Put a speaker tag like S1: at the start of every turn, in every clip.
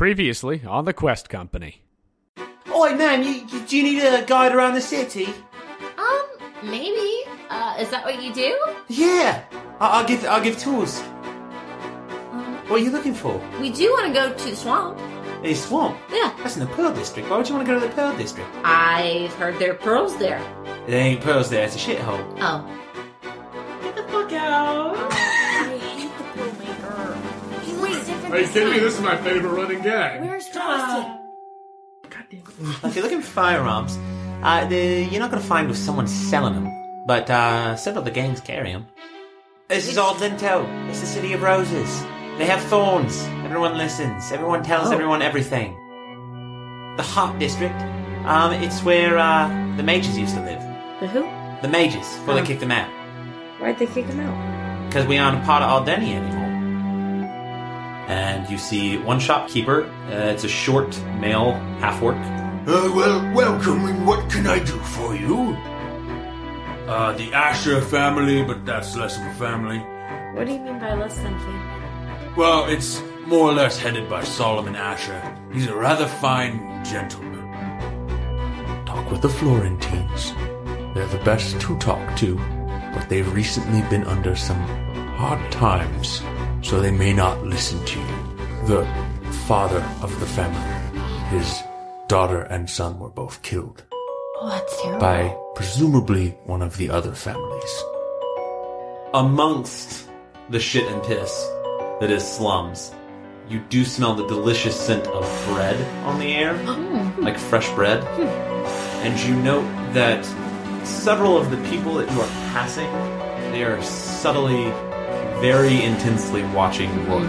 S1: Previously on the Quest Company.
S2: Oi, man, you, you, do you need a guide around the city?
S3: Um, maybe. Uh, is that what you do?
S2: Yeah, I, I'll give I'll give tours. What are you looking for?
S3: We do want to go to the swamp.
S2: A swamp?
S3: Yeah.
S2: That's in the Pearl District. Why would you want to go to the Pearl District?
S3: I've heard there are pearls there.
S2: There ain't pearls there. It's a shithole.
S3: Oh.
S2: Get the fuck out!
S4: I hate the pool maker. He's way different
S5: Are you
S4: this
S5: kidding me?
S4: time.
S5: This is my favorite running gag.
S4: Where's Dawson?
S2: if you're looking for firearms, uh, they- you're not gonna find with someone selling them, but uh, several of the gangs carry them. This is all Linto. It's the city of roses. They have thorns. Everyone listens. Everyone tells everyone everything. The Heart District. Um, it's where uh, the mages used to live.
S6: The who?
S2: The mages, before they kicked them out.
S6: Why'd they kick him out?
S2: because we aren't a part of Aldeni anymore. And you see one shopkeeper. Uh, it's a short male half orc.
S7: Uh, well, welcome, and what can I do for you? Uh, the Asher family, but that's less of a family.
S6: What do you mean by less than family?
S7: Well, it's more or less headed by Solomon Asher. He's a rather fine gentleman. Talk with the Florentines. They're the best to talk to, but they've recently been under some hard times, so they may not listen to you. The father of the family, his daughter and son were both killed
S4: Oh, that's terrible.
S7: by presumably one of the other families.
S2: Amongst the shit and piss that is slums, you do smell the delicious scent of bread on the air,
S6: Oh.
S2: like fresh bread.
S7: Hmm.
S2: And you note that several of the people that you are passing, they are subtly, very intensely watching work.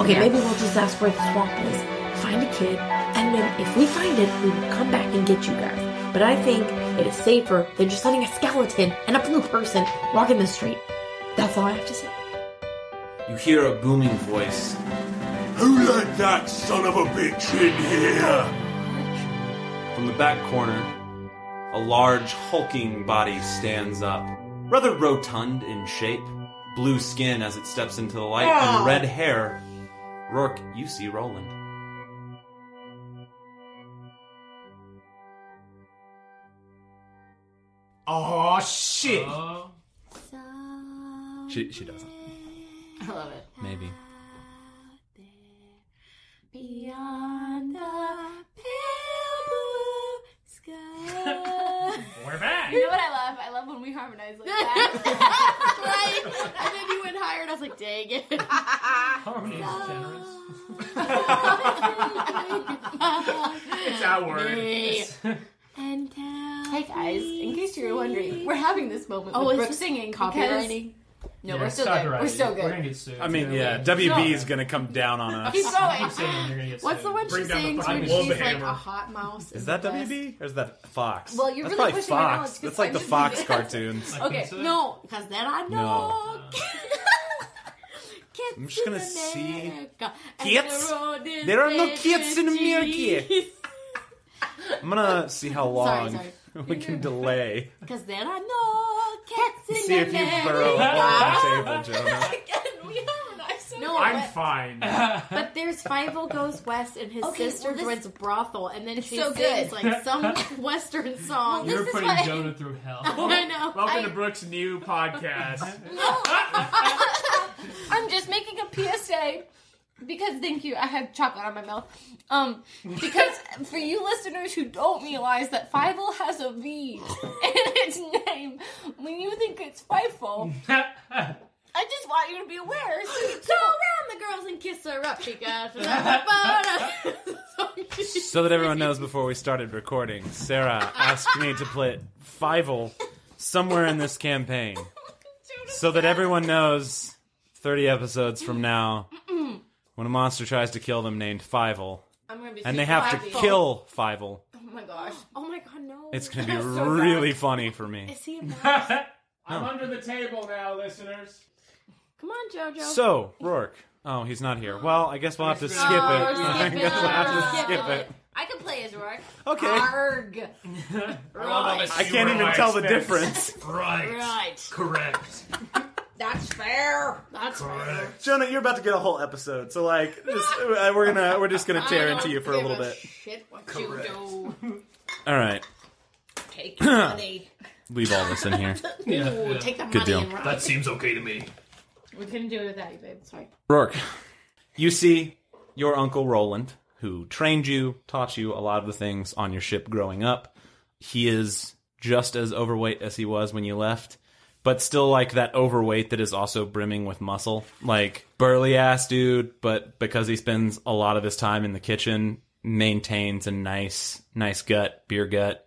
S6: Okay,
S3: Yeah.
S6: maybe we'll just ask where the swamp is, find a kid, and then if we find it, we will come back and get you guys. But I think it is safer than just letting a skeleton and a blue person walk in the street. That's all I have to say.
S2: You hear a booming voice
S7: Who let that son of a bitch in here?
S2: From the back corner, a large, hulking body stands up. Rather rotund in shape, blue skin as it steps into the light,
S4: Ah.
S2: and red hair. Rourke, you see Roland.
S5: Oh shit!
S8: Uh,
S2: She, she doesn't.
S3: I love it.
S2: Maybe.
S4: Beyond the pale blue sky.
S5: We're back.
S4: you know what I love? I love when we harmonize like that. right? And then you went higher, and I was like, dang it.
S5: It's our word.
S4: and hey guys, in case you were wondering, we're having this moment
S3: Oh,
S4: with
S3: is
S4: Brooke
S3: this
S4: singing
S3: copywriting?
S4: No, we're still good. We're still good.
S8: We're gonna get sued.
S2: I mean, yeah, WB is gonna come down on us.
S4: Keep going.
S8: Saying you're gonna get
S4: What's the
S8: sued.
S4: one
S5: Bring
S4: she
S5: down the
S4: sings
S5: fucking
S4: when she's like
S5: Wolfhammer.
S4: a hot mouse?
S2: Is that
S4: the best?
S2: WB? Or is that Fox?
S4: Well, you're
S2: That's
S4: really
S2: probably
S4: pushing my knowledge,
S2: Fox.
S4: 'cause
S2: That's like
S4: I'm
S2: the
S4: just-
S2: Fox cartoons.
S8: Like,
S4: Okay,
S8: pizza?
S4: no, because then I know. Kids
S2: I'm just gonna
S4: in
S2: see-
S4: America, and
S2: Kids?
S4: the road is
S2: There are no kids in
S4: empty.
S2: I'm gonna see how
S4: Sorry,
S2: long we can delay.
S4: Because then I know cats in
S2: See if you burrow under the table, Jonah.
S4: No,
S5: I'm
S4: but,
S5: fine.
S3: But there's Fievel goes west and his
S4: Okay,
S3: sister
S4: well, this-
S3: runs brothel, and then she
S4: so
S3: sings
S4: good.
S3: like some western song.
S8: You're
S4: This is
S8: putting
S4: why-
S8: Jonah through hell.
S3: I know.
S5: Welcome
S4: I-
S5: to Brooke's new podcast.
S4: I'm just making a PSA because thank you. I had chocolate on my mouth. Um, because for you listeners who don't realize that Fievel has a V in its name, when you think it's Fievel, I just want you to be aware. So you
S3: Go around the girls and kiss her up. She got
S2: So that everyone knows before we started recording, Sarah asked me to put Fievel somewhere in this campaign. So that everyone knows 30 episodes from now, when a monster tries to kill them named Fievel,
S3: I'm gonna be
S2: and they have to kill Fievel,
S3: Oh my gosh. Oh my god, no.
S2: it's going to be really funny for me.
S3: Is he a mouse?
S5: I'm under the table now, listeners.
S3: Come on, Jojo.
S2: So, Rourke. Oh, he's not here. Well, I guess we'll have to skip it.
S3: we're
S2: I
S4: Oh,
S3: skipping
S2: guess we'll have to
S3: it.
S2: skip it.
S3: I can play as Rourke.
S2: Okay.
S3: Arg.
S5: I love all the
S2: I can't even
S5: supervised
S2: tell the
S5: steps.
S2: difference.
S5: Right.
S3: Right.
S5: Correct.
S6: That's fair. That's fair.
S9: Jonah, you're about to get a whole episode, so like, this, uh, we're gonna we're just gonna tear into you for a little bit.
S6: Shit, what you do?
S2: All right,
S6: Take your money.
S2: leave all this in here.
S6: Ooh, take the money
S2: deal.
S6: and run.
S8: That seems okay to me.
S10: We couldn't do it without you, babe. Sorry.
S2: Rourke, you see your uncle Roland, who trained you, taught you a lot of the things on your ship growing up. He is just as overweight as he was when you left, but still like that overweight that is also brimming with muscle. Like burly ass dude, but because he spends a lot of his time in the kitchen, maintains a nice nice gut, beer gut.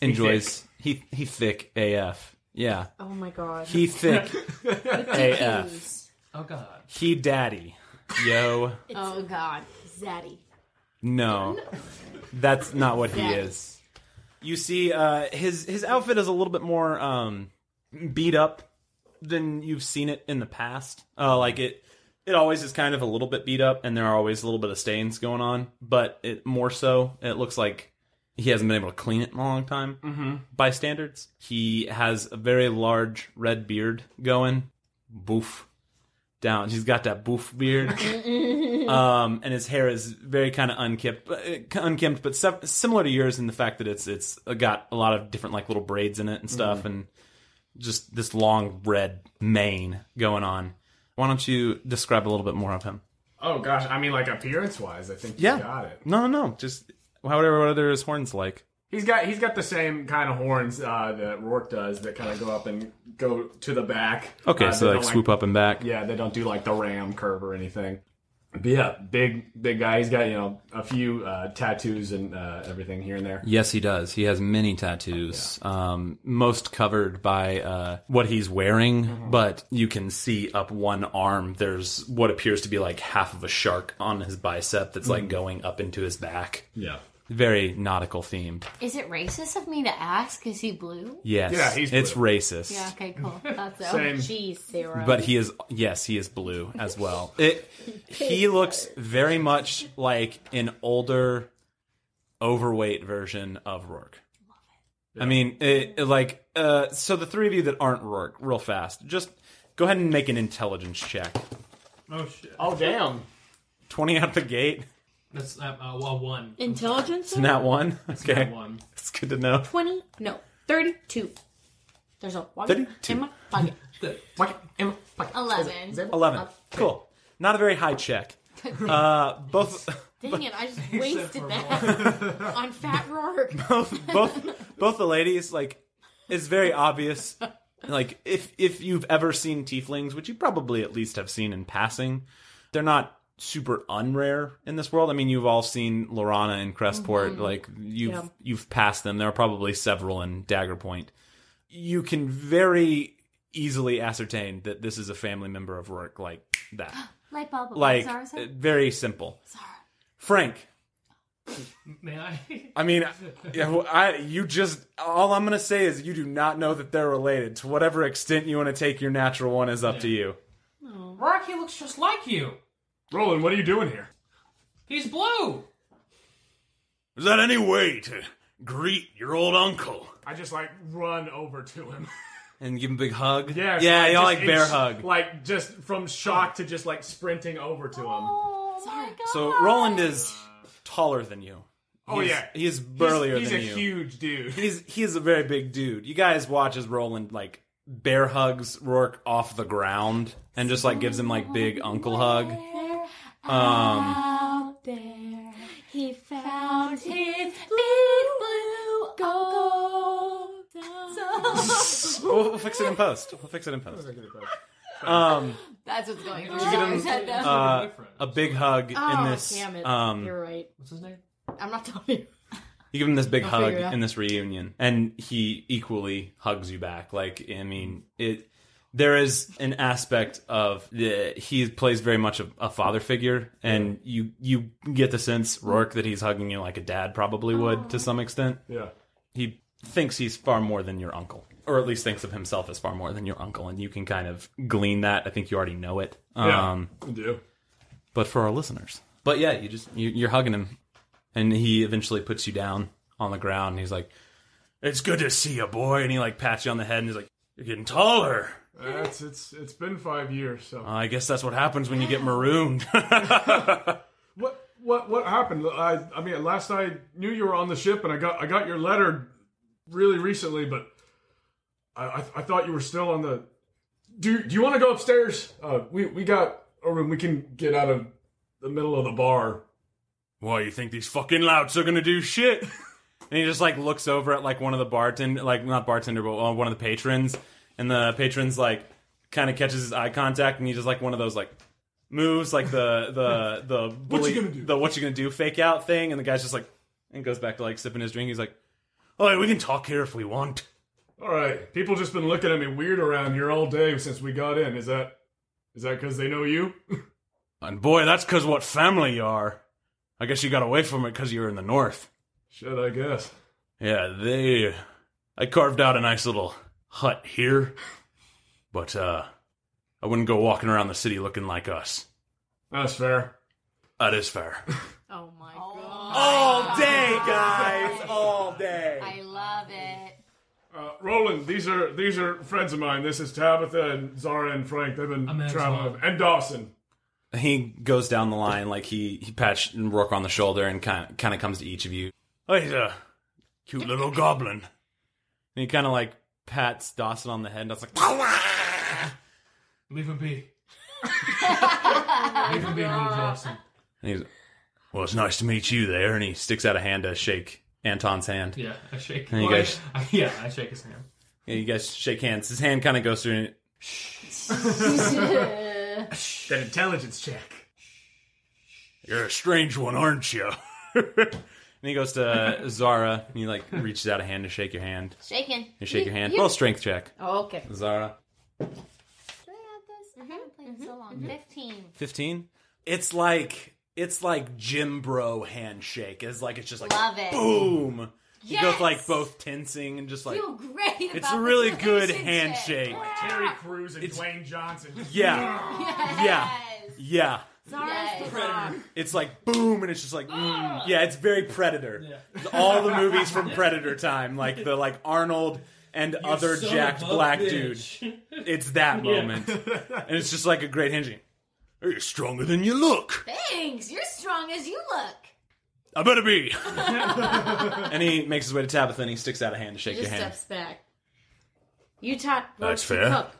S2: Enjoys he he thick AF. Yeah.
S4: Oh my god.
S2: He thick AF.
S8: Oh god.
S2: He daddy. Yo.
S6: Oh God, Zaddy.
S2: No. That's not what he is. You see, uh, his his outfit is a little bit more um, beat up than you've seen it in the past. Uh, like it it always is kind of a little bit beat up and there are always a little bit of stains going on, but it more so it looks like he hasn't been able to clean it in a long time by standards. He has a very large red beard going. Boof. Down. He's got that boof beard. um, and his hair is very kind of unkempt, uh, unkempt, but se- similar to yours in the fact that it's it's uh, got a lot of different like little braids in it and stuff, and just this long red mane going on. Why don't you describe a little bit more of him?
S5: Oh gosh, I mean, like appearance wise, I think
S2: Yeah.
S5: you got it.
S2: No, no, no, just however what are his horns like?
S5: He's got he's got the same kind of horns uh, that Rourke does that kind of go up and go to the back.
S2: Okay,
S5: Uh,
S2: so
S5: they
S2: like
S5: don't,
S2: swoop up and back.
S5: Yeah, they don't do like the ram curve or anything. But yeah, big big guy. He's got you know a few uh, tattoos and uh, everything here and there.
S2: Yes, he does. He has many tattoos, um, most covered by uh, what he's wearing,
S5: Mm-hmm.
S2: but you can see up one arm there's what appears to be like half of a shark on his bicep that's like going up into his back.
S5: Mm-hmm. Yeah.
S2: Very nautical themed.
S6: Is it racist of me to ask? Is he blue?
S2: Yes.
S5: Yeah, he's
S2: it's
S5: blue.
S2: racist.
S6: Yeah. Okay. Cool. That's it.
S5: Same.
S4: Jeez, Sarah.
S2: But he is yes, he is blue as well. It he looks very much like an older overweight version of Rourke. I mean, it, it like uh so the three of you that aren't Rourke, real fast. Just go ahead and make an intelligence check.
S8: Oh shit.
S5: Oh damn.
S2: 20 out the gate.
S8: That's uh, uh, well one.
S4: Intelligence?
S2: It's not one. Okay.
S8: Not one.
S2: It's good to know.
S4: 20? No. 32. There's a wallet
S2: 32.
S4: in my pocket.
S6: Eleven.
S2: 11. Cool. Not a very high check. Uh both
S4: Dang it, I just wasted that on Fat Rourke.
S2: both both both the ladies like it's very obvious like if if you've ever seen tieflings which you probably at least have seen in passing they're not super unrare in this world i mean you've all seen lorana in crestport
S6: Mm-hmm.
S2: like you've
S4: Yeah.
S2: you've passed them there are probably several in daggerpoint you can very easily ascertain that this is a family member of Rourke like that
S6: Light bulb.
S2: like
S6: Zara, Zara?
S2: very simple frank
S8: May I?
S2: I mean, yeah, well, I you just all I'm gonna say is you do not know that they're related. To whatever extent you want to take your natural one is up to you.
S8: Rocky looks just like you.
S5: Roland, what are you doing here?
S8: He's blue.
S11: Is that any way to greet your old uncle?
S5: I just like run over to him.
S2: And give him a big hug.
S5: Yeah,
S2: yeah,
S5: like,
S2: y'all
S5: just
S2: like bear
S5: in-
S2: hug.
S5: Like just from shock to just like sprinting over to him. Oh,
S6: Oh my God.
S2: so Roland is taller than you. Oh, He's-
S5: yeah,
S2: he is burlier
S5: he's,
S2: than
S5: he's
S2: you.
S5: a huge dude.
S2: He's he is a very big dude. You guys watch as Roland like bear hugs Rourke off the ground and just like gives him like big uncle hug.
S6: Ah.
S2: Um,
S6: out there, he found his big blue gold.
S2: we'll, we'll fix it in post. We'll fix it in post. Um.
S6: That's what's going on.
S8: Give
S2: him,
S6: His head down.
S2: uh, a big hug
S4: Oh,
S2: in this.
S4: damn it.
S2: Um,
S4: You're right.
S8: What's his name?
S4: I'm not telling you.
S2: you give him this big
S4: I'll
S2: hug
S4: figure it out.
S2: in this reunion, and he equally hugs you back. Like I mean, it. There is an aspect of the he plays very much a, a father figure, and you you get the sense Rourke that he's hugging you like a dad probably would to some extent.
S5: yeah.
S2: He thinks he's far more than your uncle, or at least thinks of himself as far more than your uncle, and you can kind of glean that. I think you already know it.
S5: Yeah.
S2: Um,
S5: I do.
S2: but for our listeners. But yeah, you just you, you're hugging him, and he eventually puts you down on the ground. And he's like, "It's good to see you, boy." And he like pats you on the head, and he's like, You're getting taller.
S5: That's it's it's been five years. So
S2: Uh, I guess that's what happens when you get marooned.
S5: what what what happened? I I mean, last I knew you were on the ship, and I got I got your letter really recently, but I I, I thought you were still on the. Do do you want to go upstairs? Uh, we we got a room. We can get out of the middle of the bar.
S2: Why you think these fucking louts are gonna do shit? And he just like looks over at like one of the bartend, like not bartender, but uh, one of the patrons, and the patrons like kind of catches his eye contact, and he just like one of those like moves, like the the the
S5: What you gonna do?
S2: the what you gonna do fake out thing, and the guy's just like and goes back to like sipping his drink. He's like, "All right, we can talk here if we want."
S5: All right, people just been looking at me weird around here all day since we got in. Is that is that because they know you?
S2: And boy, that's because what family you are. I guess you got away from it because you were in the north.
S5: Shit, I guess.
S2: Yeah, they. I carved out a nice little hut here, but uh, I wouldn't go walking around the city looking like us.
S5: That's fair.
S2: That is fair.
S4: Oh my god.
S2: All day, guys,
S3: all day.
S4: I love it.
S5: Uh, Roland, these are these are friends of mine. This is Tabitha and Zara and Frank. They've been
S8: I'm
S5: traveling and Dawson.
S2: He goes down the line like he he pats Rourke on the shoulder and kind kind of comes to each of you. Oh, he's a cute little goblin. And he kind of like pats Dawson on the head. and That's like
S8: Leave him be. Leave him be, little Dawson.
S2: And he's, well, it's nice to meet you there. And he sticks out a hand to shake Anton's hand.
S8: Yeah, I shake.
S2: And you guys-
S8: I- yeah, I shake his hand.
S2: And you guys shake hands. His hand kind of goes through.
S5: That intelligence check.
S2: You're a strange one, aren't you? and he goes to uh, Zara. And he like reaches out a hand to shake your hand.
S4: Shaking.
S2: You shake your hand. Roll strength check,
S6: Oh, okay.
S2: Zara.
S4: Should I have this? I haven't played in so long. 15.
S2: 15 it's like it's like jim bro handshake it's like it's just like
S4: Love it.
S2: boom you
S4: Yes!
S2: both like both tensing and just like
S4: Feel great.
S2: it's
S4: about
S2: a
S4: this
S2: really good
S4: relationship.
S2: handshake
S5: Terry Crews and
S2: It's-
S5: Dwayne Johnson.
S2: yeah
S4: Yes.
S2: yeah yeah
S4: Yes.
S2: it's like boom and it's just like mm. yeah it's very predator
S8: Yeah.
S2: all the movies from predator time like the like arnold and other
S8: son
S2: jacked
S8: of a
S2: black dude
S8: bitch.
S2: it's that moment and it's just like a great handshake you're stronger than you look
S4: Thanks. You're strong as you look.
S2: I better be. and he makes his way to Tabitha and he sticks out a hand to shake your
S6: Just
S2: hand.
S6: steps back. You taught Rourke
S2: That's
S6: to
S2: fair.
S6: cook.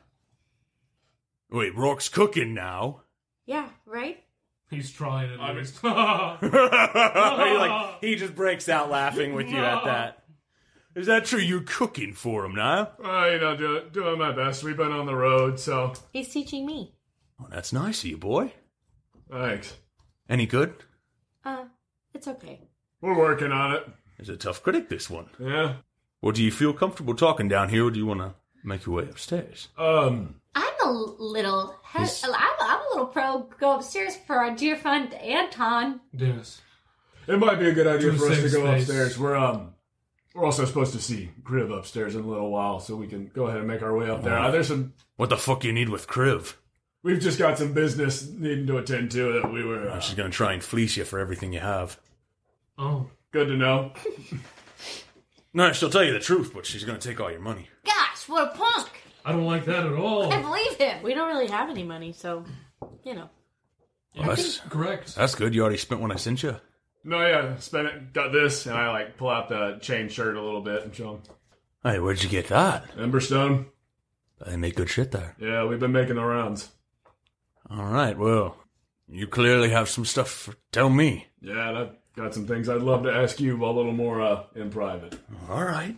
S2: Wait, Rourke's cooking now.
S6: Yeah, right?
S8: He's trying it.
S5: I'm
S8: least. I
S2: he, like, he just breaks out laughing with you at that. Is that true? You're cooking for him now?
S5: Uh, you know, do, doing my best. We've been on the road, so
S6: He's teaching me.
S2: Well, Oh, that's nice of you, boy.
S5: thanks.
S2: Any good?
S6: Uh, it's okay.
S5: We're working on it.
S2: He's a tough critic, this one.
S5: Yeah.
S2: Well, do you feel comfortable talking down here, or do you want to make your way upstairs?
S5: Um.
S4: I'm a little. He-
S2: He's-
S4: I'm, I'm a little pro. Go upstairs for our dear friend Anton.
S8: Yes.
S5: It might be a good idea
S8: Do
S5: for us
S8: safe
S5: to go
S8: space.
S5: upstairs. We're um. We're also supposed to see Griv upstairs in a little while, so we can go ahead and make our way up there. Uh, there's some.
S2: What the fuck you need with Kriv?
S5: We've just got some business needing to attend to that we were. Uh,
S2: She's gonna try and fleece you for everything you have.
S8: Oh.
S5: good to know.
S2: No, she'll tell you the truth, but she's gonna take all your money.
S4: Gosh, what a punk!
S8: I don't like that at
S7: Oh.
S8: all.
S4: I believe him.
S6: We don't really have any money, so, you know.
S2: Well, that's,
S8: Correct.
S2: that's good. You already spent what I sent you.
S5: No, yeah, spent it. Got this, and I like pull out the chain shirt a little bit and show him.
S2: Hey, where'd you get that?
S5: Emberstone.
S2: They make good shit there.
S5: Yeah, we've been making the rounds.
S2: All right, well, you clearly have some stuff to tell me.
S5: Yeah, and I've got some things I'd love to ask you a little more uh, in private.
S2: All right.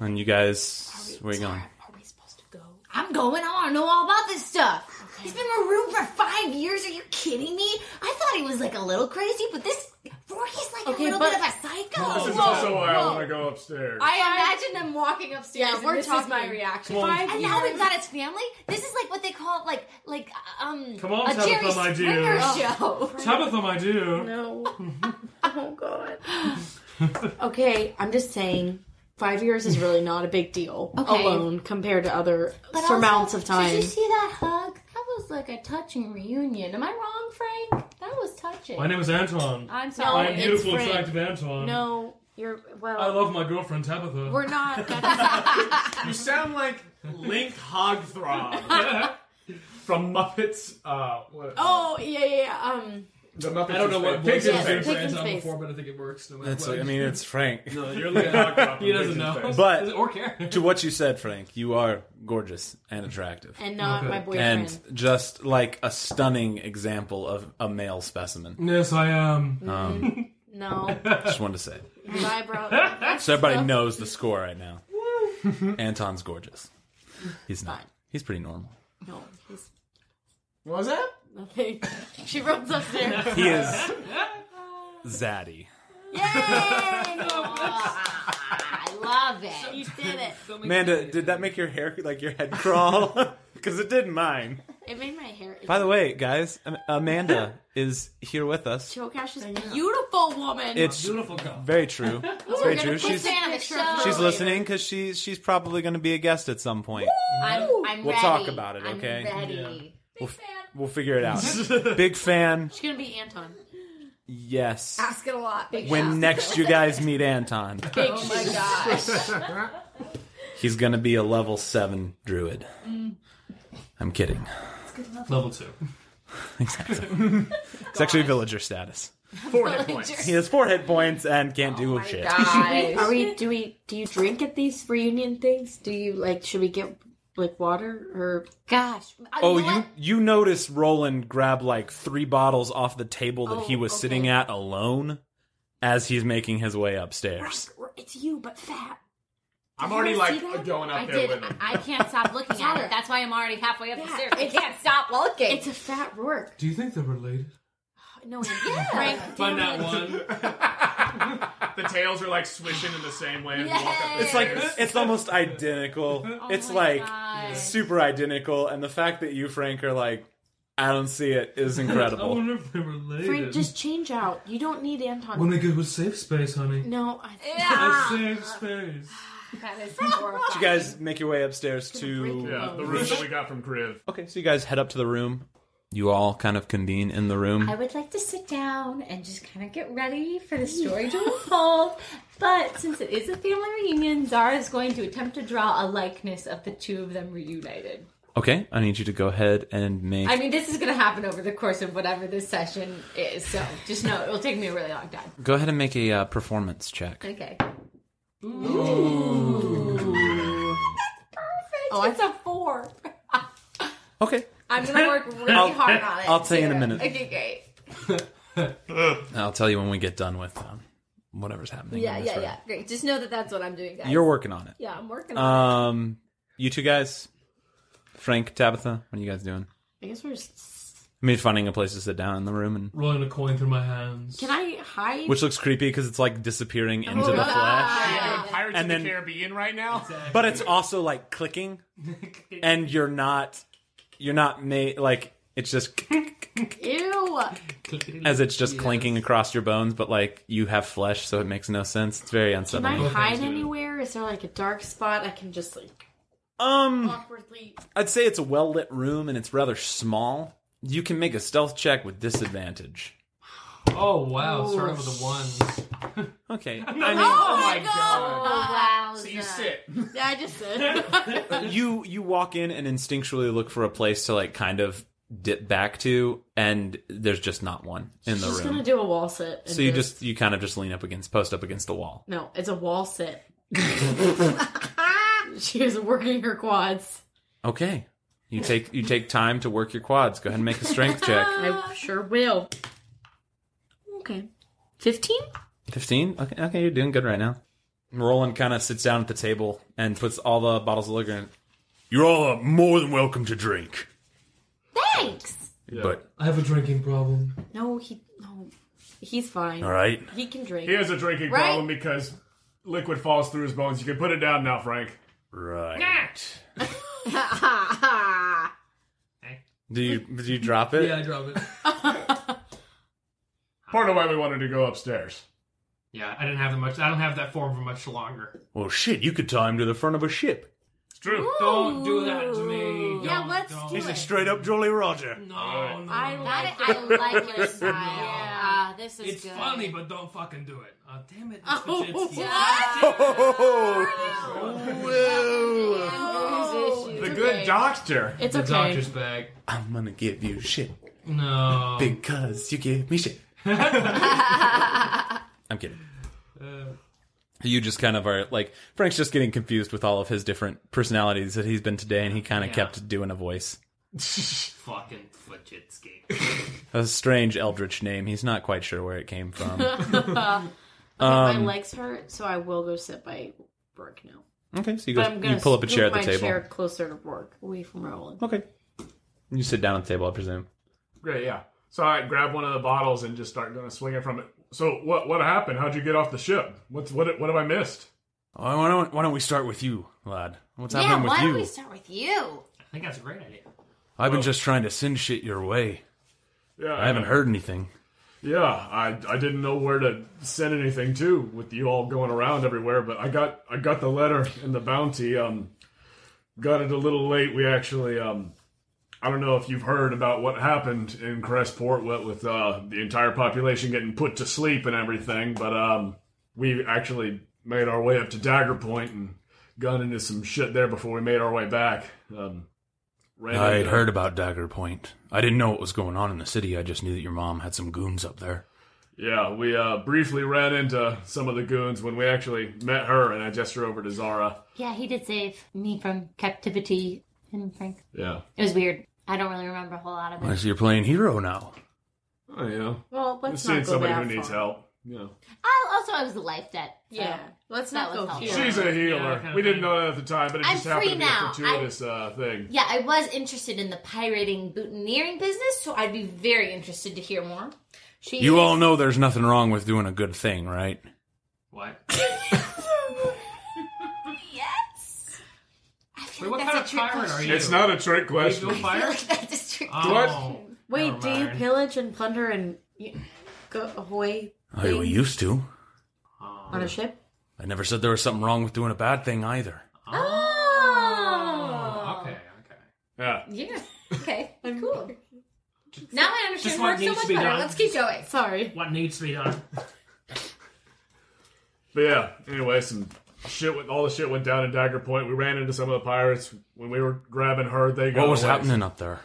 S2: And you guys, where you going?
S6: Are we supposed to go?
S4: I'm going. I want to know all about this stuff. He's been marooned for five years. Are you kidding me? I thought he was like a little crazy, but this Rourke's like
S6: Okay,
S4: a little
S6: but-
S4: bit of a psycho.
S5: This is
S6: Whoa,
S5: also why I
S6: whoa.
S5: want to go upstairs.
S4: I imagine him walking upstairs.
S6: Yeah,
S4: and
S6: we're
S4: this
S6: talking.
S4: is my reaction.
S8: Come on.
S6: Five
S4: And
S6: years.
S4: now we've got his family. This is like what they call like like um
S8: Come on,
S4: a
S8: Tabitha,
S4: Jerry
S8: my dear. Oh,
S4: Springer show.
S8: Tabitha, my dear.
S6: No. oh, God. okay, I'm just saying. Five years is really not a big deal
S4: Okay.
S6: alone compared to other
S4: But
S6: surmounts
S4: also,
S6: of time.
S4: Did you see that hug? That was like a touching reunion. Am I wrong, Frank? That was touching.
S8: My name is Anton.
S4: I'm
S8: I
S4: sorry.
S8: am
S6: it's
S8: beautiful,
S6: Frank.
S8: attractive Anton.
S6: No, you're well.
S8: I love my girlfriend Tabitha.
S6: we're not. That's,
S5: you sound like Link Hogthrob from Muppets. Uh, what,
S6: Oh yeah, yeah. yeah, Um,
S5: the Muppets
S8: I don't know what voice
S5: Pigs
S8: yeah,
S5: in
S8: Frank's
S5: Space.
S6: Pigs in
S8: done
S6: Space.
S8: before, but I think it works. No matter
S2: That's.
S8: what.
S2: I mean, it's Frank.
S5: No, you're Link Hogthrob.
S8: he doesn't know.
S2: But-
S8: Does it- or care.
S2: to what you said, Frank, you are gorgeous and attractive.
S6: and not
S8: Okay.
S6: my boyfriend.
S2: and just like a stunning example of a male specimen. Um,
S8: Yes, I um, am.
S6: Mm-hmm. no,
S2: Just wanted to say. it.
S6: his eyebrow. That's
S2: So everybody
S6: stuff.
S2: knows the score right now. Anton's gorgeous. He's not. He's pretty normal.
S6: No, he's
S5: What was that?
S6: nothing. she runs up there.
S2: He is zaddy.
S4: I love it.
S6: You did it.
S2: Amanda, did that make your hair like your head crawl? Because it did mine.
S6: It made my hair. itch.
S2: By the way, guys, Am- Amanda is here with us.
S6: Jokash is a beautiful woman.
S2: It's
S8: Beautiful girl.
S2: very true. It's very true. She's
S4: Santa
S6: She's
S4: show.
S2: she's listening because she's she's probably going to be a guest at some point.
S4: I'm, I'm
S2: We'll
S4: ready.
S2: talk about it,
S4: I'm
S2: okay?
S4: ready.
S2: We'll, f- we'll figure it out. Big fan.
S6: She's gonna be Anton.
S2: Yes.
S4: Ask it a lot. Big
S2: When next you guys meet Anton,
S4: Oh my gosh.
S2: he's going to be a level 7 druid. I'm kidding.
S8: Level two.
S2: Exactly. It's actually villager status.
S5: Four hit points.
S2: He has 4 hit points and can't do shit.
S4: Guys.
S6: Are we? Do we? Do you drink at these reunion things? Do you like? Should we get like water or?
S4: gosh.
S2: Oh,
S4: you, know
S2: you
S4: what?
S2: you notice Roland grab like 3 bottles off the table that he
S6: Oh,
S2: was
S6: okay.
S2: sitting at alone as he's making his way upstairs.
S6: It's you, but fat.
S5: I'm already
S6: you see
S5: like
S6: that?
S5: going up
S4: I
S5: there
S4: did.
S5: with him.
S4: I, I can't stop looking at it. That's why I'm already halfway up the stairs. I can't stop looking.
S6: It's a fat Rourke.
S8: Do you think they're related?
S6: No, yeah. Frank. damn
S8: Find that
S6: it.
S8: one.
S5: the tails are like swishing in the same way. And walk up the
S2: It's like
S5: stairs.
S2: it's almost identical. it's
S4: Oh my
S2: like
S4: God.
S2: super identical, and the fact that you, Frank, are like, I don't see it is
S8: I
S4: Oh,
S2: incredible.
S8: wonder if they're related.
S6: Frank, just change out. You don't need Anton.
S8: when we good with safe space, honey.
S6: no, I think
S8: A safe space.
S4: That is horrifying.
S2: you guys make your way upstairs to.
S5: yeah, the roof that we got from Kriv.
S2: Okay, so you guys head up to the room. You all kind of convene in the room.
S4: I would like to sit down and just kind of get ready for the story to unfold. But since it is a family reunion, Zara is going to attempt to draw a likeness of the two of them reunited.
S2: Okay, I need you to go ahead and make.
S4: I mean, this is going to happen over the course of whatever this session is, so just know it will take me a really long time.
S2: Go ahead and make a uh, performance check.
S4: Okay. Oh, it's a four.
S2: Okay,
S4: I'm going to work really hard on it.
S2: I'll tell you in a minute.
S4: Okay, great.
S2: I'll tell you when we get done with um, whatever's happening. in
S4: Yeah,
S2: this
S4: yeah,
S2: room.
S4: yeah. Great. Just know that that's what I'm doing, guys.
S2: You're working on it.
S4: yeah, I'm working on
S2: Um, you two guys, Frank, Tabitha, what are you guys doing?
S6: I guess we're. s-
S2: I mean, finding a place to sit down in the room, and
S8: Rolling a coin through my hands.
S6: Can I hide?
S2: which looks creepy because it's like disappearing
S4: Oh
S2: into the
S6: God.
S2: flesh,
S5: We're in Pirates
S2: And
S5: of
S2: then-
S5: the Caribbean right now.
S2: but it's also like clicking, and you're not, you're not made like it's just
S6: Ew.
S2: as it's just clinking across your bones, but like you have flesh, so it makes no sense. It's very
S6: Can I
S2: unsettling.
S6: hide anywhere? Is there like a dark spot I can just like
S2: Um,
S6: awkwardly?
S2: I'd say it's a well lit room, and it's rather small. You can make a stealth check with disadvantage.
S8: Oh wow! Starting with a one.
S2: Okay, I mean.
S5: Oh my god!
S4: wow.
S5: So you sit.
S6: Yeah, I just said.
S2: you you walk in and instinctually look for a place to like kind of dip back to and there's just not one in the
S6: just
S2: room
S6: gonna do a wall sit. and
S2: so you just you kind of just lean up against post up against the wall
S6: no. It's a wall sit. she is working her quads.
S2: okay you take you take time to work your quads go ahead and make a strength check
S6: I sure will. Okay, fifteen.
S2: 15 okay okay you're doing good right now roland kind of sits down at the table and puts all the bottles of liquor in uh,
S7: You're all are more than welcome to drink.
S4: Thanks.
S7: But,
S8: I have a drinking problem.
S6: No, he no, he's fine.
S7: all right.
S6: He can drink.
S5: He has a drinking
S6: Right?
S5: problem because liquid falls through his bones. You can put it down now, Frank.
S7: Right.
S2: do you do you drop it
S8: Yeah, I drop it.
S5: Part of why we wanted to go upstairs.
S8: Yeah, I didn't have that much. I don't have that form for much longer.
S7: Well, shit, you could tie him to the front of a ship.
S5: It's true.
S8: Don't do that to me.
S6: Yeah,
S8: Don't-
S6: let's
S8: don't.
S6: do it.
S7: Straight up Jolly Roger.
S8: No, no,
S6: I
S8: no.
S6: like
S4: I like your style.
S6: Yeah.
S4: Uh, this is
S8: It's
S4: good.
S8: funny, but don't fucking do it. Oh, damn it. It's
S4: Oh,
S8: Pachinski.
S6: Oh.
S5: The good doctor.
S6: It's
S8: The
S6: okay.
S8: doctor's bag.
S7: I'm gonna give you shit
S8: No.
S7: because you give me shit. I'm kidding.
S8: Uh,
S7: You just kind of are like Frank's just getting confused with all of his different personalities that he's been today, and he kind of
S8: Yeah.
S7: kept doing a voice.
S8: fucking Fajitsky.
S7: A strange eldritch name. He's not quite sure where it came from.
S6: my
S7: Um,
S6: legs hurt, so I will go sit by Rourke now.
S7: Okay, so you
S6: But
S7: go.
S6: I'm gonna
S7: You pull up a chair at
S6: scoot
S7: the
S6: my
S7: table.
S6: chair closer to Rourke, away from Roland.
S7: Okay. You sit down at the table, I presume.
S5: Great, yeah. So I grab one of the bottles and just start going to swing it from it. So what what happened? How'd you get off the ship? What's what what have I missed?
S7: Why why don't, why don't we start with you, lad? What's
S4: yeah,
S7: happening
S4: why
S7: with
S4: don't
S7: you?
S4: we start with you?
S8: I think that's a great idea.
S7: I've been just trying to send shit your way.
S5: Yeah,
S7: I haven't heard anything.
S5: Yeah, I I didn't know where to send anything to with you all going around everywhere, but I got I got the letter and the bounty. Um, got it a little late. We actually um, I don't know if you've heard about what happened in Crestport what with uh, the entire population getting put to sleep and everything, but um, we actually made our way up to Dagger Point and got into some shit there before we made our way back. Um, ran
S7: I had
S5: into-
S7: heard about Dagger Point. I didn't know what was going on in the city. I just knew that your mom had some goons up there.
S5: Yeah, we uh, briefly ran into some of the goons when we actually met her, and I gesture over to Zara.
S4: Yeah, he did save me from captivity. Him and Frank.
S5: Yeah.
S4: It was weird. I don't really remember a whole lot of it.
S7: Well, so you're playing hero now.
S5: Oh, yeah.
S6: Well, let's
S5: Seeing
S6: not go
S5: somebody
S6: that
S5: who needs
S6: far.
S5: help. Yeah.
S4: Oh, also, I was the life debt. so-
S6: Yeah, let's not
S4: That
S6: go
S4: was helpful.
S6: here.
S5: She's a
S8: Yeah,
S5: healer.
S8: kind of
S5: we didn't
S8: thing.
S5: know that at the time, but it
S4: I'm
S5: just happened to
S4: free
S5: be
S4: now.
S5: a fortuitous uh, thing.
S4: Yeah, I was interested in the pirating boutonniering business, so I'd be very interested to hear more. She
S7: You
S4: is-
S7: all know there's nothing wrong with doing a good thing, right?
S8: What?
S4: Yes. I feel
S8: Wait,
S4: like
S8: what
S4: that's
S8: kind
S4: a
S8: of
S4: trick
S8: pirate are
S4: question.
S8: you?
S5: It's not a trick
S8: Eagle
S5: question.
S4: I feel
S8: fire?
S4: like that's a trick
S8: Oh,
S6: Wait,
S8: never
S6: do you
S8: mind.
S6: pillage and plunder and you go away
S7: I we used to.
S8: Oh.
S6: on a ship?
S7: I never said there was something wrong with doing a bad thing either.
S8: Oh, Okay, okay.
S5: Yeah.
S4: Ah! Yeah. Okay. cool. Now I
S8: Just
S4: understand
S8: what
S4: work so
S8: needs
S4: much
S8: to be
S4: better.
S8: done.
S4: Let's keep going.
S6: Sorry.
S8: What needs to be done?
S5: But yeah, anyway, some shit went, all the shit went down in Dagger Point. We ran into some of the pirates. When we were grabbing her, they got
S7: What was
S5: away.
S7: happening up there?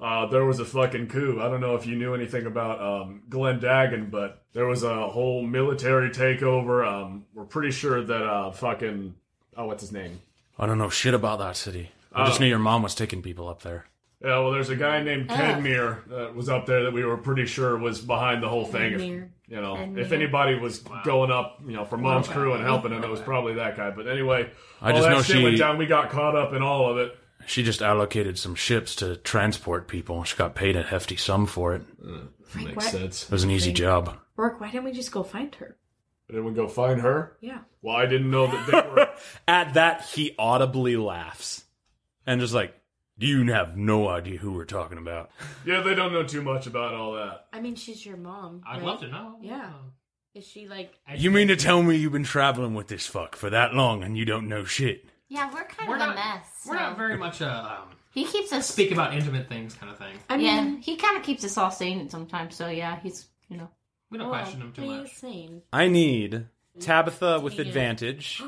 S5: Uh, there was a fucking coup. I don't know if you knew anything about um, Glendagan, but there was a whole military takeover. Um, we're pretty sure that uh, fucking oh, what's his name?
S7: I don't know shit about that city. I just
S5: Oh.
S7: knew your mom was taking people up there.
S5: Yeah, well, there's a guy
S6: Ah.
S5: named Kedmir that was up there that we were pretty sure was behind the whole thing. If,
S6: Kedmir.
S5: you know,
S6: Kedmir.
S5: if anybody was going up, you know, for Mom's crew and helping him, it was probably that guy. But anyway,
S7: I
S5: all
S7: just
S5: that
S7: know
S5: shit
S7: she-
S5: went down. We got caught up in all of it.
S7: She just allocated some ships to transport people. She got paid a hefty sum for it. It
S6: Frank,
S5: Hmm. Makes
S6: why-
S5: sense.
S7: was an easy job.
S6: Rourke, why didn't we just go find her?
S5: Did we go find her?
S6: Yeah.
S5: Well, I didn't know that they were.
S7: At that, he audibly laughs and just like, you have no idea who we're talking about.
S5: yeah, they don't know too much about all that.
S6: I mean, she's your mom.
S8: I'd
S6: right?
S8: love to know.
S6: Yeah. Is she like?
S7: You mean to tell me you've been traveling with this fuck for that long and you don't know shit?
S4: Yeah, we're kind
S8: We're
S4: of
S8: not,
S4: a mess.
S8: we're not
S4: so-
S8: very much a um,
S4: He keeps us.
S8: speak about intimate things kind of thing.
S6: I
S4: yeah,
S6: mean,
S4: he kind of keeps us all sane sometimes. So yeah, he's you know.
S8: We
S4: Oh,
S8: don't
S6: well,
S8: question him too
S6: he's
S8: much.
S6: sane.
S7: I need Tabitha with
S6: Damn.
S7: advantage,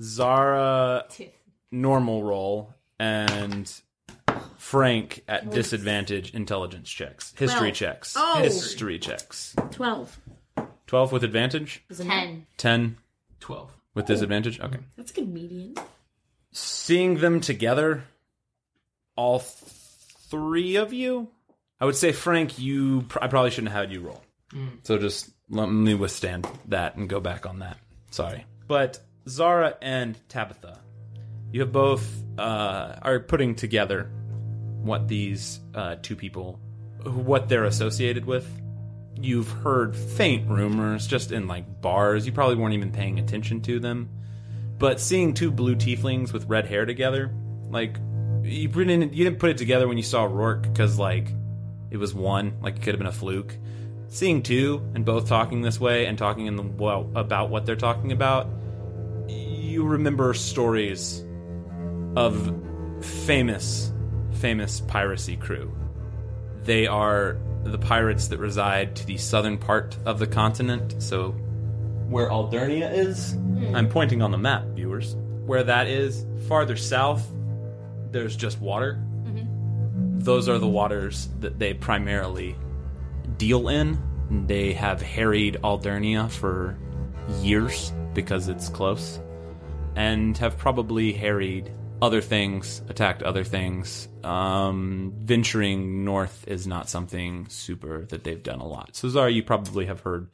S7: Zara normal roll, and Frank at disadvantage intelligence checks, history
S6: Twelve.
S7: checks,
S6: Oh.
S7: history checks.
S6: Twelve.
S7: 12 with advantage,
S6: Isn't it?
S4: Ten.
S7: 10
S8: Twelve.
S7: with disadvantage. Okay.
S6: That's a good median.
S7: seeing them together, all th- three of you, I would say Frank, you pr- I probably shouldn't have had you roll. So just let me withstand that and go back on that. Sorry, but Zara and Tabitha, you have both uh, are putting together what these uh, two people, what they're associated with. You've heard faint rumors just in like bars. You probably weren't even paying attention to them but seeing two blue tieflings with red hair together, like you didn't you didn't put it together when you saw Rourke because like it was one, like it could have been a fluke. Seeing two and both talking this way and talking in the well, about what they're talking about, you remember stories of famous famous piracy crew. They are
S2: the pirates that reside to the southern part of the continent. So, where Aldernia is, I'm pointing on the map, viewers. Where that is, farther south, there's just water. Those are the waters that they primarily deal in. They have harried Aldernia for years because it's close, and have probably harried other things, attacked other things. Um, venturing north is not something super that they've done a lot. So, Zara, you probably have heard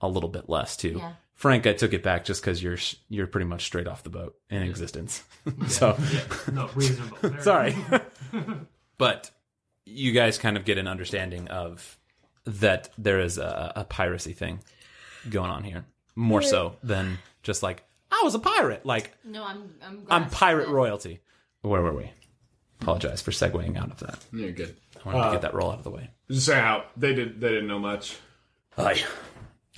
S2: a little bit less too.
S12: Yeah.
S2: Frank, I took it back just because you're sh- you're pretty much straight off the boat in existence. so,
S8: No, reasonable. Fair
S2: sorry.
S8: enough.
S2: but you guys kind of get an understanding of that there is a, a piracy thing going on here more so than just like I was a pirate. Like
S4: No, I'm. I'm.
S2: I'm pirate royalty. Where were we? Apologize for segueing out of that.
S5: You're good.
S2: I wanted to get that roll out of the way.
S5: Uh, Just say how they did. They didn't know much.
S7: Aye.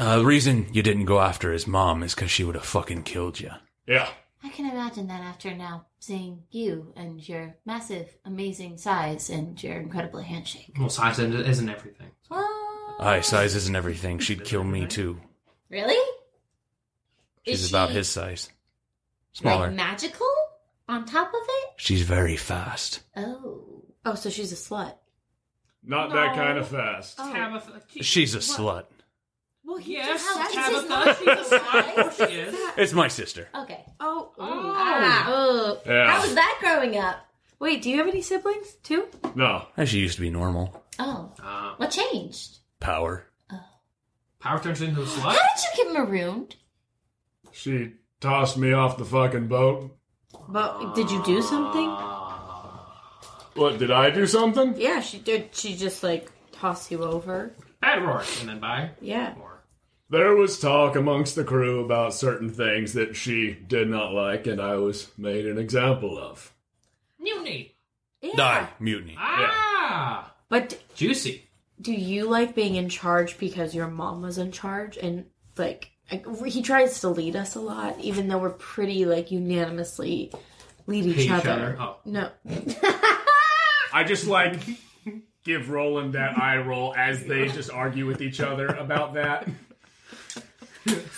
S7: Uh, the reason you didn't go after his mom is because she would have fucking killed you.
S5: Yeah.
S4: I can imagine that after now seeing you and your massive, amazing size and your incredible handshake.
S8: well, size isn't- isn't everything.
S7: Aye, size isn't everything. She'd kill me too.
S4: Really?
S7: She's
S4: Is
S7: about
S4: she,
S7: his size.
S4: Like
S7: Smaller.
S4: magical on top of it.
S7: She's very fast.
S4: Oh. Oh, so she's a slut.
S5: Not that kind of fast.
S6: Oh.
S8: Tabitha. Jesus.
S7: She's a slut.
S4: Well, he
S8: Yes,
S4: just
S8: Tabitha,
S4: said Oh, she's
S8: she's
S4: a
S8: a
S4: slut.
S8: She is.
S7: It's my sister.
S4: Okay.
S6: Oh, oh.
S4: Ah, oh.
S5: Yeah.
S4: How was that growing up?
S6: Wait, do you have any siblings too?
S5: No.
S7: And she used to be normal.
S4: Oh.
S8: Uh,
S4: What changed?
S7: Power.
S4: Oh.
S8: power turns into a
S4: How
S8: slut.
S4: did you get marooned?
S5: She tossed me off the fucking boat.
S6: But did you do something?
S5: What did I do? Something?
S6: Yeah, she did. She just like tossed you over.
S8: Bad roar, and then bye.
S6: Yeah.
S8: Or
S5: There was talk amongst the crew about certain things that she did not like, and I was made an example of.
S8: mutiny.
S6: Yeah.
S7: Die. Mutiny.
S8: Ah,
S6: But
S8: juicy.
S6: do you like being in charge because your mom was in charge and like I- he tries to lead us a lot, even though we're pretty like unanimously lead each,
S8: Hate each
S6: other.
S8: other. Oh.
S6: No,
S5: I just like give Roland that eye roll as they just argue with each other about that.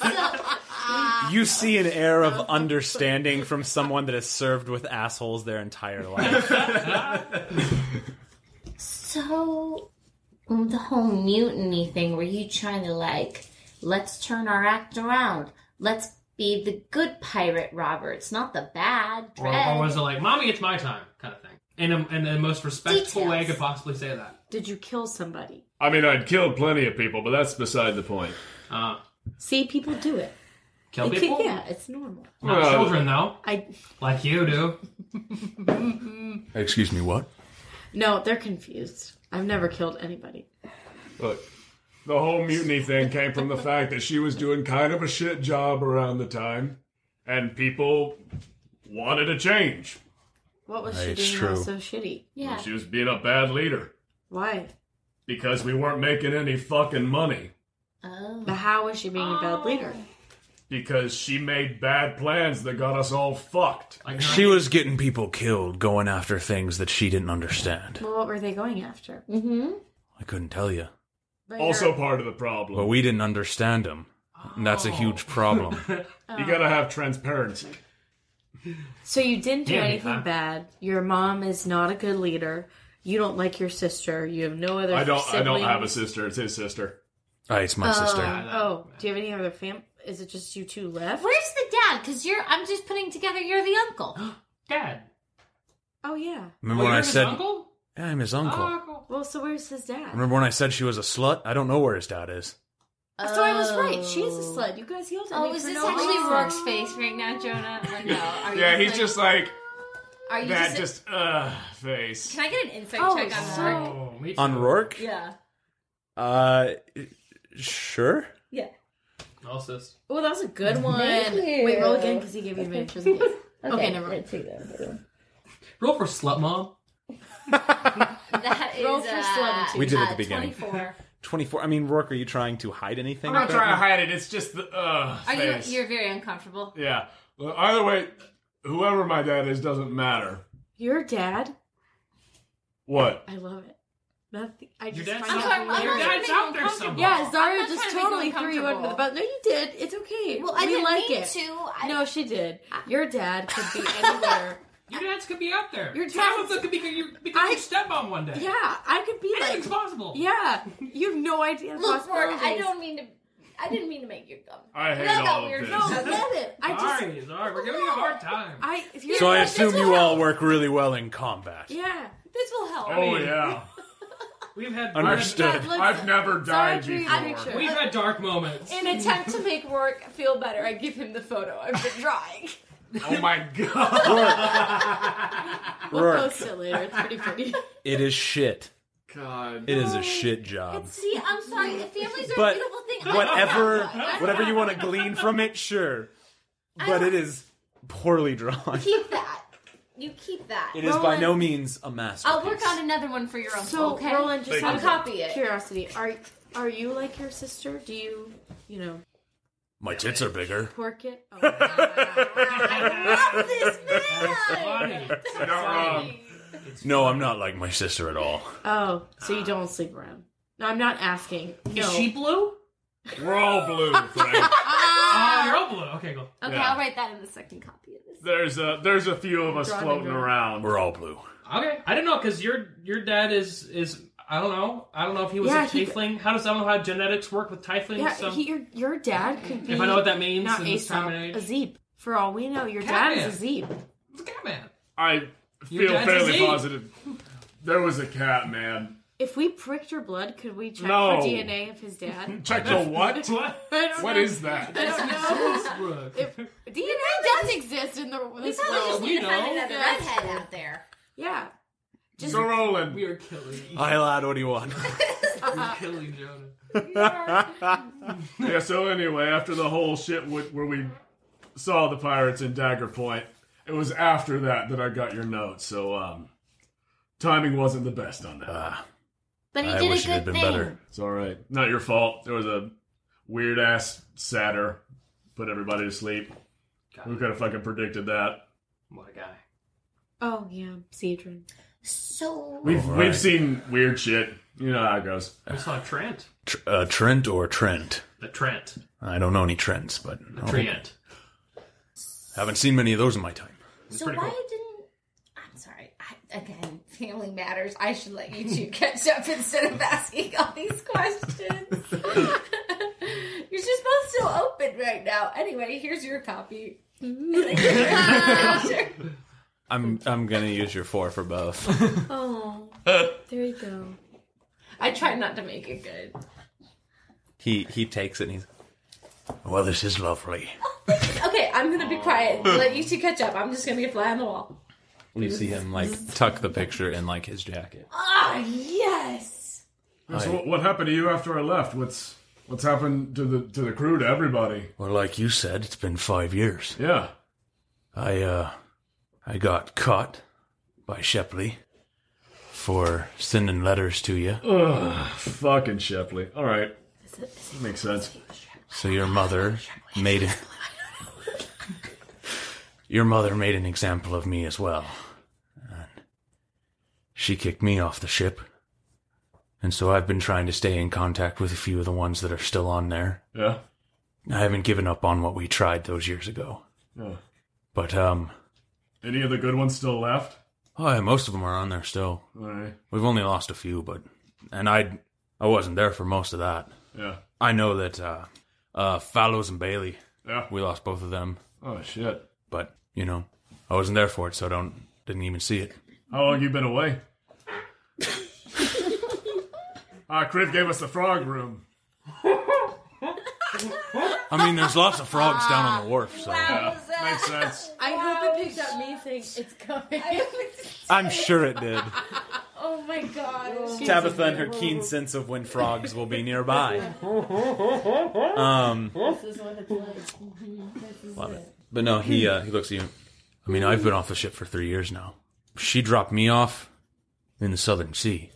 S4: Ah.
S2: You see an air
S4: Um,
S2: of understanding from someone that has served with assholes their entire life.
S4: So, the whole mutiny thing, were you trying to like, let's turn our act around? Let's be the good pirate Roberts, not the bad
S8: Or,
S4: dread.
S8: or was it like, "Mommy, it's my time," kind of thing? In, a, in the most respectful way I could
S4: Details.
S8: possibly say that.
S6: did you kill somebody?
S5: I mean, I'd killed plenty of people, but that's beside the point.
S8: Uh,
S6: See, people do it.
S8: kill
S6: It-
S8: people,
S6: Yeah, it's normal.
S8: not
S5: Well-
S8: children though,
S6: I
S8: like you do.
S7: Excuse me, what?
S6: no, they're confused. I've never killed anybody.
S5: Look, the whole mutiny thing came from the fact that she was doing kind of a shit job around the time, and people wanted a change.
S6: What was
S7: Hey,
S6: she
S7: it's
S6: doing that was so
S7: true.
S6: shitty?
S4: yeah.
S5: She was being a bad leader
S6: Why?
S5: because we weren't making any fucking money.
S4: Oh.
S6: But how was she being a bad leader?
S5: Oh. Because she made bad plans that got us all fucked.
S8: Like,
S7: She was getting people killed, going after things that she didn't understand.
S6: Well, what were they going after?
S4: Mm-hmm.
S7: I couldn't tell you.
S6: But
S5: Also
S6: you're-
S5: part of the problem.
S7: But we didn't understand him. And that's a huge problem.
S4: Oh.
S5: You gotta have transparency.
S6: so you didn't do
S8: Yeah,
S6: anything
S8: huh?
S6: bad. Your mom is not a good leader. You don't like your sister. You have no other.
S5: I don't. I don't have a
S6: siblings.
S5: sister. It's his sister.
S7: Aye, it's my sister.
S6: Oh, do you have any other fam? Is it just you two left?
S4: Where's the dad? Because you're, I'm just putting together you're the uncle.
S8: Dad.
S6: Oh yeah.
S7: Remember
S8: Oh,
S7: when
S8: you're
S7: I
S8: his
S7: said
S8: uncle?
S7: Yeah, I'm his uncle.
S8: Oh, cool.
S6: Well, so where's his dad?
S7: Remember when I said she was a slut? I don't know where his dad is.
S6: So I was right. She is a slut. You guys yelled at me
S4: Oh, is
S6: for
S4: this
S6: no
S4: actually
S6: reason.
S4: Rourke's face right now, Jonah? Like, no. Are you
S5: Yeah, he's just like
S4: Are you
S5: that.
S4: just,
S5: Just uh, face.
S4: Can I get an insight
S6: Oh,
S4: check on
S6: so-
S4: Rourke?
S8: Oh, me too.
S2: on Rourke?
S4: Yeah.
S2: Uh, sure.
S4: Yeah.
S8: Also, s-
S6: Oh, that was a good one.
S4: you.
S6: Wait, roll again because he gave me advantage. just in case. okay, never mind.
S8: roll for slut mom.
S4: That is
S6: Roll for
S4: uh,
S6: slutty.
S2: We did at
S4: uh,
S2: the beginning.
S4: 24.
S2: 24. I mean, Rourke, are you trying to hide anything?
S5: I'm not trying to hide it. It's just the uh
S4: Are you?
S5: face.
S4: You're very uncomfortable.
S5: Yeah. Well, either way, whoever my dad is doesn't matter.
S6: Your dad.
S5: What?
S6: I love it. Nothing. I
S8: Your
S6: just
S8: dad's
S6: find
S8: not-
S6: it
S8: your
S6: hilarious.
S8: dad's out there somewhere.
S6: Yeah,
S4: I'm
S6: Zara
S4: not
S6: just
S4: trying to make you
S6: totally threw you under the
S4: uncomfortable.
S6: bus. No, you did. It's okay.
S4: Well, I
S6: we
S4: didn't
S6: like
S4: mean
S6: it.
S4: to. I-
S6: No, she did. Your dad could be anywhere.
S8: Your dads could be out there.
S6: Your
S8: Your
S6: dads-
S8: Some of them could be your, become
S6: I-
S8: your stepmom one day.
S6: yeah, I could be like.
S8: Anything's possible.
S6: Yeah, you have no idea. the
S4: Look, Ford, I
S6: possibilities.
S4: don't mean to. I didn't mean to make you come.
S5: I hate
S4: That got
S5: all of
S4: weird.
S5: this.
S6: No, I get it. I just.
S8: Sorry, sorry. We're giving you a hard time.
S6: I. If you're
S7: So I
S6: like,
S7: assume
S6: this
S7: you
S6: will
S7: all
S6: help.
S7: work really well in combat.
S6: Yeah.
S4: This will help.
S5: Oh yeah,
S8: We've had
S7: Understood.
S6: Let's-
S5: I've never
S6: Zara
S5: died
S6: drew the
S5: before.
S6: picture.
S8: We've had dark moments.
S4: In attempt to make work feel better, I give him the photo I've been drawing.
S5: Oh my god.
S6: We'll
S7: Rourke,
S6: post it later. It's pretty pretty.
S7: it is shit.
S5: God.
S7: It is a shit job.
S4: See, I'm sorry. The families are
S7: But
S4: a beautiful thing. I-
S7: whatever, whatever you want to glean from it, sure. But it is poorly drawn.
S4: keep that. You keep that.
S7: It is by no means a masterpiece.
S4: I'll work on another one for your uncle.
S6: So,
S4: okay.
S6: Roland, just
S4: I'll
S6: out of
S4: copy it.
S6: curiosity, are are you like your sister? Do you, you know,
S7: My tits are bigger.
S6: work it? Oh, wow.
S4: Love this man.
S8: Funny.
S5: You're not wrong.
S7: No, I'm not like my sister at all.
S6: Oh, so you don't sleep around? No, I'm not asking. No.
S8: Is she blue?
S5: We're all blue, Frank.
S8: Ah, you're all blue. Okay, go.
S4: Okay,
S5: Yeah.
S4: I'll write that in the second copy of this.
S5: There's a there's a few of us
S6: Driving
S5: floating
S6: around.
S5: around.
S7: We're all blue.
S8: Okay, I don't know because your your dad is is I don't know. I don't know if he was
S6: Yeah,
S8: a
S6: he-
S8: tiefling. How does I don't know how genetics work with tieflings?
S6: Yeah,
S8: so-
S6: he, your your dad could be.
S8: If I know what that means
S6: Not
S8: in
S6: a
S8: this time and age.
S6: sop, a zeep. For all we know, your dad is a zeep.
S8: It's a Catman.
S5: I
S8: Your
S5: feel
S8: dad's a
S5: fairly
S8: Z.
S5: positive. There was a cat, man.
S6: If we pricked your blood, could we check
S5: No.
S6: for DNA of his dad?
S5: Check the what?
S8: What?
S6: I don't
S5: What
S6: know.
S5: is that?
S6: I don't know.
S8: Look.
S6: DNA does exist in the this
S4: Probably just
S6: world.
S8: we
S4: need to find
S8: know.
S4: another
S6: Yes.
S4: redhead out there.
S6: Yeah.
S5: So Roland,
S8: We are killing you.
S7: Hi, lad, what do you want?
S6: Uh,
S8: We're killing Jonah.
S5: yeah, so anyway, after the whole shit wi- where we saw the pirates in Dagger Point, it was after that that I got your note. So um, timing wasn't the best on that.
S4: But he
S7: Ah, I
S4: did
S7: wish
S4: a
S7: it had
S4: good
S7: been
S4: thing.
S7: better.
S5: it's all right, not your fault. There was a weird ass satyr put everybody to sleep.
S8: God,
S5: Who could have fucking predicted that?
S8: what a guy.
S6: Oh yeah, Cedron.
S4: So
S5: We've
S7: All right.
S5: we've seen weird shit. You know how it goes.
S8: We saw Trent.
S7: Tr- uh, Trent or Trent?
S8: The Trent.
S7: I don't know any Trents, but
S8: The
S7: I don't-
S8: Trent.
S7: haven't seen many of those in my time.
S4: so why
S8: pretty cool.
S4: didn't I'm sorry. I, again, family matters. I should let you two catch up instead of asking all these questions. You're just both still open right now. Anyway, here's your copy.
S7: I'm I'm gonna use your four for both.
S6: Oh, there you go.
S4: I tried not to make it good.
S7: he he takes it and he's. Well, this is lovely.
S4: Okay, I'm gonna be quiet. Let you two catch up. I'm just gonna get fly on the wall.
S7: We see him like tuck the picture in like his jacket.
S4: Ah, yes.
S5: So
S7: Aye.
S5: what, what happened to you after I left? What's what's happened to the to the crew to everybody?
S7: Well, like you said, it's been five years.
S5: Yeah.
S7: I uh, I got caught by Shepley for sending letters to you.
S5: Ugh, fucking Shepley. All right. That makes sense.
S7: So your mother made your mother made an example of me as well. And she kicked me off the ship. And so I've been trying to stay in contact with a few of the ones that are still on there.
S5: Yeah.
S7: I haven't given up on what we tried those years ago.
S5: yeah.
S7: But um
S5: Any of the good ones still left?
S7: oh yeah, most of them are on there still.
S5: All right.
S7: We've only lost a few, but and I I wasn't there for most of that.
S5: Yeah.
S7: I know that uh uh Fallows and Bailey,
S5: Yeah.
S7: we lost both of them.
S5: Oh shit.
S7: but you know, I wasn't there for it, so I don't didn't even see it.
S5: How long you been away? Ah, Criv gave us the frog room.
S7: I mean, there's lots of frogs down on the wharf, so
S5: Yeah, makes sense.
S6: I hope it picked up me saying it's coming.
S7: I'm sure it did.
S4: Oh my god.
S7: Tabitha and her keen sense of when frogs will be nearby. Um, love it. But no, he uh, he looks at you. I mean, I've been off the ship for three years now. She dropped me off in the Southern Sea.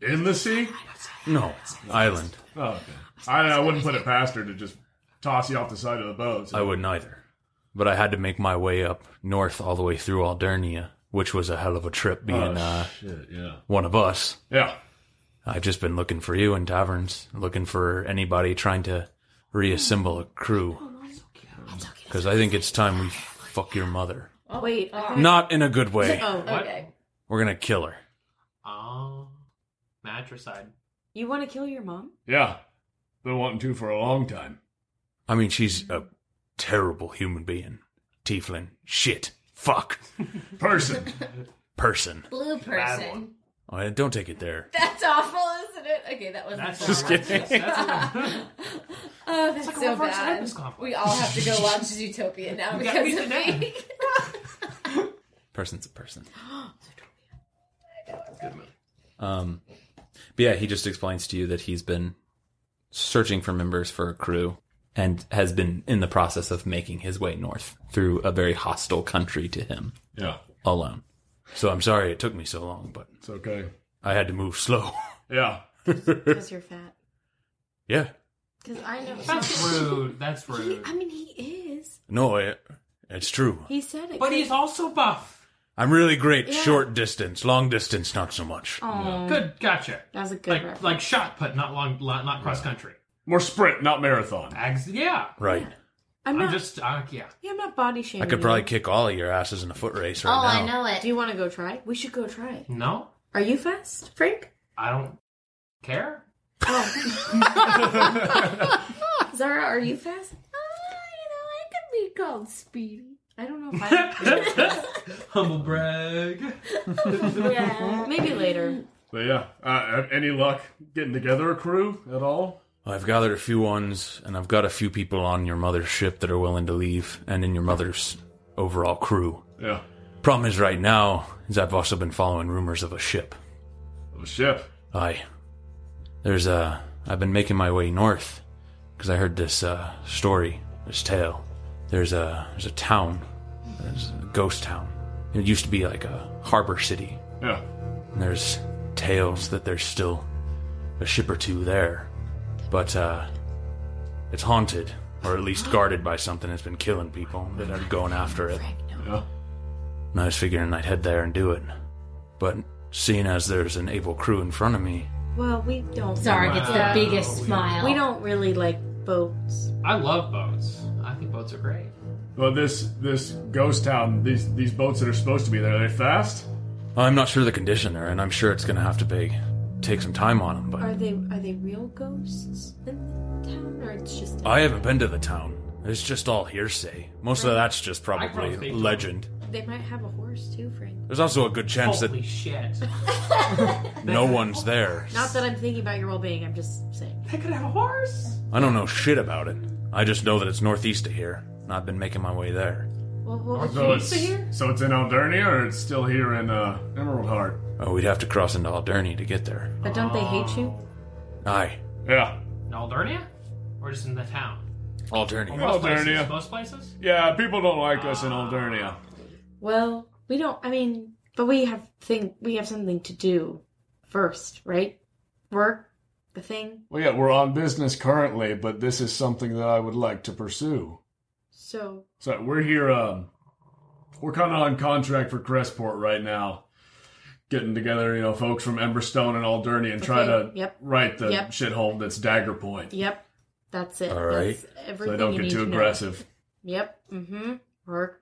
S5: In the sea?
S7: No, island.
S5: Oh, okay. I, I wouldn't put it past her to just toss you off the side of the boat.
S7: I wouldn't either. But I had to make my way up north all the way through Aldernia, which was a hell of a trip being uh,
S5: Oh, shit, yeah.
S7: one of us.
S5: Yeah.
S7: I've just been looking for you in taverns, looking for anybody trying to reassemble a crew. Because I think it's time we fuck your mother.
S6: Oh, Wait. I-
S7: Not in a good way.
S6: Oh,
S8: What?
S6: okay.
S7: We're gonna kill her.
S8: Oh, matricide.
S6: You want to kill your mom?
S5: Yeah. Been wanting to for a long time.
S7: I mean, she's a terrible human being. Tieflin. Shit. Fuck.
S5: Person.
S7: Person.
S4: Blue person.
S7: All right, don't take it there.
S4: That's awful, isn't it? Okay, that wasn't
S8: That's
S4: so
S7: Just
S4: bad.
S7: kidding.
S4: Oh, that's
S8: like a
S4: so
S8: reverse
S4: bad.
S8: Oedipus complex.
S4: We all have to go watch Zootopia now
S8: We gotta
S4: because
S8: beat it
S4: of me.
S7: Person's a person.
S8: Good move.
S7: Um, but yeah, he just explains to you that he's been searching for members for a crew and has been in the process of making his way north through a very hostile country to him
S5: Yeah.
S7: alone. So I'm sorry it took me so long, but
S5: It's okay.
S7: I had to move slow.
S5: Yeah.
S6: Because you're fat.
S7: yeah.
S6: Because I know.
S8: That's rude. That's rude.
S6: I mean, he is.
S7: No, it, it's true.
S6: He said it.
S8: But he's also buff.
S7: I'm really great
S6: Yeah.
S7: short distance, long distance, not so much.
S6: Aw.
S8: Good, gotcha.
S6: That was a good
S8: Like
S6: reference.
S8: like shot put, not long, not not cross country.
S5: More sprint, not marathon.
S8: Ags, yeah.
S7: Right.
S6: I'm
S8: I'm
S6: not.
S8: just uh, yeah.
S6: yeah, I'm not body shaming.
S7: I could probably
S6: you.
S7: kick all of your asses in a foot race right
S4: Oh,
S7: now.
S4: I know it.
S6: Do you want to go try? We should go try it.
S8: No,
S6: Are you fast, Frank?
S8: I don't care.
S6: Oh. Zara, are you fast?
S4: Oh, Ah, you know, I could be called Speedy.
S6: I don't know if I.
S8: Humble brag.
S6: yeah, maybe later.
S5: But yeah, uh, any luck getting together a crew at all?
S7: I've gathered a few ones, and I've got a few people on your mother's ship that are willing to leave, and in your mother's overall crew.
S5: Yeah.
S7: Problem is, right now, is I've also been following rumors of a ship.
S5: Of a ship.
S7: I. There's a. I've been making my way north, because I heard this uh, story, this tale. There's a. There's a town. There's a ghost town. It used to be like a harbor city.
S5: Yeah.
S7: And there's tales that there's still a ship or two there, but uh, it's haunted, or at least guarded by something that's been killing people that are going after it.
S5: Yeah.
S7: And I was figuring I'd head there and do it, but seeing as there's an able crew in front of me,
S6: Well, we don't.
S4: Zara gets the
S8: Wow.
S4: biggest smile.
S6: We don't really like boats.
S8: I love boats. I think boats are great.
S5: Well, this this ghost town, these these boats that are supposed to be there, are they fast?
S7: I'm not sure the condition there, and I'm sure it's gonna have to be take some time on them. But
S6: Are they are they real ghosts in the town, or it's just?
S7: I haven't been to the town. It's just all hearsay. Most of that's just probably
S8: think-
S7: legend.
S6: They might have a horse too, Frank.
S7: There's also a good chance
S8: Holy shit!
S7: that no one's there.
S6: Not that I'm thinking about your well-being. I'm just saying.
S8: They could have a horse.
S7: I don't know shit about it. I just know that it's northeast of here, and I've been making my way there.
S6: Well, what was
S5: So
S6: your-
S5: it's so it's in Aldernia, or it's still here in uh, Emerald Heart.
S7: Oh, we'd have to cross into Alderney to get there.
S6: but don't they
S8: Um,
S6: hate you?
S7: Aye.
S5: Yeah.
S8: In Aldernia, or just in the town?
S7: Alderney.
S8: Most places-
S5: Aldernia.
S8: Most places.
S5: Yeah. People don't like us in Aldernia.
S6: Well, we don't. I mean, but we have thing. We have something to do first, right? Work, the thing.
S5: Well, yeah, we're on business currently, but this is something that I would like to pursue.
S6: So
S5: So we're here. Um, we're kind of on contract for Crestport right now, getting together, you know, folks from Emberstone and Alderney, and try
S6: Okay,
S5: to
S6: yep.
S5: right the
S6: Yep.
S5: shithole that's Dagger Point,
S6: Yep. That's it.
S7: All right.
S6: That's
S5: so
S6: everything
S5: they don't
S6: you
S5: get
S6: need
S5: too
S6: to know.
S5: aggressive.
S6: Yep. Mm-hmm. Work.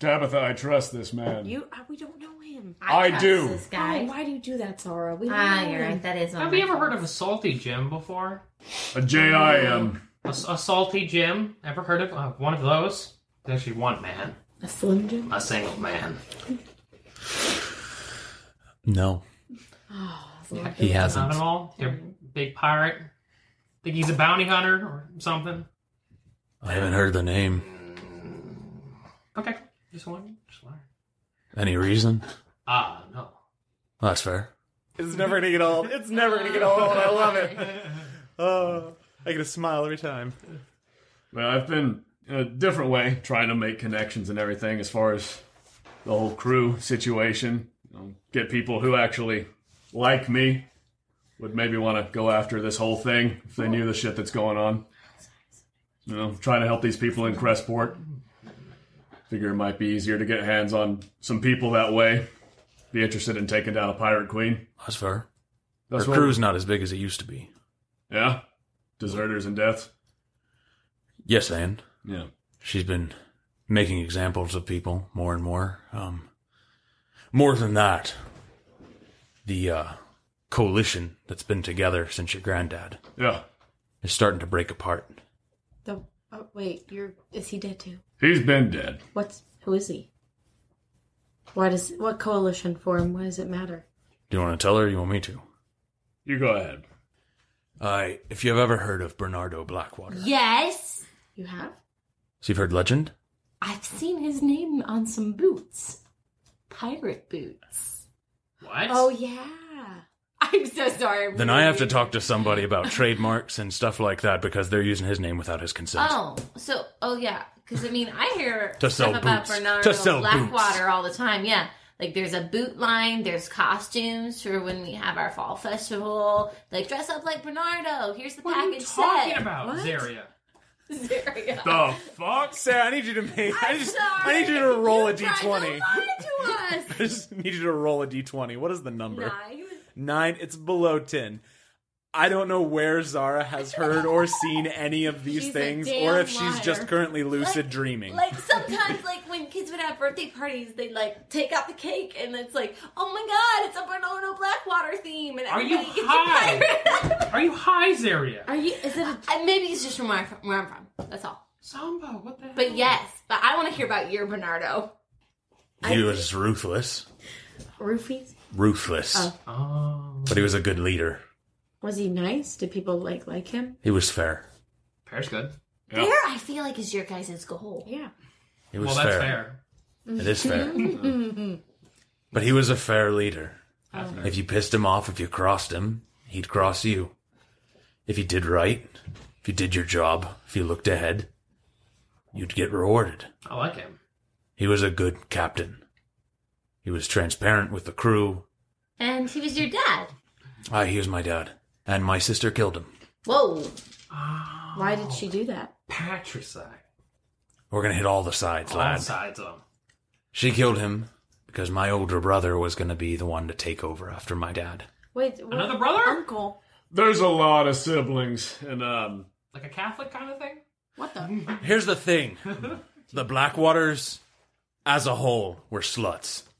S5: Tabitha, I trust this man.
S6: You. Uh, we don't know him.
S5: I
S4: trust
S5: do.
S4: This
S6: Oh,
S4: guy.
S6: why do you do that, Zara? We.
S4: Ah,
S6: know
S4: you're
S6: him.
S4: right. That is. on
S8: Have you
S4: my
S8: ever
S4: phone.
S8: heard of a salty Jim before?
S5: a JIM.
S8: A, a salty Jim? Ever heard of uh, one of those? There's actually one man,
S6: A slim Jim.
S8: a single man.
S7: No.
S6: Oh,
S7: He
S8: Not at
S7: hasn't.
S8: all. They're a big pirate. Think he's a bounty hunter or something.
S7: I haven't heard the name.
S8: Okay, just one. Just one.
S7: Any reason?
S8: Ah, no.
S7: That's fair.
S3: It's never gonna get old. It's never gonna get old. I love it. Oh, I get a smile every time.
S5: Well, I've been in a different way trying to make connections and everything as far as the whole crew situation. You know, get people who actually like me would maybe want to go after this whole thing if they knew the shit that's going on. You know, trying to help these people in Crestport. Figure it might be easier to get hands on some people that way. Be interested in taking down a pirate queen.
S7: That's fair.
S5: That's
S7: Our
S5: what-
S7: crew's not as big as it used to be.
S5: Yeah. Deserters and deaths.
S7: Yes, Anne.
S5: Yeah.
S7: She's been making examples of people more and more. Um, more than that, the uh, coalition that's been together since your granddad
S5: Yeah.
S7: is starting to break apart.
S6: The oh, wait, you're is he dead too?
S5: He's been dead.
S6: What's who is he? Why does what coalition form? Why does it matter?
S7: Do you want to tell her or you want me to?
S5: You go ahead.
S7: Uh, if you've ever heard of Bernardo Blackwater,
S4: Yes.
S6: You have?
S7: so you've heard legend?
S4: I've seen his name on some boots. Pirate boots.
S8: What?
S6: Oh yeah.
S4: I'm so sorry. I'm
S7: Then I have to talk to somebody about trademarks and stuff like that because they're using his name without his consent.
S4: Oh, so oh yeah, because I mean, I hear
S7: To
S4: stuff
S7: sell
S4: about
S7: boots.
S4: Bernardo
S7: To sell
S4: Blackwater all the time. Yeah, like there's a boot line, there's costumes for when we have our fall festival. Like dress up like Bernardo. Here's the
S8: What are you
S4: package
S8: talking
S4: set.
S8: about, Zaria?
S4: Zaria.
S5: The fuck?
S2: Sarah, I need you to make. I just.
S4: Sorry.
S2: I need you to roll a
S4: You tried to
S2: d20.
S4: lie to us.
S2: I just need you to roll a d20. What is the number?
S4: Nine.
S2: Nine. It's below ten. I don't know where Zara has heard or seen any of these
S4: She's a
S2: things,
S4: damn
S2: or if she's
S4: liar.
S2: just currently lucid
S4: Like-
S2: dreaming.
S4: Like sometimes, like when kids would have birthday parties, they'd like take out the cake and it's like, oh my god, it's a Bernardo Blackwater theme, and
S8: Are you
S4: everybody gets
S8: high?
S4: excited.
S8: Are you high, Zaria?
S6: Are you is it a
S4: And maybe it's just from where I'm from. Where I'm from. That's all.
S8: Samba, what the hell?
S4: But yes, but I want to hear about your Bernardo.
S7: He was ruthless.
S6: roofies?
S7: Ruthless.
S6: Oh.
S8: Oh,
S7: But he was a good leader.
S6: Was he nice? Did people like like him?
S7: He was fair.
S8: Pear's good.
S5: Yeah.
S4: There, I feel like is your guys' goal.
S6: Yeah.
S7: He was
S8: Well, that's
S7: fair.
S8: fair.
S7: It is fair. but he was a fair leader.
S8: That's fair.
S7: If you pissed him off, if you crossed him, he'd cross you. If you did right, if you did your job, if you looked ahead, you'd get rewarded.
S8: I like him.
S7: He was a good captain. He was transparent with the crew.
S4: And he was your dad.
S7: Ah, he was my dad. And my sister killed him.
S4: Whoa.
S6: Why did she do that?
S8: Patricide.
S7: We're gonna hit all the sides,
S8: All
S7: lad.
S8: sides of him.
S7: She killed him because my older brother was gonna be the one to take over after my dad.
S6: Wait, what-
S8: Another brother?
S6: Uncle.
S5: There's a lot of siblings, and um,
S8: Like a Catholic kind of thing?
S6: What the
S7: Here's the thing the Blackwaters, as a whole, were sluts.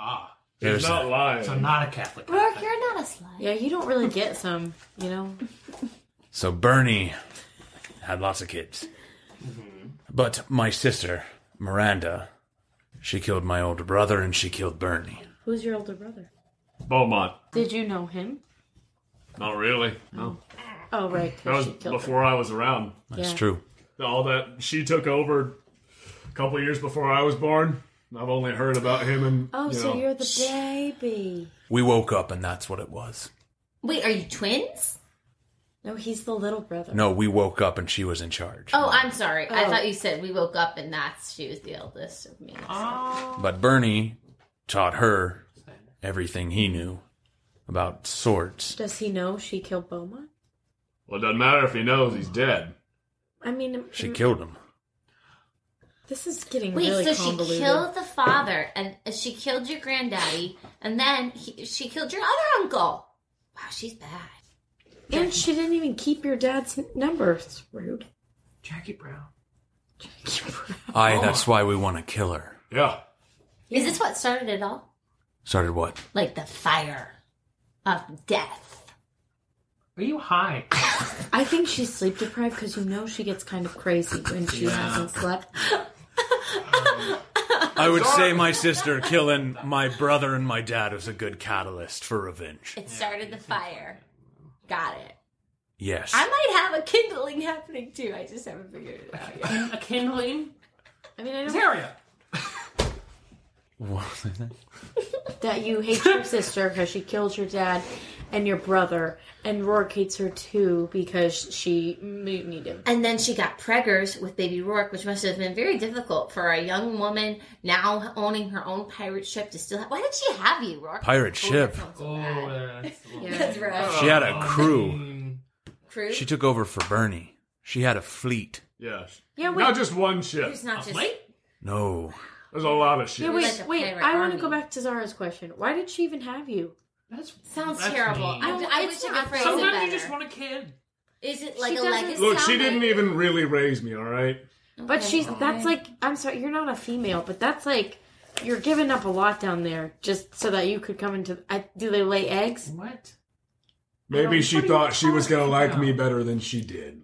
S8: Ah.
S5: he's
S7: There's
S5: not
S7: that.
S5: lying.
S8: So not a Catholic kind of
S4: Brooke,
S8: thing.
S4: you're not a slut.
S6: Yeah, you don't really get some, you know?
S7: So Bernie had lots of kids. But my sister, Miranda, she killed my older brother and she killed Bernie.
S6: Who's your older brother?
S5: Beaumont.
S6: Did you know him?
S5: Not really. No.
S6: Oh right, 'cause
S5: That was
S6: she killed him.
S5: before I was around.
S7: That's
S6: Yeah.
S7: true.
S5: All that she took over a couple of years before I was born. I've only heard about him and
S6: Oh,
S5: you
S6: so
S5: know,
S6: you're the baby.
S7: We woke up and that's what it was.
S4: Wait, are you twins?
S6: No, he's the little brother.
S7: No, we woke up and she was in charge.
S4: Oh, I'm sorry. I
S6: Oh.
S4: thought you said we woke up and that's she was the eldest of me.
S7: But Bernie taught her everything he knew about swords.
S6: Does he know she killed Beaumont?
S5: well, it doesn't matter if he knows he's dead.
S6: I mean,
S7: She
S6: mm,
S7: killed him.
S6: this is getting
S4: Wait,
S6: really
S4: so
S6: convoluted.
S4: she killed the father, and uh, she killed your granddaddy, and then he, she killed your other uncle. Wow, she's bad.
S6: and she didn't even keep your dad's n- number. It's rude.
S8: Jackie Brown.
S7: Aye, that's why we want to kill her.
S5: Yeah.
S4: Is this what started it all?
S7: Started what?
S4: Like the fire of death.
S8: Are you high?
S6: I think she's sleep deprived because you know she gets kind of crazy when she hasn't slept.
S7: I would say my sister killing my brother and my dad was a good catalyst for revenge.
S4: It started the fire. Got it.
S7: Yes.
S4: I might have a kindling happening too. I just haven't figured it out yet.
S8: a kindling?
S6: I mean, I know
S8: Zaria.
S6: that you hate your sister because she killed your dad and your brother, and Rourke hates her too because she mutinied him.
S4: And then she got preggers with baby Rourke, which must have been very difficult for a young woman now owning her own pirate ship to still. Have- Why did she have you, Rourke?
S7: Pirate ship.
S4: that sounds so
S8: Oh,
S4: bad.
S8: that's the one.
S4: That's rough.
S7: She had a crew.
S8: Mm,
S4: Crew.
S7: She took over for Bernie. She had a fleet.
S5: Yeah.
S6: Yeah, wait.
S5: Not just one ship.
S4: It's
S8: a
S4: not just.
S8: plate?
S7: No.
S5: There's a lot of
S6: Yeah,
S5: shit.
S4: was
S6: wait,
S4: like a
S6: wait.
S4: pirate
S6: I want to
S4: army.
S6: go back to Zara's question. Why did she even have you?
S8: That's
S4: sounds
S8: that's
S4: terrible.
S8: mean.
S4: I, I
S12: It's
S4: wish I
S12: not
S4: could phrase it
S8: Sometimes
S4: better.
S8: you just want a kid.
S4: Is it like
S12: She
S4: a
S12: doesn't
S4: legacy?
S5: Look, she
S12: sound
S5: didn't even really raise me, all right?
S6: But she's
S8: Oh,
S6: that's like I'm sorry, you're not a female, but that's like you're giving up a lot down there just so that you could come into. I, do they lay eggs?
S8: What?
S5: Maybe she
S8: what are you
S5: thought she was going to like
S8: about?
S5: me better than she did.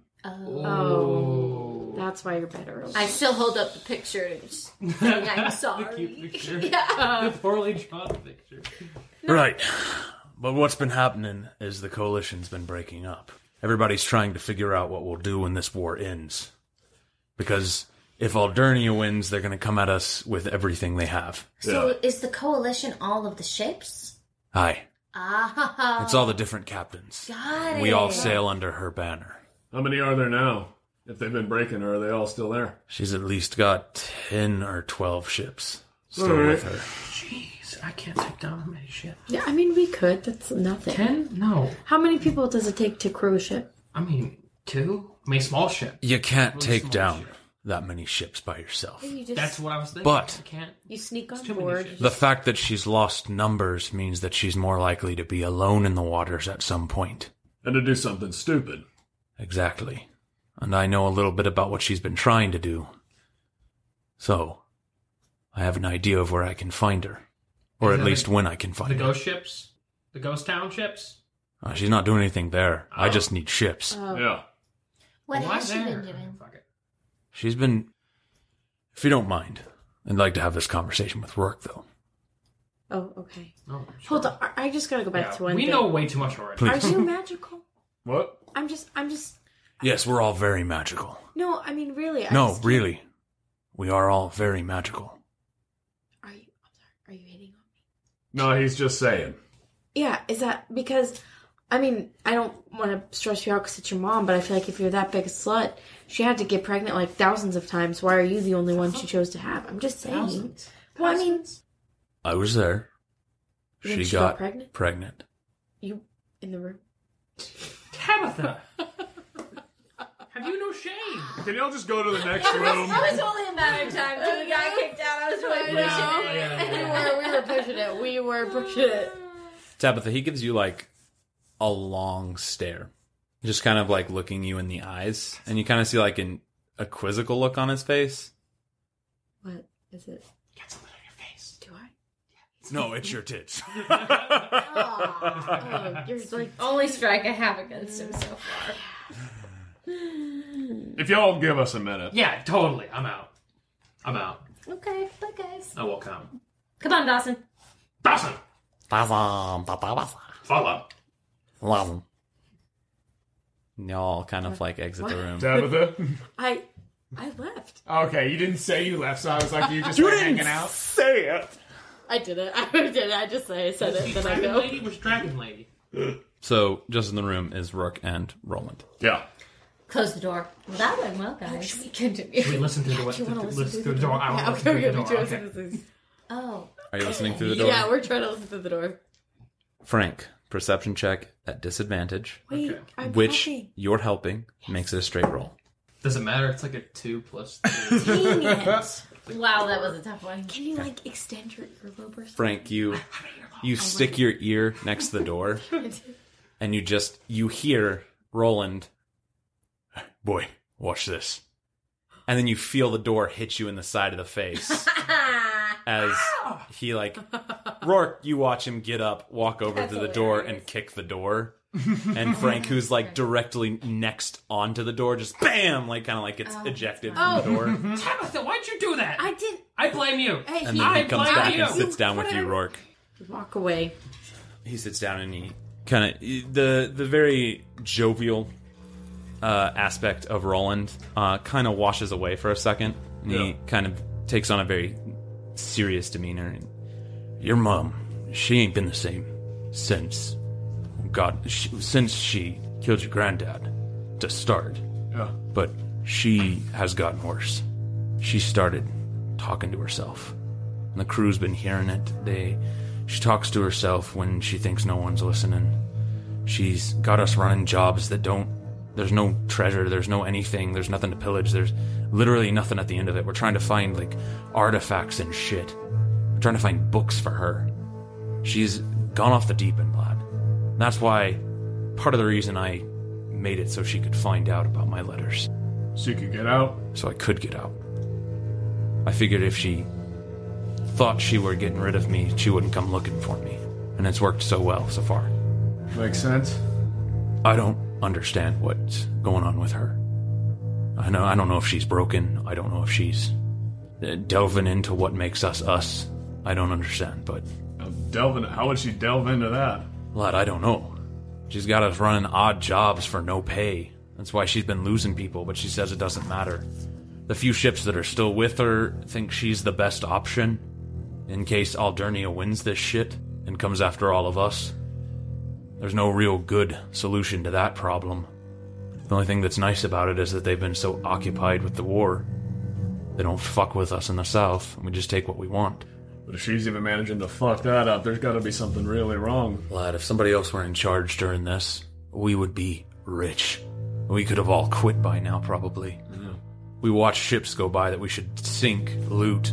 S6: Oh, that's why you're better.
S4: I still hold up the picture and just saying I'm sorry.
S8: The cute picture.
S4: Yeah.
S8: The poorly drawn picture.
S7: Right. But what's been happening is the coalition's been breaking up. Everybody's trying to figure out what we'll do when this war ends. Because if Aldernia wins, they're going to come at us with everything they have.
S4: So is the coalition all of the ships?
S7: Aye.
S4: Ah,
S7: It's all the different captains.
S4: got
S7: We all
S4: it.
S7: sail under her banner.
S5: How many are there now? If they've been breaking her, are they all still there?
S7: She's at least got 10 or 12 ships still
S5: All right.
S7: with her.
S8: Jeez, I can't take down many shit.
S6: Yeah, I mean we could. That's nothing.
S8: Ten? No.
S6: How many people does it take to crew a ship?
S8: I mean, two? I mean, small ship.
S7: You can't take
S8: small
S7: down
S8: ship.
S7: that many ships by yourself.
S6: You just
S8: That's what I was thinking.
S7: But-
S8: I can't.
S6: you sneak on
S8: too many
S6: board.
S8: ships.
S7: The fact that she's lost numbers means that she's more likely to be alone in the waters at some point.
S5: And to do something stupid.
S7: Exactly. And I know a little bit about what she's been trying to do. So, I have an idea of where I can find her. Or
S8: Is
S7: at
S8: that
S7: least
S8: the-
S7: when I can
S8: The
S7: find her.
S8: ghost ships? The ghost town ships?
S7: Uh, she's not doing anything there. I
S8: Oh.
S7: just need ships.
S6: Oh.
S5: Yeah.
S4: what
S8: Why
S4: has she
S8: there?
S4: been doing?
S8: Fuck it.
S7: She's been. If you don't mind, I'd like to have this conversation with Rourke, though.
S6: Oh, okay.
S8: No,
S6: Hold on. I I just gotta go back to one
S8: we
S6: thing.
S8: know way too much already.
S7: Please.
S6: Are you magical?
S5: What?
S6: I'm just. I'm just.
S7: Yes, we're all very magical.
S6: No, I mean really. I
S7: no,
S6: just can't-
S7: really. We are all very magical.
S6: Are you? I'm sorry. Are you hitting on me?
S5: No, he's just saying.
S6: Yeah, is that because I mean, I don't want to stress you out because it's your mom, but I feel like if you're that big a slut, she had to get pregnant like thousands of times. Why are you the only one she chose to have? I'm just saying. Well, I mean,
S7: I was there.
S6: Then
S7: She,
S6: she got
S7: got,
S6: pregnant?
S7: pregnant.
S6: you in the room.
S8: Tabitha! Have you no shame?
S5: Can y'all just go to the next room?
S4: was only a matter of time till we got kicked out. I was really
S6: we were pushing it. We were pushing it.
S2: Tabitha, he gives you like a long stare, just kind of like looking you in the eyes, and you kind of see like an a quizzical look on his face.
S6: What is it?
S8: Got something on your face.
S6: Do I?
S7: No, it's your tits.
S6: Oh, you're like
S4: Only strike I have against him so far.
S5: if y'all give us a minute.
S8: Yeah, totally. I'm out. I'm out.
S4: Okay, bye guys.
S8: I will come.
S4: Come on, Dawson.
S8: Dawson! Follow.
S2: And y'all kind of like exit the room.
S5: Tabitha?
S6: I. I left.
S3: Okay, you didn't say you left, so I was like, you just were hanging out.
S5: Say it.
S6: I did it. I did it. I just I said it. Then I
S8: Dragon
S6: go.
S8: Lady was Dragon Lady.
S2: So, just in the room is Rook and Roland.
S5: Yeah.
S4: Close the door. Well, that went well, guys.
S6: We continue.
S8: We listen through the,
S6: Do you
S8: the,
S6: want to listen
S8: through the door. I
S6: Yeah,
S8: want to
S6: okay,
S8: listen through
S6: okay,
S8: the
S6: we
S8: door.
S6: do
S8: Okay.
S6: listen to this.
S4: Oh,
S2: Are you listening through the door?
S6: Yeah, we're trying to listen to the door.
S2: Frank, perception check at disadvantage,
S6: Wait, I'm
S2: which
S6: helping.
S2: you're helping makes it a straight roll.
S8: Does it matter? It's like a two plus three.
S6: Dang it.
S4: wow, that was a tough one.
S6: Can you like extend your earlobe or something?
S2: Frank, you you stick your ear next to the door, and you just you hear Roland,
S7: Boy, watch this.
S2: and then you feel the door hit you in the side of the face as he like Rourke. You watch him get up, walk over to the door, and kick the door. and Frank, who's like directly next onto the door, just bam, like kind of like
S8: Oh,
S2: gets ejected from the door, and
S8: Tabitha, why'd you do that?
S6: Um, oh. I did
S8: I blame you.
S6: Hey,
S2: then
S6: he-
S2: he
S8: I
S2: comes
S8: blame
S2: back
S8: you.
S2: and sits down with you, Rourke.
S6: walk away.
S2: he sits down and he kind of the the very jovial uh, aspect of Roland uh, kind of washes away for a second, and
S5: Yeah.
S2: he kind of takes on a very serious demeanor. And
S7: Your mom, she ain't been the same since. God, sh since she killed your granddad to start.
S5: Yeah.
S7: But she has gotten worse. She started talking to herself. And the crew's been hearing it. They she talks to herself when she thinks no one's listening. She's got us running jobs that don't there's no treasure, there's no anything, there's nothing to pillage, there's literally nothing at the end of it. We're trying to find like artifacts and shit. We're trying to find books for her. She's gone off the deep end, lad. That's why part of the reason I made it so she could find out about my letters.
S5: So you could get out?
S7: So I could get out. I figured if she thought she were getting rid of me, she wouldn't come looking for me. And it's worked so well so far.
S5: Makes sense.
S7: I don't understand what's going on with her. I know I don't know if she's broken. I don't know if she's uh, delving into what makes us us. I don't understand, but uh,
S5: Delvin, how would she delve into that?
S7: lad, I don't know. She's got us running odd jobs for no pay. That's why she's been losing people, but she says it doesn't matter. The few ships that are still with her think she's the best option in case Aldernia wins this shit and comes after all of us. There's no real good solution to that problem. The only thing that's nice about it is that they've been so occupied with the war. They don't fuck with us in the south, and we just take what we want.
S5: But if she's even managing to fuck that up, there's got to be something really wrong.
S7: Lad, if somebody else were in charge during this, we would be rich. We could have all quit by now, probably. We watch ships go by that we should sink, loot,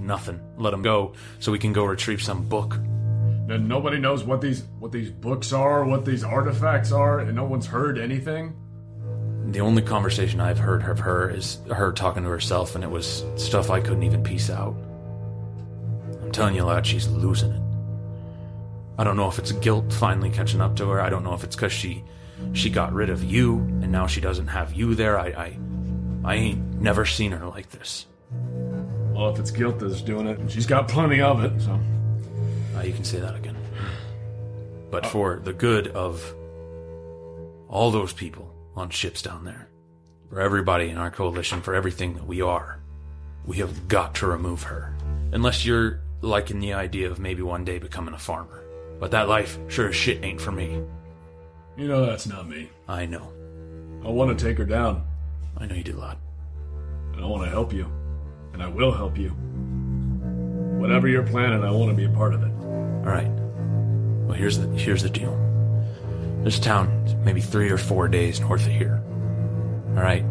S7: nothing. Let them go so we can go retrieve some book.
S5: And nobody knows what these what these books are, what these artifacts are, and no one's heard anything.
S7: The only conversation I've heard of her is her talking to herself, and it was stuff I couldn't even piece out. I'm telling you, lad, she's losing it. I don't know if it's guilt finally catching up to her. I don't know if it's because she she got rid of you and now she doesn't have you there. I, I I ain't never seen her like this.
S5: Well, if it's guilt that's doing it, and she's got plenty of it, so
S7: Ah, you can say that again.
S5: Hmm.
S7: But
S5: Uh,
S7: for the good of all those people on ships down there, for everybody in our coalition, for everything that we are, we have got to remove her. Unless you're liking the idea of maybe one day becoming a farmer. But that life sure as shit ain't for me.
S5: you know that's not me.
S7: I know.
S5: I want to take her down,
S7: I know you do, lad.
S5: and I want to help you, and I will help you. Whatever you're planning, I want to be a part of it.
S7: All right. Well, here's the here's the deal. This town is maybe three or four days north of here. All right.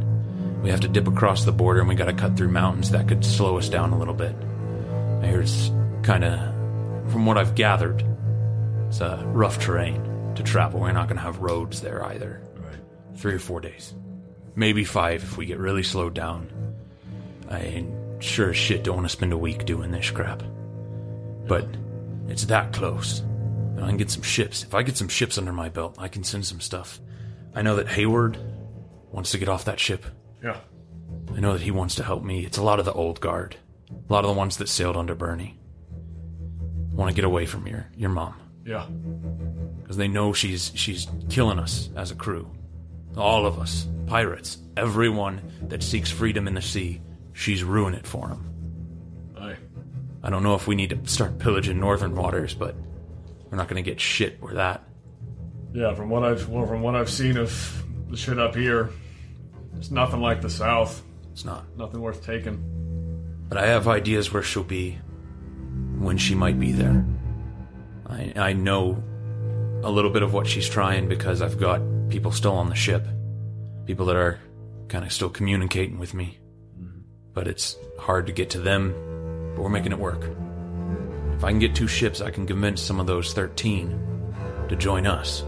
S7: We have to dip across the border, and we got to cut through mountains that could slow us down a little bit. I hear it's kind of, from what I've gathered, it's a rough terrain to travel. We're not going to have roads there either. Right. Three or four days, maybe five if we get really slowed down. I sure as shit don't want to spend a week doing this crap but it's that close. And I can get some ships. If I get some ships under my belt, I can send some stuff. I know that Hayward wants to get off that ship.
S5: Yeah.
S7: I know that he wants to help me. It's a lot of the old guard, a lot of the ones that sailed under Bernie. want to get away from your your mom
S5: Yeah.
S7: because they know she's she's killing us as a crew. All of us, pirates, everyone that seeks freedom in the sea, she's ruining it for them.
S5: Aye.
S7: I don't know if we need to start pillaging northern waters, but we're not going to get shit with that.
S5: Yeah, from what I've well, from what I've seen of the shit up here, it's nothing like the South.
S7: It's not.
S5: Nothing worth taking.
S7: But I have ideas where she'll be, when she might be there. I, I know a little bit of what she's trying because I've got people still on the ship, people that are kind of still communicating with me. But it's hard to get to them, but we're making it work. If I can get two ships, I can convince some of those 13 to join us.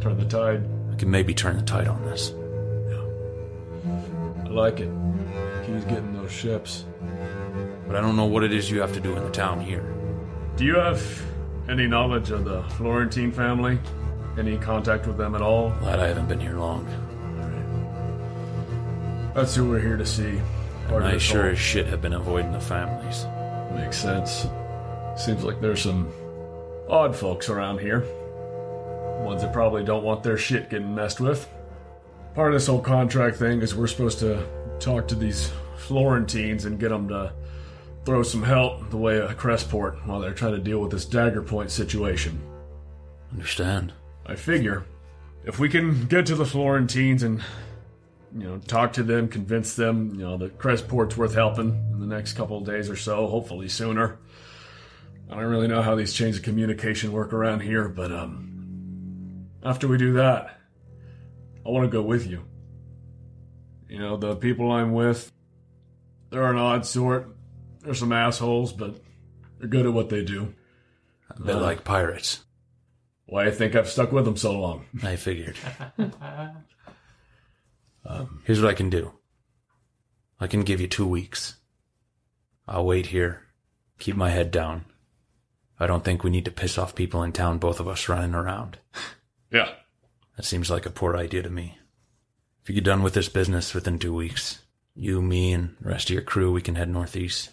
S5: Turn the tide.
S7: I can maybe turn the tide on this.
S5: I like it. He's getting those ships.
S7: But I don't know what it is you have to do in the town here.
S5: Do you have any knowledge of the Florentine family? Any contact with them at all?
S7: Glad I haven't been here long.
S5: That's who we're here to see. Part of
S7: I
S5: this
S7: sure as shit have been avoiding the families.
S5: whole- makes sense. Seems like there's some odd folks around here. Ones that probably don't want their shit getting messed with. Part of this whole contract thing is we're supposed to talk to these Florentines and get them to throw some help the way of Crestport while they're trying to deal with this Dagger Point situation.
S7: Understand.
S5: I figure if we can get to the Florentines and you know talk to them, convince them, you know, that Crestport's worth helping in the next couple of days or so, hopefully sooner. I don't really know how these chains of communication work around here, but um after we do that, I want to go with you. You know, the people I'm with, they're an odd sort. They're some assholes, but they're good at what they do. Uh,
S7: They're like pirates.
S5: Why do you think I've stuck with him so long?
S7: I figured. Um, here's what I can do. I can give you two weeks. I'll wait here. Keep my head down. I don't think we need to piss off people in town, both of us running around.
S5: Yeah.
S7: That seems like a poor idea to me. If you get done with this business within two weeks, you, me, and the rest of your crew, we can head northeast.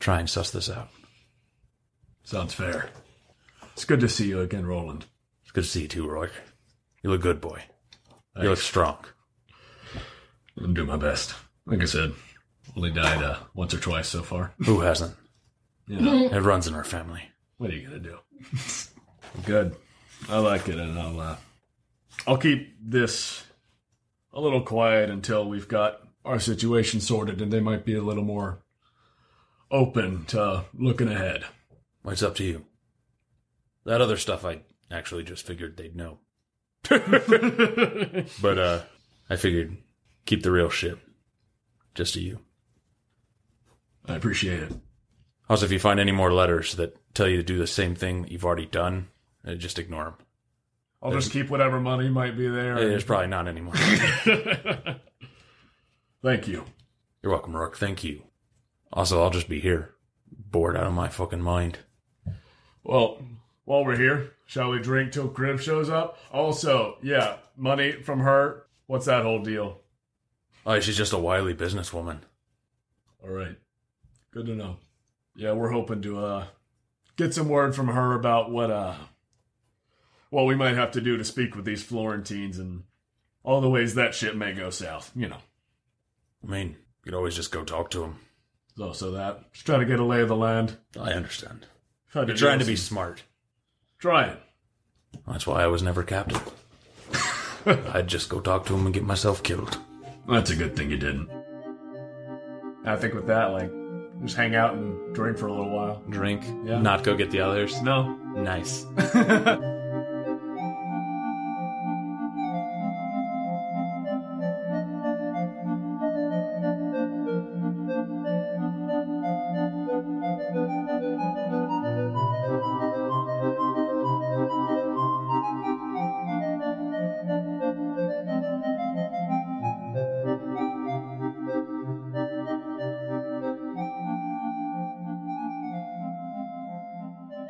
S7: Try and suss this out.
S5: Sounds fair. It's good to see you again, Roland.
S7: It's good to see you too, Roy. You look good, boy. You look strong.
S5: I'm doing my best. Like I said, only died uh, once or twice so far.
S7: Who hasn't?
S5: Yeah.
S7: It runs in our family.
S5: What are you gonna do? Good. I like it, and I'll uh, I'll keep this a little quiet until we've got our situation sorted, and they might be a little more open to looking ahead.
S7: It's up to you. That other stuff I actually just figured they'd know. but uh I figured keep the real shit. Just to you.
S5: I appreciate it.
S7: Also, if you find any more letters that tell you to do the same thing that you've already done, uh, just ignore them.
S5: I'll just keep whatever money might be there.
S7: There's probably not any more.
S5: Thank you.
S7: You're welcome, Rourke. Thank you. Also, I'll just be here, bored out of my fucking mind.
S5: Well, while we're here, shall we drink till Crib shows up? Also, yeah, money from her. What's that whole deal?
S7: Oh, she's just a wily businesswoman.
S5: All right. Good to know. Yeah, we're hoping to uh get some word from her about what uh what we might have to do to speak with these Florentines and all the ways that shit may go south, you know.
S7: I mean, you could always just go talk to him.
S5: So so that. Just trying to get a lay of the land.
S7: I understand.
S5: Try
S7: You're trying to be smart.
S5: trying.
S7: That's why I was never captain. I'd just go talk to him and get myself killed.
S5: That's a good thing you didn't. I think with that, like just hang out and drink for a little while.
S7: Drink,
S5: Yeah.
S7: not go get the others.
S5: No.
S7: Nice.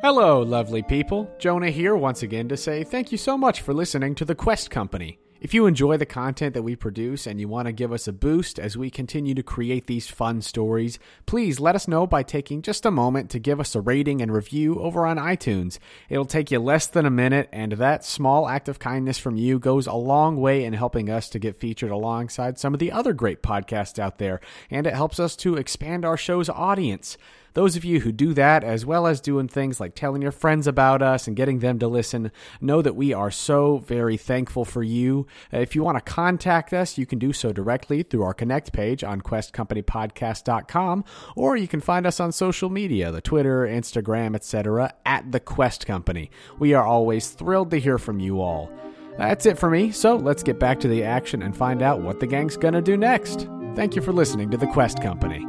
S1: Hello, lovely people. Jonah here once again to say thank you so much for listening to The Quest Company. If you enjoy the content that we produce and you want to give us a boost as we continue to create these fun stories, please let us know by taking just a moment to give us a rating and review over on iTunes. It'll take you less than a minute, and that small act of kindness from you goes a long way in helping us to get featured alongside some of the other great podcasts out there, and it helps us to expand our show's audience. Those of you who do that, as well as doing things like telling your friends about us and getting them to listen, know that we are so very thankful for you. Uh, If you want to contact us, you can do so directly through our Connect page on QuestCompanyPodcast.com, or you can find us on social media, the Twitter, Instagram, etc., at The Quest Company. We are always thrilled to hear from you all. That's it for me, so let's get back to the action and find out what the gang's gonna do next. Thank you for listening to The Quest Company.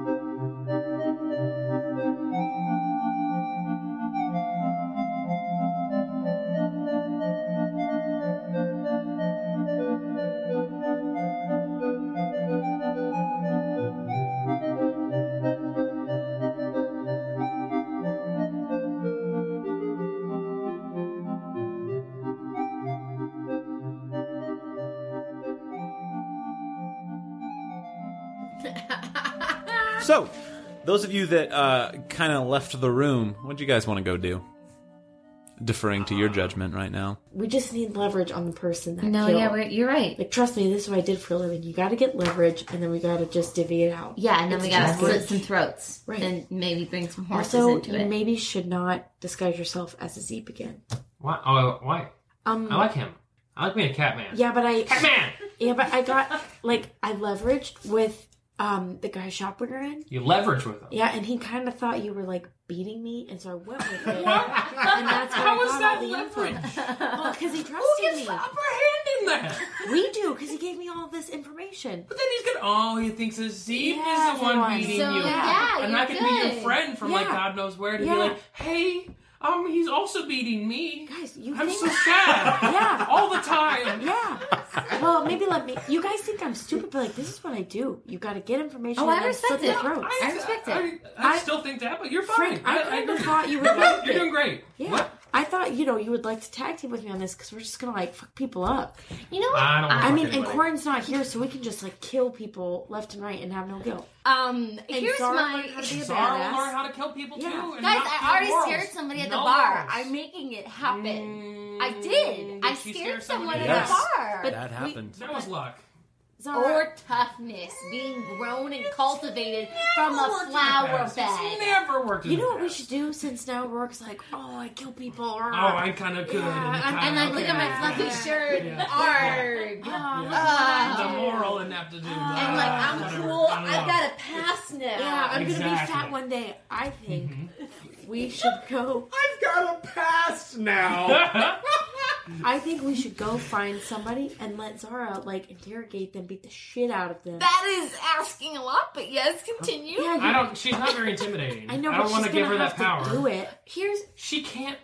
S7: So, those of you that uh, kind of left the room, what do you guys want to go do? Deferring to your judgment right now.
S6: We just need leverage on the person that
S4: No,
S6: killed.
S4: yeah, we're, you're right.
S6: Like, trust me, this is what I did for a living. You gotta get leverage, and then we gotta just divvy it out.
S4: Yeah, and then
S6: It's
S4: we gotta
S6: just
S4: slit
S6: good.
S4: some throats,
S6: Right.
S4: and maybe bring some horses
S6: Also,
S4: into
S6: you
S4: it.
S6: maybe should not disguise yourself as a Zeep again.
S8: Why? Oh, why?
S6: Um,
S8: I like him. I like being a cat man.
S6: yeah, but I,
S8: Cat man.
S6: yeah, but I got like I leveraged with um the guy shop we were in.
S8: You leverage with him.
S6: Yeah, and he kind of thought you were like beating me, and so I went with it. And that's where
S8: How
S6: I
S8: is
S6: got
S8: that
S6: all the
S8: leverage?
S6: info. Well, because he
S8: Who
S6: trusted
S8: gets
S6: me.
S8: the upper hand in that?
S6: We do, because he gave me all this information.
S8: But then he's gonna. Oh, he thinks Azim
S6: Yeah,
S8: is the one
S6: everyone.
S8: beating
S6: So,
S8: you,
S6: yeah,
S8: and
S4: you're
S8: I could be your
S4: good.
S8: friend from like
S6: Yeah.
S8: God knows where to
S6: Yeah.
S8: be like, hey, Um, he's also beating me. Guys,
S6: you
S8: I'm
S6: think-
S8: so sad.
S6: Yeah.
S8: All the time.
S6: Yeah. Well, maybe let me. You guys think I'm stupid, but like, this is what I do. You got to get information.
S13: Oh,
S6: and
S13: I
S6: then
S13: respect
S6: slit
S13: it.
S6: their throats.
S13: I respect
S8: I,
S13: it.
S8: I
S6: I-
S8: still think that, but you're fine.
S6: Frank, I kind of thought you would
S8: You're
S6: like
S8: You're
S6: it.
S8: doing great.
S6: Yeah.
S8: What?
S6: I thought you know you would like to tag team with me on this because we're just gonna like fuck people up.
S13: You know what?
S8: I don't wanna
S6: I
S8: fuck
S6: mean, and
S8: anybody.
S6: Corin's not here, so we can just like kill people left and right and have no guilt.
S4: Um, here's
S6: Zara
S4: my.
S6: learned how to be a
S8: Zara will
S6: badass.
S8: learn how to kill people
S6: Yeah.
S8: too. and
S4: Guys,
S8: not
S4: I
S8: feel
S4: already
S8: morals.
S4: scared somebody at the
S8: No
S4: bar.
S8: morals.
S4: I'm making it happen.
S8: Mm,
S4: I did. I
S8: she
S4: scared,
S8: scared
S4: someone
S8: somebody?
S4: at
S2: Yes.
S4: the bar.
S6: But
S2: That
S6: we-
S2: happened.
S8: That was luck.
S6: Zara,
S4: or toughness being grown and cultivated from a flower
S8: Yes, It's
S4: bed.
S8: never worked. in
S6: you
S8: the
S6: know what we
S8: past.
S6: should do since now works like oh I kill people.
S8: Oh,
S6: Or,
S8: I kind of could.
S6: Yeah,
S8: kinda,
S4: And then look at my
S8: okay.
S4: fluffy shirt.
S8: Yeah.
S4: Arg.
S6: Oh,
S8: Yeah.
S6: look what I
S8: The
S6: did.
S8: moral and aptitude.
S4: And like I'm
S8: whatever.
S4: cool.
S8: I don't
S4: I've
S8: know.
S4: got a pass now.
S6: Yeah, I'm gonna be
S8: Exactly. Mm-hmm.
S6: fat one day. I think we should go.
S14: I've got a pass now.
S6: I think we should go find somebody and let Zara like interrogate them, beat the shit out of them.
S4: That is asking a lot, but yes, continue.
S6: yeah, you-
S8: I don't. She's not very intimidating.
S6: I know.
S8: I
S6: but
S8: don't want
S6: she's
S8: to give
S6: gonna
S8: her that
S6: have to Do
S8: power.
S6: it.
S4: Here's
S8: She can't.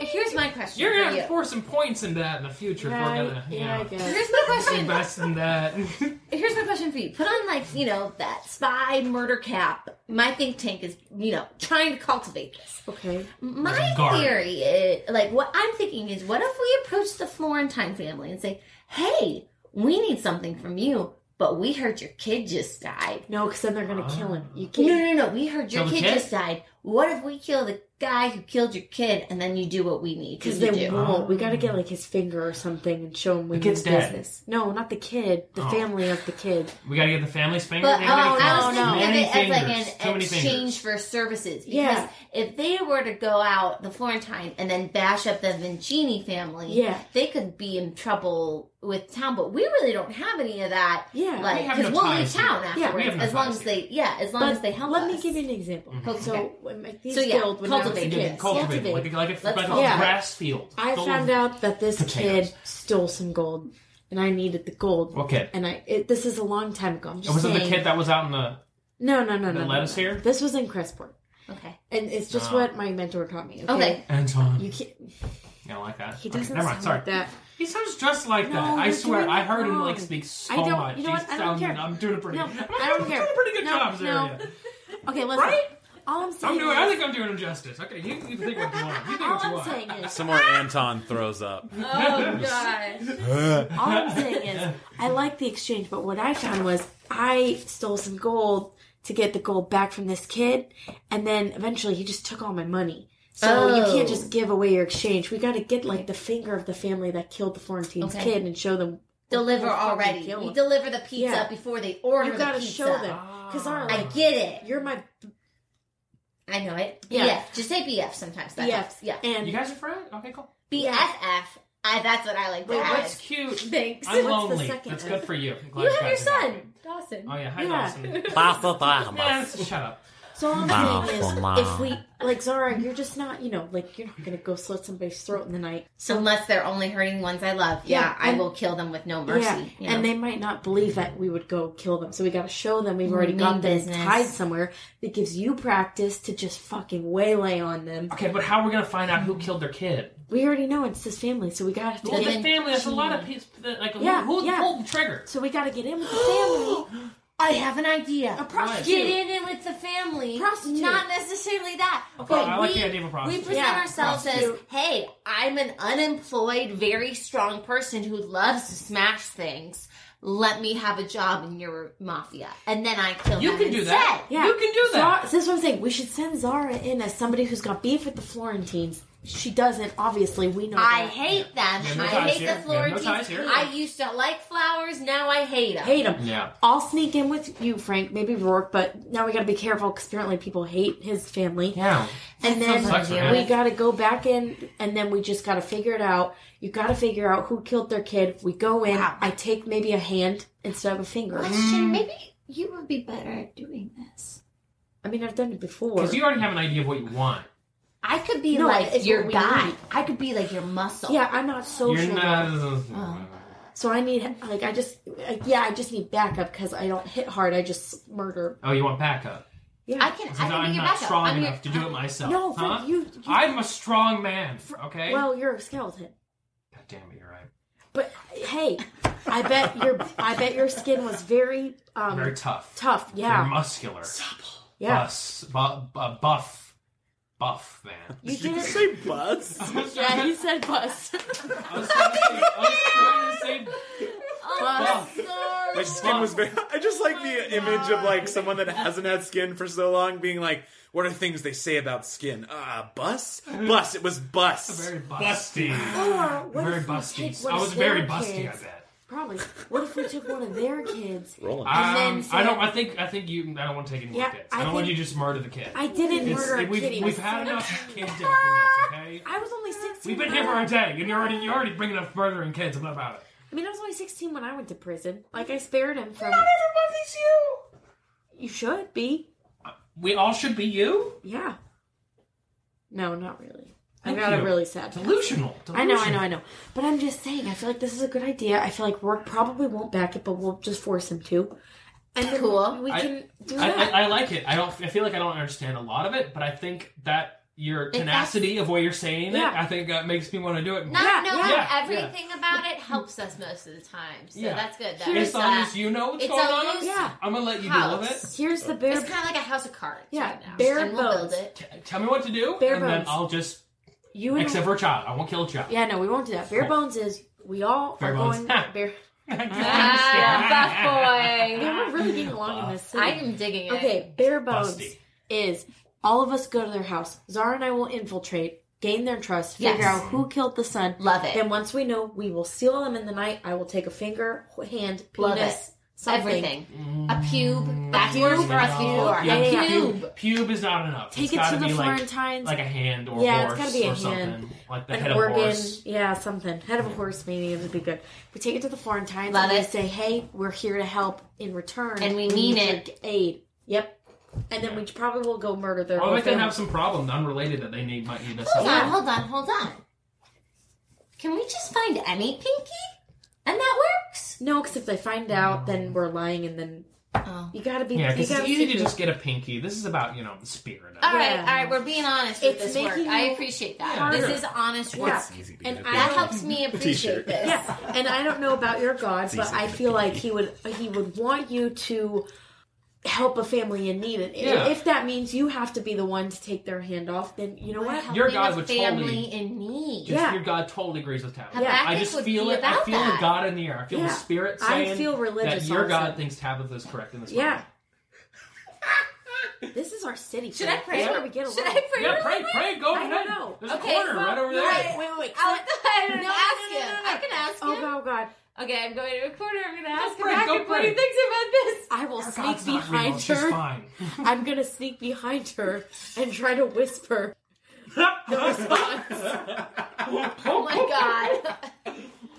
S4: here's my question.
S8: You're
S4: for
S8: gonna
S4: you.
S8: pour some points into that in the future. if we're
S6: Right?
S8: gonna, you
S6: yeah, I
S8: know,
S6: guess.
S4: Here's my question.
S8: invest in that.
S4: Here's my question for you. Put on like, you know, that spy murder cap. My think tank is, you know, trying to cultivate this.
S6: Okay.
S4: My
S8: Guard.
S4: theory is like what I'm thinking is what if we approach the Florentine family and say, Hey, we need something from you, but we heard your kid just died.
S6: No, because then they're gonna kill him. You
S4: No,
S6: can't.
S4: no, no. We heard your
S8: Ah. Kill the
S4: kid,
S8: kid?
S4: just died. What if we kill the guy who killed your kid and then you do what we need?
S6: Because
S4: you
S6: they
S4: do?
S6: won't. We gotta get like his finger or something and show him we
S8: kid's
S6: need
S8: dead.
S6: business. No, not the kid. The
S8: Oh.
S6: family of the kid.
S8: We gotta get the family's finger.
S4: But
S8: They
S4: oh,
S8: gotta get
S4: I was
S8: fingers.
S6: no, no.
S4: thinking of
S8: Many
S4: it as like
S8: fingers. Too
S4: an
S8: many fingers.
S4: exchange for services. Because
S6: Yeah.
S4: if they were to go out the Florentine and then bash up the Vincini family,
S6: Yeah.
S4: they could be in trouble with town. But we really don't have any of that.
S6: Yeah.
S4: like
S8: have
S4: because
S8: no
S4: we'll leave
S8: ties here.
S4: town
S8: Yeah,
S6: we
S4: afterwards,
S8: have no
S4: as long
S8: ties Mm-hmm.
S4: as they yeah, as long
S6: But
S4: as they help.
S6: let
S4: us.
S6: me give you an example. So when my thieves
S4: So, yeah,
S6: guild when I was a
S4: cultivate.
S6: kid,
S8: Cultivate,
S6: cultivate.
S8: like, like a,
S4: Let's
S8: like a
S6: cultivate.
S8: grass field.
S6: I
S8: Full
S6: found
S8: of-
S6: out that this
S8: potatoes.
S6: kid stole some gold, and I needed the gold.
S8: Okay.
S6: And I it, this is a long time ago. I'm
S8: It
S6: just
S8: wasn't the
S6: saying-
S8: kid that was out in the.
S6: No, no, no,
S8: that
S6: no. no,
S8: led
S6: no.
S8: us here?
S6: This was in Crestport,
S4: Okay.
S6: and it's just
S8: Oh.
S6: what my mentor taught me. Okay.
S4: Okay.
S8: Anton.
S6: You
S8: You
S6: can't,
S8: don't like that.
S6: he
S8: Okay,
S6: doesn't
S8: never mind,
S6: sound
S8: sorry.
S6: like that.
S8: He sounds just like
S6: No,
S8: that. I
S6: you're
S8: swear,
S6: doing
S8: I
S6: it
S8: heard him like
S6: wrong.
S8: speak so
S6: I don't-
S8: much.
S6: you know
S8: He's
S6: what? I don't
S8: sounding-
S6: care.
S8: I'm doing a pretty.
S6: No, I don't care.
S8: am doing a pretty good
S6: No,
S8: job,
S6: no.
S8: Zaria.
S6: Okay, listen.
S8: Right?
S6: All I'm saying.
S8: I'm doing. I
S6: is-
S8: think I'm doing him justice. Okay, you, you think what you want. You think
S6: all
S8: what you
S6: I'm
S8: want.
S6: saying is,
S2: Somewhere Anton throws up.
S4: Oh god.
S6: all I'm saying is, I like the exchange, but what I found was I stole some gold to get the gold back from this kid, and then eventually he just took all my money. So you
S4: Oh.
S6: can't just give away your exchange. We got to get like the finger of the family that killed the Florentine's
S4: Okay.
S6: kid and show them.
S4: deliver
S6: We'll fucking
S4: already.
S6: kill
S4: You
S6: him.
S4: deliver the pizza
S6: Yeah.
S4: before they order
S6: You
S4: the
S6: gotta
S4: pizza.
S6: show them because our
S4: I
S6: like,
S4: get it.
S6: you're my
S4: I know it.
S6: Yeah.
S4: BF. Just say BF sometimes. That
S6: BF.
S4: helps. Yeah.
S8: You
S6: and
S8: guys are friends? Okay, cool.
S4: BFF. I, that's what I like to
S6: Wait,
S4: add.
S8: That's cute.
S4: Thanks.
S8: I'm
S6: What's the
S8: lonely.
S6: second
S8: That's
S6: F?
S8: good for you. I'm glad
S4: you have your
S8: guys are happy.
S4: son, Dawson.
S8: Oh yeah, hi
S6: Yeah.
S8: Dawson. Yeah,
S3: Paso
S8: shut up.
S6: so all I'm saying is,
S3: Wow.
S6: if we like Zara, you're just not you know like you're not gonna go slit somebody's throat in the night.
S4: So unless they're only hurting ones I love, yeah,
S6: Yeah,
S4: I
S6: and-
S4: will kill them with no mercy.
S6: Yeah.
S4: you know.
S6: And they might not believe that we would go kill them. So we got to show them we've already
S4: Mean
S6: got them
S4: business.
S6: tied somewhere. That gives you practice to just fucking waylay on them.
S8: Okay, but how are we gonna find out who killed their kid?
S6: We already know it's this family, so we got to
S8: Well, the
S6: get
S8: family. That's a lot of people. Like,
S6: Yeah,
S8: who, who
S6: yeah.
S8: pulled the trigger?
S6: So we got to get in with the family.
S4: I have an idea.
S6: A prostitute.
S4: Get in it with the family.
S6: Prostitute.
S4: Not necessarily that.
S8: Okay, I like
S4: we-
S8: the idea of a
S4: We
S8: prostitute.
S4: present
S6: Yeah,
S4: ourselves
S6: prostitute.
S4: as, hey, I'm an unemployed, very strong person who loves to smash things. Let me have a job in your mafia. And then I kill
S8: You
S4: them
S8: can do
S4: instead.
S8: that.
S6: Yeah.
S8: You can do that.
S6: Zara, so that's what I'm saying. We should send Zara in as somebody who's got beef with the Florentines. She doesn't, obviously. We know
S4: I
S6: that.
S4: hate them.
S8: Yeah, no
S4: I
S8: ties
S4: hate
S8: here.
S4: the
S8: Yeah, no
S4: Florentines.
S8: ties here.
S4: I used to like flowers. Now I hate them.
S6: hate them.
S8: Yeah.
S6: I'll sneak in with you, Frank. Maybe Rourke, but now we got to be careful because apparently people hate his family.
S8: Yeah.
S6: And
S8: Sucks,
S6: then
S8: man.
S6: we got to go back in, and then we just got to figure it out. You got to figure out who killed their kid. We go in. I take maybe a hand instead of a finger.
S13: Question, maybe you would be better at doing this.
S6: I mean, I've done it before.
S8: Because you already have an idea of what you want.
S4: I could be
S6: No,
S4: like
S6: it's
S4: your
S6: what we
S4: guy.
S6: need.
S4: I could be like your muscle.
S6: yeah, I'm not social,
S8: You're not.
S6: though. so I need like I just like, yeah, I just need backup because I don't hit hard. I just murder.
S8: Oh, you want backup?
S6: Yeah.
S12: I can. I can
S8: I'm
S12: be your
S8: not
S12: backup.
S8: strong
S12: I'm your-
S8: enough to do it myself.
S6: No, Frank,
S8: huh?
S6: you- you-
S8: I'm a strong man. Okay.
S6: Well, you're a skeleton.
S8: God damn it, you're right.
S6: But hey, I bet your I bet your skin was very um
S8: Very tough.
S6: tough. Yeah.
S8: You're muscular.
S6: Yeah.
S8: Bus, bu- bu- buff, buff man.
S6: You did it.
S3: Say buzz.
S6: Yeah, he said bus.
S8: I was trying to say- I was trying to say
S6: Bus.
S3: My skin was very. I just like
S8: Oh
S3: the image of like someone that hasn't had skin for so long being like, "What are things they say about skin? Ah, bus, bus. It was bus.
S8: very busty.
S6: Or what
S8: Very
S6: if we take
S8: busty.
S6: one
S8: I
S6: of
S8: was very
S6: their
S8: busty. I
S6: kids?
S8: bet.
S6: Probably. What if we took one of their kids?
S3: Rolling.
S6: And then
S8: Um, I
S6: say-
S8: don't. I think. I think you. I don't want to take any more
S6: Yeah,
S8: kids.
S6: I
S8: I, don't want
S6: think-
S8: you to just murder the kid.
S6: I didn't
S8: It's-
S6: murder a
S8: we've,
S6: kitty.
S8: We've had enough kid death in this. Okay.
S6: I was only 16.
S8: We've been
S6: when
S8: here
S6: I-
S8: for a day, and you're already you're already bringing up murdering kids. I'm not about it.
S6: I mean, I was only 16 when I went to prison. Like, I spared him from.
S8: everybody's you.
S6: You should be.
S8: We all should be you.
S6: Yeah. No, not really. I
S8: Thank
S6: got a
S8: you.
S6: really sad.
S8: Delusional. Delusional.
S6: I know, I know, I know. But I'm just saying, I feel like this is a good idea. I feel like work probably won't back it, but we'll just force him to. And then
S12: Cool.
S6: we
S8: I-
S6: can do
S8: I,
S6: that.
S8: I, I like it. I don't. I feel like I don't understand a lot of it, but I think that your tenacity of what you're saying,
S6: Yeah.
S8: it, I think uh, makes me want to do it. More.
S12: Not
S6: Yeah,
S12: knowing
S8: yeah,
S12: everything about it helps us most of the time. So
S8: Yeah.
S12: that's good. That
S8: As
S12: it's,
S8: long
S12: uh,
S8: as you know what's
S12: it's
S8: going
S12: a
S8: on,
S12: loose
S6: yeah.
S8: I'm gonna let you deal with it.
S12: house.
S6: Here's the bare.
S12: It's kind of like a house of cards.
S6: Yeah,
S12: right now.
S6: bare
S12: and we'll build
S6: bones.
S12: it.
S8: T- Tell me what to do,
S6: Bare
S8: and then
S6: bones.
S8: I'll just
S6: You and
S8: except for a child. I won't kill a child.
S6: yeah, no, we won't do that. Bare bones is we all
S8: Bare
S6: are
S8: bones.
S6: going
S8: Ha.
S6: bare.
S12: Ah,
S6: Yeah, we're really getting along in this
S8: Uh,
S12: buff boy. I
S6: city.
S12: am digging it.
S6: Okay, bare bones
S8: Busty.
S6: is all of us go to their house. Zara and I will infiltrate, gain their trust, figure
S12: Yes.
S6: out who killed the son.
S12: Love it.
S6: Then once we know, we will seal them in the night. I will take a finger, hand,
S12: Love
S6: penis, something.
S12: Everything. A pube. That's worse for us
S8: No.
S12: before.
S8: Yeah,
S12: A
S6: yeah, yeah.
S12: pube.
S8: Pube is not enough.
S6: Take
S8: It's
S6: it
S8: gotta
S6: to the
S8: be like,
S6: Florentines.
S8: like a hand or
S6: Yeah, it's
S8: horse
S6: gotta be a
S8: or something.
S6: hand.
S8: Like the
S6: an
S8: head of
S6: organ,
S8: horse.
S6: yeah, something. Head of a horse, maybe it would be good. We take it to the Florentines
S12: Love
S6: and we
S12: it.
S6: say, "Hey, we're here to help in return,
S12: And we mean
S6: need
S12: it."
S6: your Aid. Yep. And then we probably will go murder their
S8: Or
S6: whole
S8: like they
S6: family.
S8: have some problem unrelated that they need might need us.
S12: Hold
S8: help.
S12: on, hold on, hold on. Can we just find any pinky? And that works?
S6: No, because if they find out, then we're lying, and then
S12: Oh.
S6: you gotta be.
S8: Yeah,
S6: you
S8: because
S6: gotta
S8: it's easy to
S6: secret.
S8: just get a pinky. This is about you know the spirit. Of it.
S12: All right,
S6: Yeah.
S12: all right. We're being honest with this
S6: It's
S12: work.
S6: making
S12: I
S6: you
S12: appreciate that. This is honest work.
S6: Yeah. and I
S12: That
S6: don't-
S12: helps me appreciate this.
S6: Yeah, and I don't know about your god, but I feel like he would he would want you to help a family in need, and i-
S8: Yeah.
S6: if that means you have to be the one to take their hand off, then you know what?
S12: Helping
S8: Your God
S12: a
S8: would
S12: family in need.
S8: Just-
S6: Yeah.
S8: your God totally agrees with Tabitha.
S12: Habakkuk
S8: I just
S12: would
S8: feel
S12: be
S8: it. I
S12: about
S8: feel
S12: that.
S8: a God in the air. I feel
S6: Yeah.
S8: the Spirit
S6: I
S8: saying
S6: feel
S8: that
S6: religious
S8: your
S6: also.
S8: God thinks Tabitha's correct in this.
S6: Yeah.
S8: moment.
S6: This is our city.
S12: Should I
S6: Frank.
S12: pray?
S6: That's where we get along.
S12: Should I pray?
S8: Yeah,
S12: really
S8: pray,
S12: quick?
S8: pray, go
S6: I
S8: ahead.
S6: don't know.
S8: There's a
S12: Okay,
S8: corner
S12: well,
S8: right over there.
S12: right.
S6: wait, wait.
S12: I don't know.
S6: No,
S12: ask
S6: no, no,
S12: him.
S6: no, no.
S12: I can ask
S6: Oh
S12: him.
S6: god, oh, god.
S12: Okay, I'm going to a corner. I'm going to ask him
S8: pray,
S12: back
S8: go
S12: what he
S8: pray.
S12: thinks about this. Oh,
S6: I will
S8: Our
S6: sneak
S8: God's not real.
S6: behind
S8: She's
S6: her.
S8: fine.
S6: I'm gonna sneak behind her and try to whisper.
S12: Oh my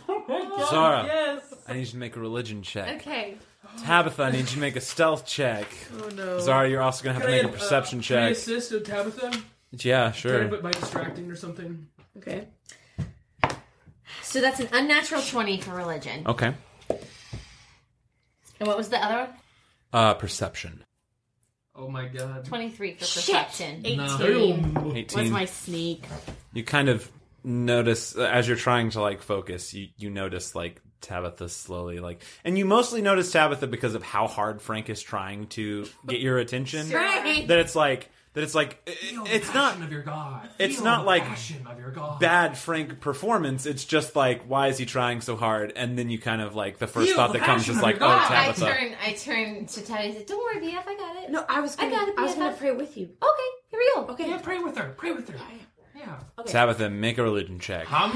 S12: god.
S2: Zara.
S8: Yes.
S2: I need you to make a religion check.
S12: Okay.
S2: Tabitha, I need you to make a stealth check.
S6: Oh no.
S2: Zara, you're also gonna have to make a perception
S8: Can I
S2: check.
S8: assist with Tabitha?
S2: Yeah,
S8: Can I
S2: sure.
S8: put my distracting or something?
S6: Okay.
S12: So that's an unnatural 20 for religion.
S2: Okay.
S12: And what was the other one?
S2: Uh, perception.
S8: Oh my god.
S12: 23 for perception.
S6: Eighteen. What's
S2: Eighteen.
S6: my sneak?
S2: You kind of notice uh, as you're trying to like focus. You you notice like Tabitha slowly like, and you mostly notice Tabitha because of how hard Frank is trying to get your attention.
S12: Frank!
S2: That it's like that it's like i-
S8: Feel the
S2: it's not
S8: passion of your God.
S2: it's
S8: Feel
S2: not
S8: the
S2: like
S8: passion of your God.
S2: bad Frank performance. It's just like, why is he trying so hard? And then you kind of like the first
S8: Feel
S2: thought
S8: the
S2: that comes
S8: passion
S2: is
S8: of
S2: like,
S8: your
S2: oh,
S8: God.
S12: I
S2: Tabitha.
S12: turn, I turn to Teddy and say, Don't worry, BF, I got it.
S6: No, I was
S12: I
S6: gonna. I,
S12: gotta be
S6: was
S12: a
S6: gonna
S12: bus-
S6: pray with you.
S12: Okay, here we go.
S6: Okay.
S8: Yeah, pray with her. Pray with her. Yeah.
S2: Tabitha, make a religion check.
S8: Um,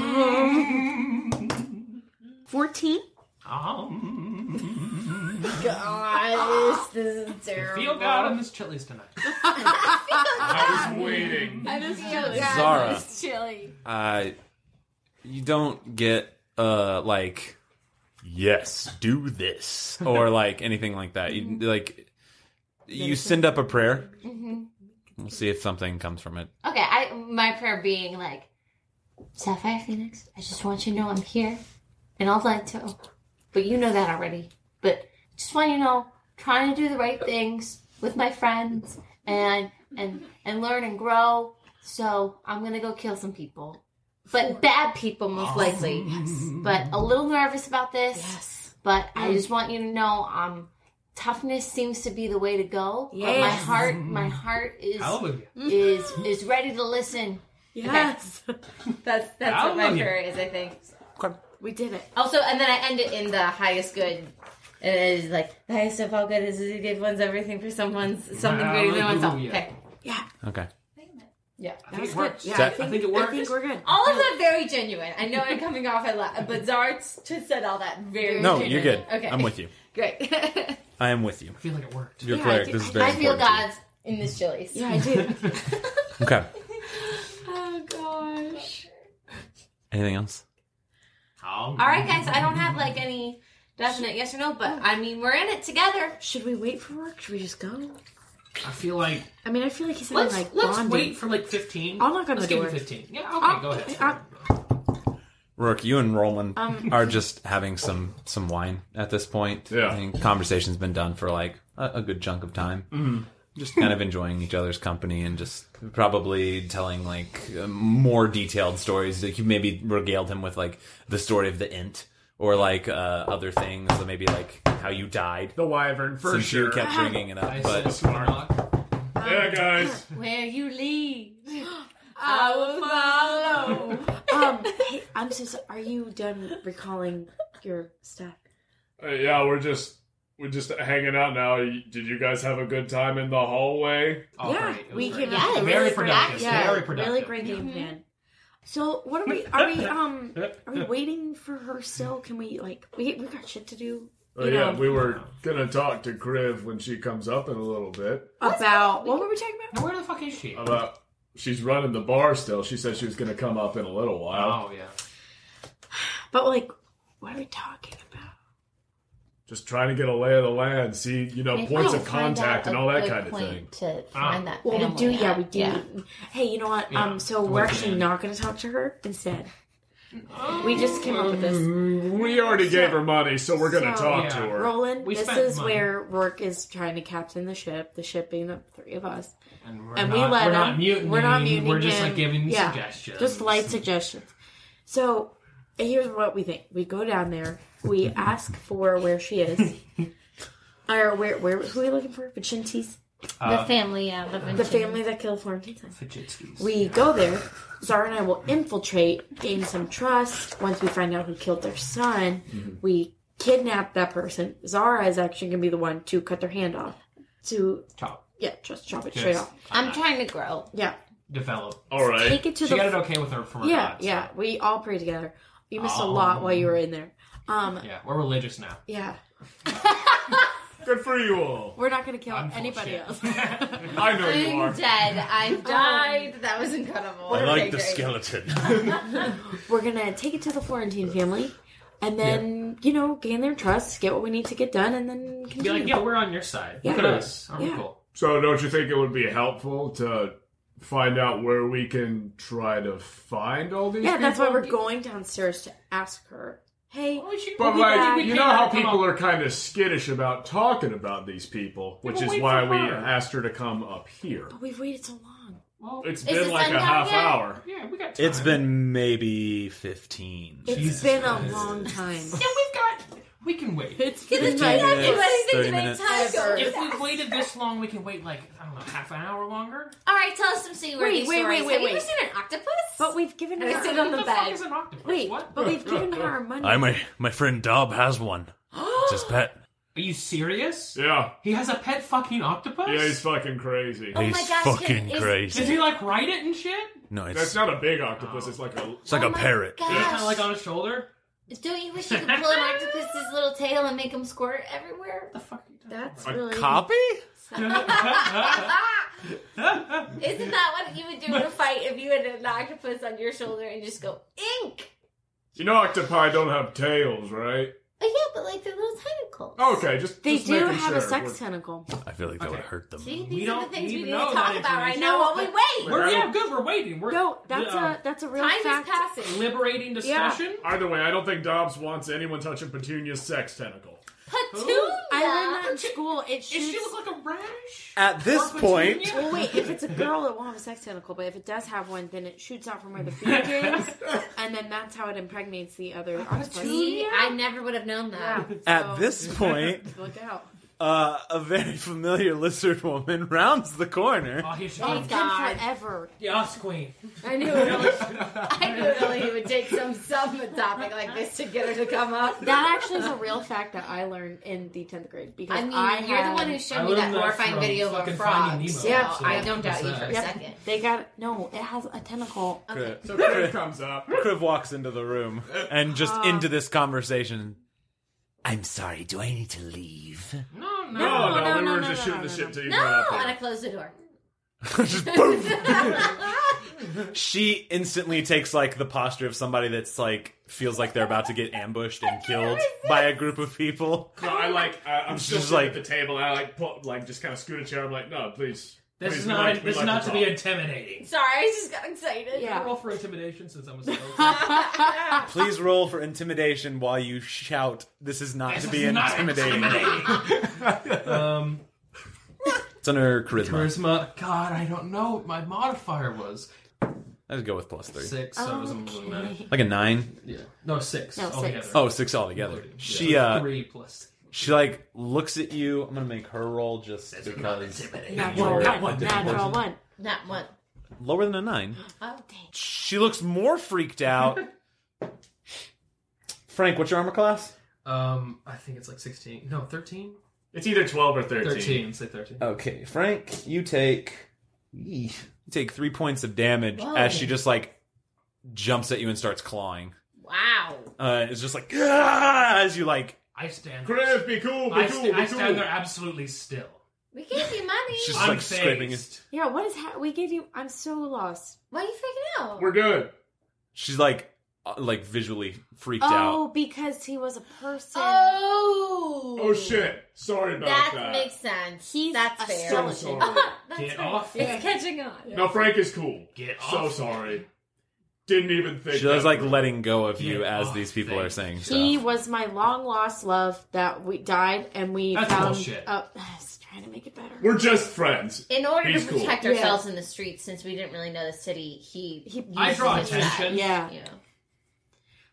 S6: Fourteen.
S8: um,
S12: Gosh, this is terrible.
S8: feel God in this chilies tonight. I was waiting.
S12: I just feel
S2: Zara.
S12: It's chilly.
S2: Uh, you don't get uh like
S7: Yes, do this.
S2: or like anything like that. You
S12: Mm-hmm.
S2: like you send up a prayer. We'll see if something comes from it.
S12: Mm-hmm. Okay, I my prayer being like, Sapphire Phoenix, I just want you to know I'm here, and I'll let to, but you know that already. But just want you to know, trying to do the right things with my friends, and and and learn and grow. So I'm gonna go kill some people, but bad people most likely. But a little nervous about this. Yes. But
S4: Mm.
S12: I just want you to know, um, toughness seems to be the way to go. But my
S6: Yes.
S12: heart, my heart is
S8: Hallelujah.
S12: is is ready to listen.
S6: Yes.
S4: That's that's what my
S8: Hallelujah.
S4: prayer is, I think.
S6: We did it.
S4: Also, and then I end it in the highest good. It is like the highest of all good is to give one's everything for someone's something greater than oneself.
S8: Hallelujah.
S4: Okay.
S6: Yeah.
S2: Okay.
S4: Yeah.
S8: I think it works.
S6: Yeah,
S2: So-
S6: I, think,
S8: I think it
S6: I
S8: worked.
S6: think we're good.
S4: All of that very genuine. I know I'm coming off a lot, but Zart's just said all that very.
S2: No,
S4: genuine.
S2: you're good.
S4: Okay,
S2: I'm with you.
S4: Great.
S2: I am with you.
S8: I feel like it worked.
S2: You're
S6: Yeah, I
S2: cleric.
S6: do-
S2: This is very
S12: I feel
S2: important to
S12: God's in this chilies.
S6: Yeah, I do.
S2: you. Okay.
S12: Oh gosh.
S2: Anything else?
S8: All
S12: All right, guys. I don't have like any definite yes or no, but I mean we're in it together.
S6: Should we wait for work? Should we just go?
S8: I feel like
S6: I mean, I feel like he's in
S8: let's
S6: like
S8: let's
S6: bonding.
S8: wait for like 15.
S6: I'll knock on
S8: Let's
S6: the
S8: give
S6: door.
S8: it 15. Yeah. Okay.
S6: I'll-
S8: go ahead.
S6: I'll-
S2: Rourke, you and Roland are just having some some wine at this point.
S5: Yeah.
S2: I think conversation's been done for like a, a good chunk of time. Mm-hmm. Just kind of enjoying each other's company and just probably telling like uh, more detailed stories. Like you maybe regaled him with like the story of the int or like uh, other things, or maybe like how you died.
S5: The wyvern for
S2: since
S5: sure.
S2: you kept bringing it up,
S8: I
S2: but
S8: said smart.
S5: yeah, guys.
S12: Um, Where you lead,
S4: I will follow.
S6: Um, hey, I'm so sorry. Are you done recalling your stuff?
S5: Uh, yeah, we're just we're just hanging out now. Y- Did you guys have a good time in the hallway?
S8: Oh,
S6: yeah,
S8: great. It was
S6: we
S8: great.
S6: came
S12: Yeah,
S6: up with a
S12: very
S6: really great-
S8: productive,
S6: Yeah,
S8: very productive. Mm-hmm.
S6: Really great game plan. So what are we? Are we um? Are we waiting for her still? Can we like we we got shit to do?
S5: Oh
S6: You
S5: yeah,
S6: know.
S5: we were gonna talk to Kriv when she comes up in a little bit
S6: About what were we talking about?
S8: Now, Where the fuck is she?
S5: about she's running the bar still. She said she was gonna come up in a little while.
S8: Oh yeah.
S6: But like, what are we talking about?
S5: Just trying to get a lay of the land, see you know points of contact and all that kind of thing.
S12: To
S8: find
S12: find that
S6: Well, we do. Yeah, we do. Hey, you know what? Um, so we're actually not going to talk to her instead.
S8: Oh.
S6: We just came up with this.
S5: Mm, We already gave her money, so we're gonna
S6: So-
S5: talk to
S8: Yeah.
S5: her.
S6: Roland,
S8: We
S6: this
S8: spent
S6: is
S8: money.
S6: where Rourke is trying to captain the ship. The ship being the three of us.
S8: And we're
S6: And
S8: not,
S6: we let
S8: we're
S6: him.
S8: not mutinying.
S6: We're not mutinying
S8: We're just
S6: him.
S8: like giving
S6: Yeah.
S8: suggestions.
S6: Just light suggestions. So here's what we think. We go down there, we ask for where she is. or where where who are we looking for? Vicenti's
S8: Uh,
S12: The family, yeah, the,
S6: the family that killed Florentine.
S8: fidget skis.
S6: We go there. Zara and I will infiltrate, gain some trust. Once we find out who killed their son,
S8: Mm-hmm.
S6: we kidnap that person. Zara is actually going to be the one to cut their hand off. To
S8: Chop.
S6: yeah, just chop it
S8: Just
S6: straight off.
S12: I'm trying to grow.
S6: Yeah,
S8: develop.
S5: All right,
S6: take it to
S8: She
S6: the
S8: got it okay with her from her
S6: yeah
S8: gods.
S6: yeah. We all pray together. You missed a lot while you were in there. Um,
S8: Yeah, we're religious now.
S6: Yeah.
S5: good for you all.
S6: We're not going to kill
S8: I'm full of
S6: anybody
S8: shit.
S6: else.
S5: I know you
S4: I'm
S5: are.
S4: dead.
S6: Um,
S4: I've died. that was incredible.
S7: I like the
S4: great.
S7: skeleton.
S6: We're going to take it to the Florentine family and then, you know, gain their trust, get what we need to get done, and then
S8: Be
S6: continue.
S8: like, yeah, we're on your side. Look
S6: Yeah.
S8: at us. Aren't we
S6: Yeah.
S8: cool?
S5: So, don't you think it would be helpful to find out where we can try to find all these?
S6: Yeah, that's why
S5: people?
S6: we're going downstairs to ask her, hey,
S5: But
S6: We'll be back.
S5: like, you know how people
S8: are.
S5: are kind of skittish about talking about these people, which
S8: but
S5: is
S8: wait
S5: why
S8: for
S5: we
S8: her.
S5: asked her to come up here.
S6: we've waited so long.
S8: Well,
S5: It's
S12: it
S5: been like a
S12: sundown
S5: half
S12: yet?
S5: hour.
S8: yeah, we got time.
S2: it's been maybe fifteen.
S6: It's
S8: Jesus
S6: been
S8: Christ.
S6: a long time.
S8: Yeah, we've got. We can wait.
S6: it's been
S2: Thirty
S6: like,
S2: minutes,
S4: anything
S2: Thirty
S4: to make
S2: minutes.
S4: time go.
S8: If we've waited this long, we can wait like I don't know, half an hour longer.
S12: All right, tell us some sea
S6: Wait,
S12: stories.
S6: wait, wait, wait,
S12: Have you
S6: wait.
S12: ever seen an octopus?
S6: but we've given
S4: I sit
S6: her.
S4: on the
S8: what the fuck
S4: bed.
S8: is an octopus?
S6: Wait,
S8: what?
S6: but we've given her our money.
S7: I my my friend Dob has one. It's his pet.
S8: Are you serious?
S5: Yeah,
S8: He has a pet fucking octopus.
S5: yeah, he's fucking
S6: Oh
S5: crazy.
S12: Oh my
S7: He's
S12: gosh,
S7: fucking
S12: can- is-
S7: crazy.
S8: Does he like ride it and shit?
S7: no,
S5: That's
S7: it's
S5: not a big octopus. It's like a.
S7: it's like
S12: Oh
S7: a
S12: my
S7: parrot.
S8: He's kind
S12: Gosh.
S8: of like on his shoulder.
S12: Don't you wish you could pull an octopus's little tail and make him squirt everywhere?
S8: What the fuck? Are you talking
S6: That's
S7: A
S6: really.
S7: copy?
S12: Isn't that what you would do in a fight if you had an octopus on your shoulder and just go ink?
S5: You know, octopi don't have tails, right?
S12: Oh yeah, but like the little tentacles.
S5: Okay, just
S6: They
S5: just
S6: do
S5: making
S6: have
S5: sure.
S6: a sex
S5: We're-
S6: tentacle.
S7: I feel like that would hurt them.
S12: See, these
S8: We
S12: are the
S8: don't
S12: things we need
S8: even
S12: to
S8: know
S12: talk
S8: that
S12: about right
S8: information.
S12: now while we wait.
S8: We're, yeah, good. We're waiting. We're
S6: No, that's
S8: uh,
S6: a that's a real
S12: Time
S6: fact.
S12: is passing.
S8: liberating discussion.
S5: Either way, I don't think Dobbs wants anyone touching Petunia's sex tentacle.
S15: Petunia.
S6: I learned that in school. It
S8: Is
S6: shoots.
S8: she look like a rash?
S2: At this
S8: Or
S2: point-
S8: petunia?
S6: well, Oh, wait. If it's a girl, it won't have a sex tentacle. But if it does have one, then it shoots out from where the beak is, and then that's how it impregnates the other octopus.
S4: See, I never would have known that.
S2: At this point,
S6: Look out!
S2: uh, a very familiar lizard woman rounds the corner.
S8: Oh, here she
S6: It's
S8: comes.
S6: been
S4: God.
S6: forever.
S8: Yas queen.
S4: I knew, it really, I knew it really would take some some topic like this to get her to come up.
S6: That actually is a real fact that I learned in the tenth grade because
S4: I
S6: I,
S4: mean, you're
S6: had,
S4: the one who
S8: I
S4: showed me that
S8: learned that
S4: horrifying
S8: from
S4: video of a
S8: fucking
S4: frog.
S8: Finding
S4: So
S8: Nemo,
S6: Yeah.
S8: so
S4: I don't doubt you
S8: that's
S4: for a
S8: that.
S4: second.
S6: They got no. It has a tentacle.
S4: Okay.
S5: So Crib comes up.
S2: Kriv walks into the room and just into this conversation. I'm sorry, do I need to leave?
S8: Oh, No, no.
S5: No, no,
S6: no,
S5: we
S6: no,
S5: were
S6: no,
S5: just shooting
S6: no, no,
S5: the
S6: no,
S5: shit
S6: no.
S5: till you
S4: No,
S5: brought
S4: and I
S5: up.
S4: closed the door.
S2: Just boom. she instantly takes like the posture of somebody that's like feels like they're about to get ambushed and killed by a group of people.
S5: No, I like. I, I'm still
S2: Just
S5: sitting
S2: like-
S5: at the table, and I like, pull, like, just kind of scoot a chair. I'm like, no, please.
S8: This
S5: please,
S8: is
S5: we
S8: not.
S5: like- we
S8: this is
S5: like
S8: not to be
S5: talk.
S8: intimidating.
S4: Sorry, I just got excited.
S6: Yeah.
S8: Roll for intimidation since I'm a
S2: Please roll for intimidation while you shout, "This is not
S8: This
S2: to be
S8: is not
S2: intimidating."
S8: intimidating. um,
S2: It's under charisma.
S8: charisma. God, I don't know what my modifier was.
S2: Let's go with plus three,
S8: Six. So it doesn't really matter.
S2: like a nine.
S8: Yeah. No, six.
S6: Oh. No,
S8: altogether.
S6: six.
S2: Oh, six altogether.
S8: Yeah.
S2: She uh,
S8: three plus.
S2: she like looks at you. I'm gonna make her roll just
S8: This is not
S2: because
S8: intimidating.
S6: Natural
S2: You're
S6: one.
S2: a different
S6: Natural
S2: person.
S6: one.
S4: Not one.
S2: lower than a nine.
S4: Oh,
S2: She looks more freaked out. Frank, what's your armor class?
S8: Um, I think it's like sixteen. No, thirteen.
S5: It's either 12 or 13.
S8: Thirteen. Say thirteen.
S2: Okay, Frank, you take you take three points of damage as she just like jumps at you and starts clawing.
S4: wow.
S2: Uh, it's just like "Ah!" as you like.
S8: I stand.
S5: Crib, be cool, be
S8: I,
S5: cool,
S8: st-
S5: be
S8: I stand
S5: cool.
S8: there absolutely still.
S4: We gave you money.
S2: She's
S8: I'm
S2: like scraping
S8: phased.
S2: it.
S6: Yeah. What is ha- we gave you? I'm so lost.
S4: Why are you freaking out?
S5: We're good.
S2: She's like uh, like visually freaked
S6: Oh,
S2: out.
S6: because he was a person.
S4: oh.
S5: Oh shit! Sorry about
S4: That
S5: that.
S4: makes sense.
S6: He's
S4: That's
S6: a
S4: fair.
S5: so
S6: skeleton.
S5: sorry.
S4: That's
S8: Get
S4: fair.
S8: off.
S4: It's catching on.
S5: no, Frank is cool.
S8: Get
S5: So
S8: off.
S5: sorry. Didn't even think.
S2: She was
S5: that
S2: like
S5: through.
S2: letting go of you
S8: Get
S2: as
S8: off
S2: these people
S8: thing.
S2: are saying
S6: He
S2: stuff.
S6: was my long lost love that we died and we
S8: That's
S6: found.
S8: bullshit.
S6: Uh, I was trying to make it better.
S5: We're just friends.
S4: In order
S5: He's
S4: to
S5: cool.
S4: protect
S6: Yeah.
S4: ourselves in the streets, since we didn't really know the city, he
S6: He-
S4: uses
S8: I draw
S4: his
S8: attention.
S4: eyes,
S6: Yeah.
S4: you know.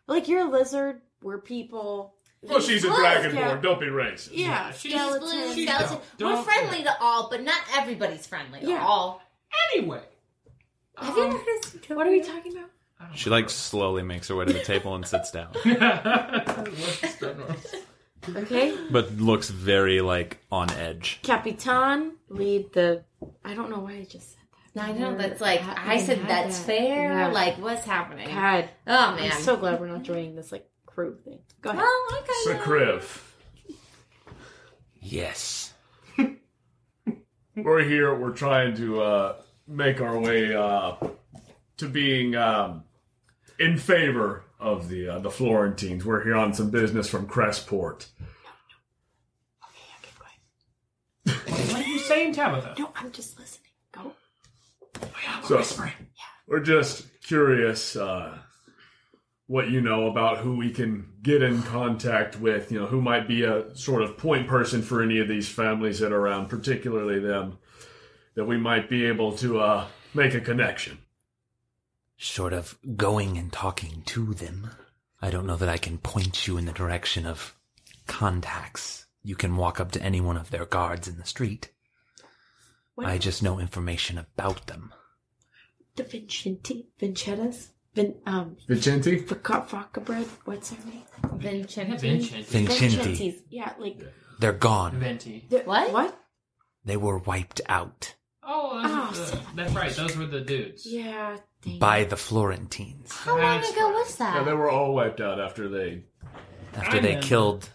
S6: Like you're a lizard. We're people.
S5: Well, she's a
S6: He's
S5: dragonborn.
S6: scout.
S5: Don't be racist.
S6: Yeah,
S8: she's
S4: He's
S6: skeleton.
S4: blue,
S8: She's
S4: skeleton.
S8: dumb.
S4: We're
S8: Don't-
S4: friendly to all, but not everybody's friendly to
S6: Yeah.
S4: all.
S8: Anyway.
S4: Have
S5: Um,
S4: you ever heard of
S6: What are we talking about?
S2: She like slowly makes her way to the table and sits down,
S6: Okay,
S2: but looks very like on edge.
S6: Capitan, lead the. I don't know why I just said
S4: I know that's like I said. That's fair. Like, what's happening?
S6: that. God,
S4: Oh
S6: I'm
S4: man.
S6: so glad we're not joining this like crew thing. Go ahead.
S4: well, okay.
S5: So Criv,
S2: Yes.
S5: we're here. We're trying to uh, make our way uh, to being um, in favor of the uh, the Florentines. We're here on some business from Crestport.
S8: What are you saying, Tabitha?
S6: No, I'm just listening. Go.
S5: So we're just curious uh, what you know about who we can get in contact with. You know, who might be a sort of point person for any of these families that are around, particularly them, that we might be able to uh, make a connection.
S16: Short of going and talking to them, I don't know that I can point you in the direction of contacts. You can walk up to any one of their guards in the street.
S6: What?
S16: I just know information about them.
S6: The Vincenti, Vincettas, Vin, um,
S5: Vicente,
S6: Faca- Faca bread. What's her name?
S4: Vincenti.
S8: Vincenti.
S16: Vincenti.
S6: Vincentis. Yeah, like
S16: They're gone.
S8: Venti.
S6: the-
S4: What?
S6: What?
S16: They were wiped out
S5: um,
S8: Oh, those
S5: uh,
S6: Oh,
S8: were the- that's right. Those were the dudes.
S6: Yeah. Dang.
S16: by the Florentines
S4: How long
S8: That's
S4: ago
S8: right.
S4: was that?
S5: yeah, they were all wiped out after they.
S16: after they
S8: Diamond.
S16: killed.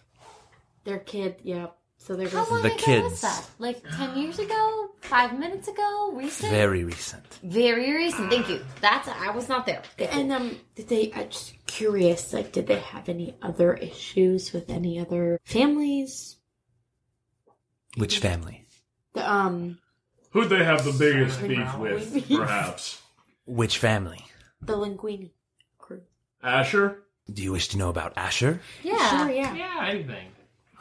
S6: Their kid. Yeah. So they're
S4: How
S6: going.
S4: long
S16: the
S4: ago
S16: kids.
S4: was that? Like ten years ago? Five minutes ago? Recent?
S16: Very recent.
S4: Very recent. Thank you. That's I was not there.
S6: And um, did they? I'm just curious. Like, did they have any other issues with any other families?
S16: Which family?
S6: The um,
S5: Who'd they have the biggest beef
S6: Beef.
S5: with, perhaps?
S16: Which family?
S6: the Linguini crew.
S5: Asher?
S16: Do you wish to know about Asher?
S4: yeah.
S6: Sure. Yeah.
S8: Yeah, anything.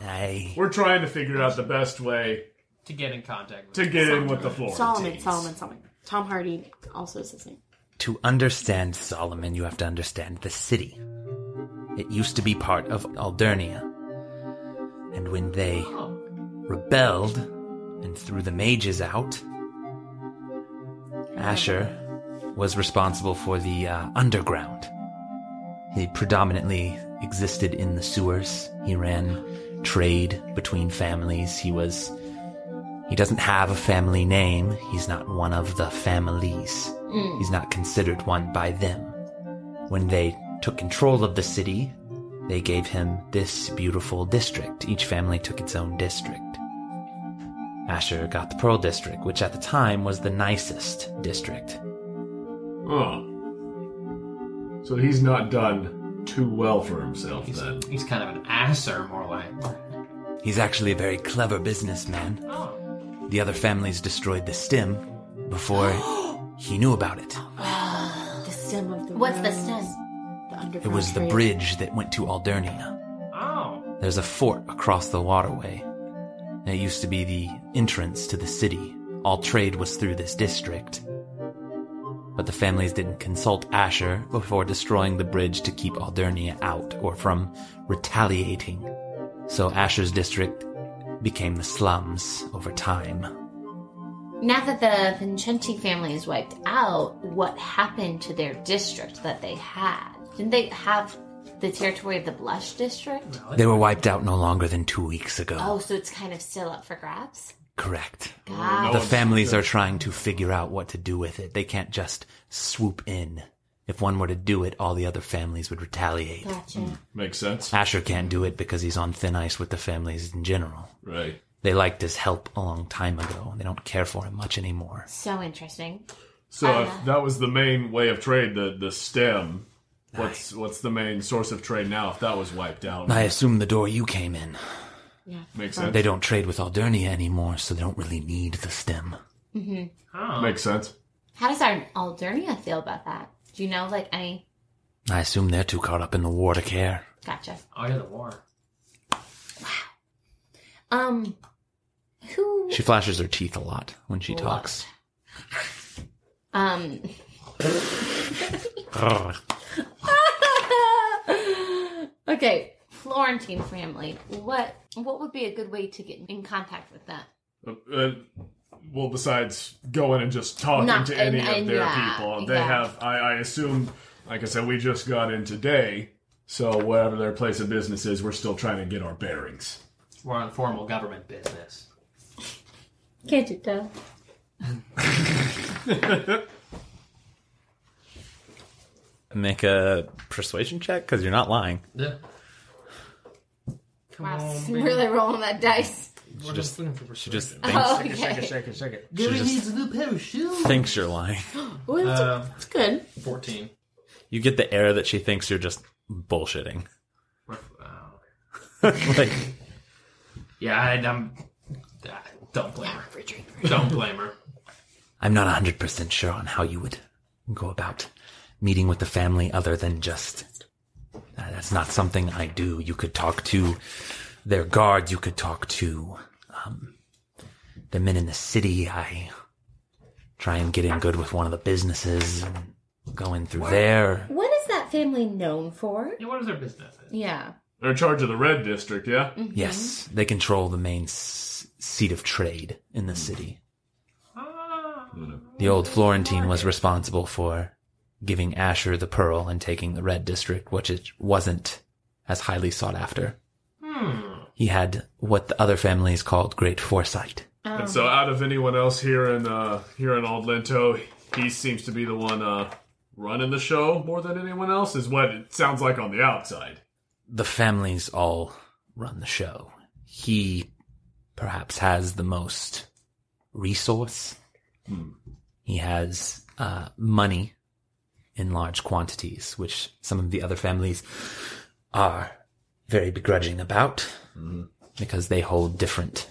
S16: Hey.
S5: We're trying to figure out the best way
S8: to get in contact with
S5: to get in with the Florentines.
S6: Solomon, Solomon, Solomon. Tom Hardy also is his name.
S16: To understand Solomon, you have to understand the city. It used to be part of Aldernia. And when they rebelled and threw the mages out, Asher was responsible for the uh, underground. He predominantly existed in the sewers. He ran trade between families. He was. He doesn't have a family name. He's not one of the families.
S12: Mm.
S16: He's not considered one by them. When they took control of the city, they gave him this beautiful district. Each family took its own district. Asher got the Pearl District, which at the time was the nicest district.
S5: Oh. So he's not done too well for himself then.
S8: He's kind of an asser, more like.
S16: He's actually a very clever businessman.
S8: Oh.
S16: The other families destroyed the stem before he knew about it.
S6: The stem of the
S12: What's the
S6: road,
S12: stem?
S6: The underground
S16: It was the
S6: trade.
S16: bridge that went to Aldernia.
S8: Oh.
S16: There's a fort across the waterway. And It used to be the entrance to the city. All trade was through this district. But the families didn't consult Asher before destroying the bridge to keep Aldernia out or from retaliating. So Asher's district became the slums over time.
S4: Now that the Vincenti family is wiped out, what happened to their district that they had? Didn't they have the territory of the Blush district?
S16: They were wiped out no longer than two weeks ago.
S4: Oh, so it's kind of still up for grabs?
S16: Correct.
S4: God.
S16: the families are trying to figure out what to do with it. They can't just swoop in. If one were to do it, all the other families would retaliate. Hmm.
S4: Gotcha.
S5: Makes sense.
S16: Asher can't do it because he's on thin ice with the families in general.
S5: Right.
S16: They liked his help a long time ago. They don't care for him much anymore.
S4: So interesting.
S5: So if that was the main way of trade, the the stem. What's what's the main source of trade now if that was wiped out?
S16: I assume the door you came in.
S5: Makes sense.
S16: They don't trade with Aldernia anymore, so they don't really need the stem.
S4: hmm
S16: Oh.
S5: Makes sense.
S4: How does our Aldernia feel about that? Do you know, like, any?
S16: I assume they're too caught up in the war to care.
S4: Gotcha.
S8: Oh, yeah, the war.
S4: Um, who?
S16: She flashes her teeth a lot when she talks.
S4: Um,
S16: Grr.
S4: okay, Florentine family. What? What would be a good way to get in contact with them?
S5: Uh, uh, well, besides going and just talking
S4: Not-
S5: to any
S4: and-
S5: of
S4: and
S5: their
S4: yeah,
S5: people, they
S4: yeah.
S5: have. I, I assume, like I said, we just got in today, so whatever their place of business is, we're still trying to get our bearings.
S8: We're on formal government business.
S4: Can't you tell?
S3: Make a persuasion check because you're not lying.
S8: Yeah. Come
S4: Wow,
S8: on,
S4: I'm
S8: baby.
S4: really rolling that dice.
S8: We're just looking for
S3: She just thinks,
S4: Oh, okay.
S7: it, shake it.
S8: Gary
S3: just-
S8: needs a new pair of shoes.
S3: thinks you're lying.
S6: Well, that's,
S8: Uh,
S6: that's good.
S8: 14.
S3: You get the air that she thinks you're just bullshitting.
S8: What- oh.
S3: like,
S8: Yeah, I, I'm. I don't blame her. Don't blame her.
S16: I'm not 100% sure on how you would go about meeting with the family other than just. uh, that's not something I do. You could talk to their guards, you could talk to um, the men in the city. I try and get in good with one of the businesses and go in through there.
S4: What is that family known for?
S8: Yeah, what is their business?
S4: Yeah.
S5: They're in charge of the red district, yeah.
S4: Mm-hmm.
S16: Yes, they control the main s- seat of trade in the city.
S8: Ah.
S16: The old Florentine was responsible for giving Asher the pearl and taking the red district, which it wasn't as highly sought after.
S8: Hmm.
S16: He had what the other families called great foresight.
S8: Um,
S5: And so, out of anyone else here in uh, here in Old Lento, he seems to be the one uh, running the show more than anyone else. Is what it sounds like on the outside.
S16: The families all run the show. He perhaps has the most resource. He has uh, money in large quantities, which some of the other families are very begrudging about because they hold different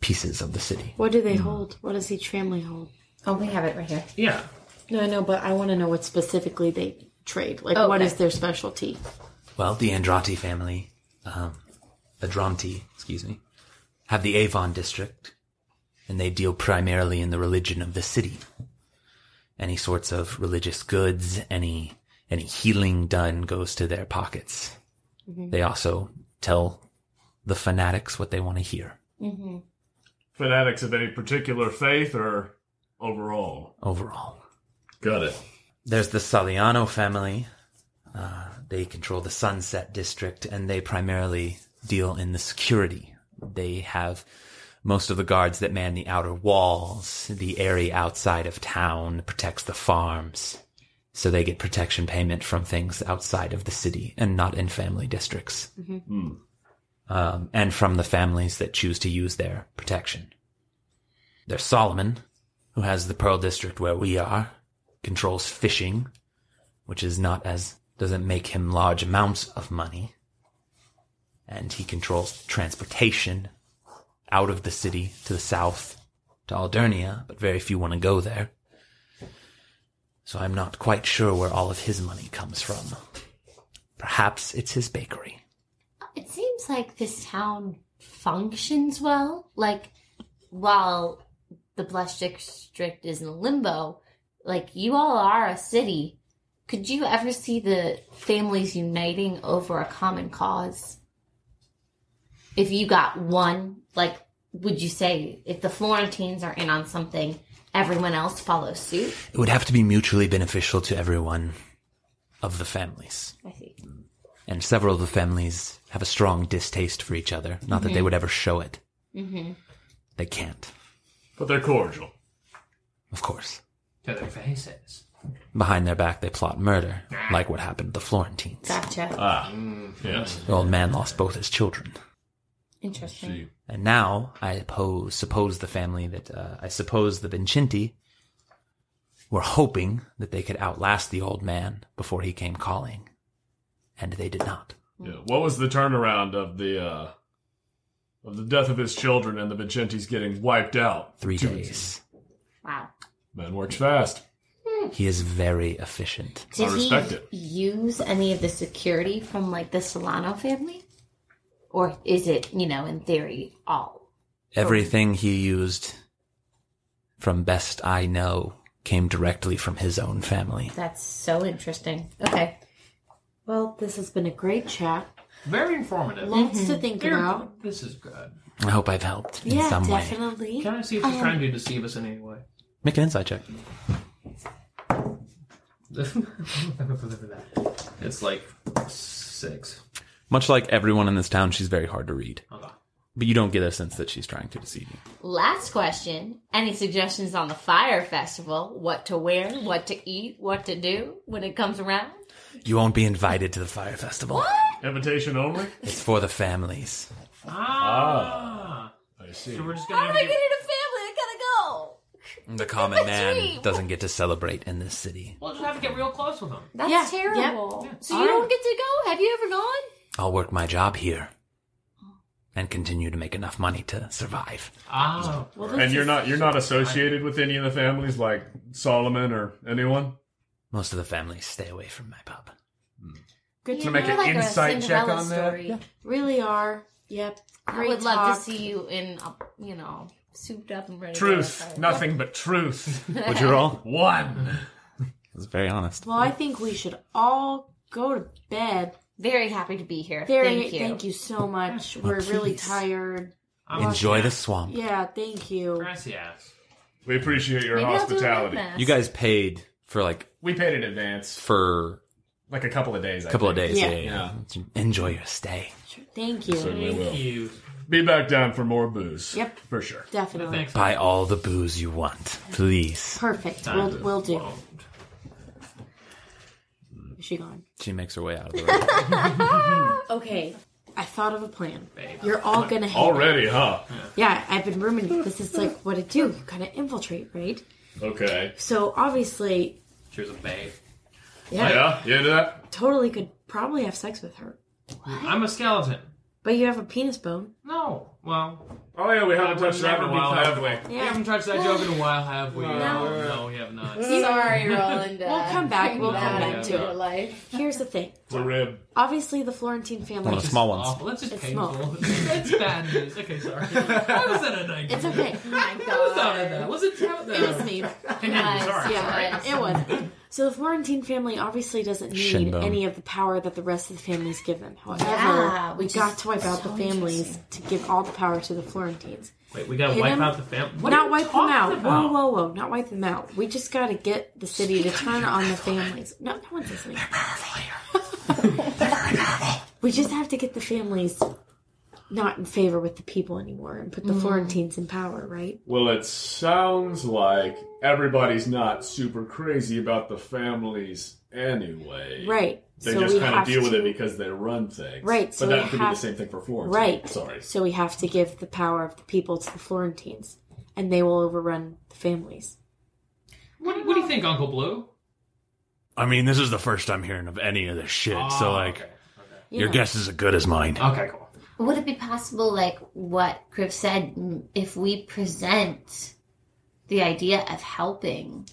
S16: pieces of the city.
S6: What do they hold? What does each family hold?
S4: Oh, we have it right here.
S8: Yeah.
S6: No, I know, but I want to know what specifically they trade. Like, what
S4: Okay.
S6: is their specialty?
S16: Well, the Andrati family um, Adranti, excuse me, have the Avon district, and they deal primarily in the religion of the city. Any sorts of religious goods, any any healing done goes to their pockets.
S6: Mhm.
S16: They also tell the fanatics what they want to hear.
S6: Mm-hmm.
S5: Fanatics of any particular faith or overall?
S16: overall.
S5: Got it.
S16: There's the Saliano family. Uh, they control the Sunset District, and they primarily deal in the security. They have most of the guards that man the outer walls. The area outside of town protects the farms. So they get protection payment from things outside of the city and not in family districts.
S6: Mhm.
S5: Hmm.
S16: Um, and from the families that choose to use their protection. There's Solomon, who has the Pearl District where we are, controls fishing, which is not as, doesn't make him large amounts of money. And he controls transportation out of the city to the south to Aldernia, but very few want to go there. So I'm not quite sure where all of his money comes from. Perhaps it's his bakery.
S4: It seems like this town functions well. Like, while the Blush District is in limbo, like, you all are a city. Could you ever see the families uniting over a common cause? If you got one, like, would you say if the Florentines are in on something, everyone else follows suit?
S16: It would have to be mutually beneficial to everyone of the families.
S4: I see.
S16: And several of the families have a strong distaste for each other. Not that they
S4: Mhm.
S16: would ever show it.
S4: Mm-hmm.
S16: They can't,
S5: But they're cordial.
S16: of course.
S8: To their faces.
S16: Behind their back, they plot murder, like what happened to the Florentines.
S4: Gotcha.
S5: Ah, yes.
S16: The old man lost both his children.
S4: Interesting.
S16: And now, I suppose, suppose the family that, uh, I suppose the Vincenti were hoping that they could outlast the old man before he came calling. And they did not.
S8: Mm-hmm.
S5: Yeah. What was the turnaround of the uh, of the death of his children and the Vincenti's getting wiped out?
S16: Three
S5: Two
S16: days.
S4: Wow.
S5: Man works fast.
S8: Hmm.
S16: He is very efficient.
S5: I
S4: Did he
S5: respect it.
S4: use any of the security from like the Solano family? Or is it, you know, in theory, all?
S16: Everything he used, from best I know, came directly from his own family.
S4: That's so interesting. Okay.
S6: Well, this has been a great chat.
S8: Very informative.
S6: Lots to think
S8: Very-
S6: about.
S8: This is good.
S16: I hope I've helped in
S6: Yeah,
S16: some way.
S6: definitely. Um,
S8: Can I see if she's trying to deceive us in any way?
S16: Make an insight check.
S8: it's like six.
S2: Much like everyone in this town, she's very hard to read.
S8: Okay.
S2: But you don't get a sense that she's trying to deceive you.
S4: Last question. Any suggestions on the fire festival? What to wear, what to eat, what to do when it comes around?
S16: You won't be invited to the fire festival.
S5: Invitation only.
S16: It's for the families.
S8: Ah.
S5: I see.
S8: So we're just
S4: How
S8: gonna
S4: do
S8: have
S4: I
S8: to
S4: get into family? I gotta go.
S16: The common man
S4: dream.
S16: doesn't get to celebrate in this city.
S8: we'll just have to get real close with them.
S4: That's
S6: Yeah,
S4: terrible. So
S6: All
S4: you don't get to go? Have you ever gone?
S16: I'll work my job here and continue to make enough money to survive.
S8: Ah.
S5: And you're not you're not associated with any of the families like Solomon or anyone.
S16: Most of the families stay away from my pub.
S6: Good
S4: You
S6: to
S5: make
S4: know,
S5: an
S4: like a
S5: insight check
S4: Cinderella
S5: on that?
S4: story.
S6: Really are. Yep.
S4: I would love to see you in, a, you know, souped up and ready. to go outside.
S5: Truth, nothing but truth.
S2: Would you roll?
S5: One.
S2: It's very honest.
S6: Well, I think we should all go to bed.
S4: Very happy to be here.
S6: Very,
S4: thank you.
S6: so much. We're
S5: Oh,
S6: really tired.
S8: I'm
S16: Enjoy the swamp.
S6: Yeah, thank you.
S8: Gracias.
S5: We appreciate your
S4: Maybe I'll do a
S5: hospitality.
S4: math.
S2: You guys paid for like
S5: We paid in advance,
S2: for
S5: like a couple of days.
S2: a couple of days.
S6: Yeah.
S16: Enjoy your stay.
S6: Thank you.
S5: Certainly will.
S8: You.
S5: Be back down for more booze.
S6: Yep.
S5: for sure.
S6: Definitely.
S8: Thanks.
S16: Buy all the booze you want, please.
S6: Perfect. We'll, we'll do. Is she gone?
S2: She makes her way out of the room.
S6: Okay. I thought of a plan. You're all gonna hang.
S5: Already, huh?
S6: Yeah, I've been ruminating. This is like what I do. You kind of infiltrate, right?
S5: Okay.
S6: So obviously,
S8: She was a babe.
S6: yeah,
S16: Oh,
S5: Yeah, you into that?
S6: totally could probably have sex with her.
S8: I'm a skeleton.
S6: But you have a penis bone.
S8: No. Well,
S5: Oh yeah, we haven't
S8: Never
S5: touched that in a
S8: been
S5: while,
S8: wild.
S5: have we?
S8: we
S6: Yeah.
S8: haven't touched that joke in a while, have we?
S5: No.
S8: No, we have not.
S12: Sorry, Roland.
S6: We'll come back, we'll
S8: come back to
S12: your life.
S6: Here's the thing.
S5: It's a rib.
S6: Obviously, the Florentine family.
S16: One of the small ones.
S8: Awful. That's just
S6: It's
S8: painful.
S6: small.
S8: That's bad news. Okay, sorry. Why was that an idea?
S4: It's okay. Oh my
S8: What was out of
S4: god.
S8: that? Was it out of that?
S6: It was me.
S8: Yeah, sorry.
S6: Yeah, it was. So the Florentine family obviously doesn't need
S16: Shinbone.
S6: any of the power that the rest of the family's given. However,
S4: Yeah,
S6: we
S4: which
S6: got
S4: is
S6: to wipe out
S4: so
S6: the families to give all the power to the Florentines.
S8: Wait, we gotta
S6: You
S8: wipe
S6: know-
S8: out the family. What are
S6: not
S8: you
S6: wipe them
S8: talking
S6: out.
S8: about?
S6: Whoa, whoa, whoa! Not wipe them out. We just got to get the city to turn on the families. No, no one's listening. we just have to get the families not in favor with the people anymore and put the
S4: Mm-hmm.
S6: Florentines in power, right?
S5: Well, it sounds like everybody's not super crazy about the families anyway.
S6: Right.
S5: They
S6: so
S5: just
S6: we
S5: kind of
S6: have
S5: deal with
S6: to,
S5: it because they run things.
S6: Right,
S5: But
S6: so
S5: that could
S6: we
S5: be the
S6: have-
S5: same thing for Florence.
S6: Right.
S5: Sorry.
S6: So we have to give the power of the people to the Florentines, and they will overrun the families.
S8: What, what do you think, Uncle Blue?
S7: I mean, this is the first I'm hearing of any of this shit. so,
S8: Ah,
S7: like,
S8: okay.
S6: You
S7: your
S6: know.
S7: guess is as good as mine.
S8: Okay, cool.
S4: Would it be possible, like what Griff said, m- if we present the idea of helping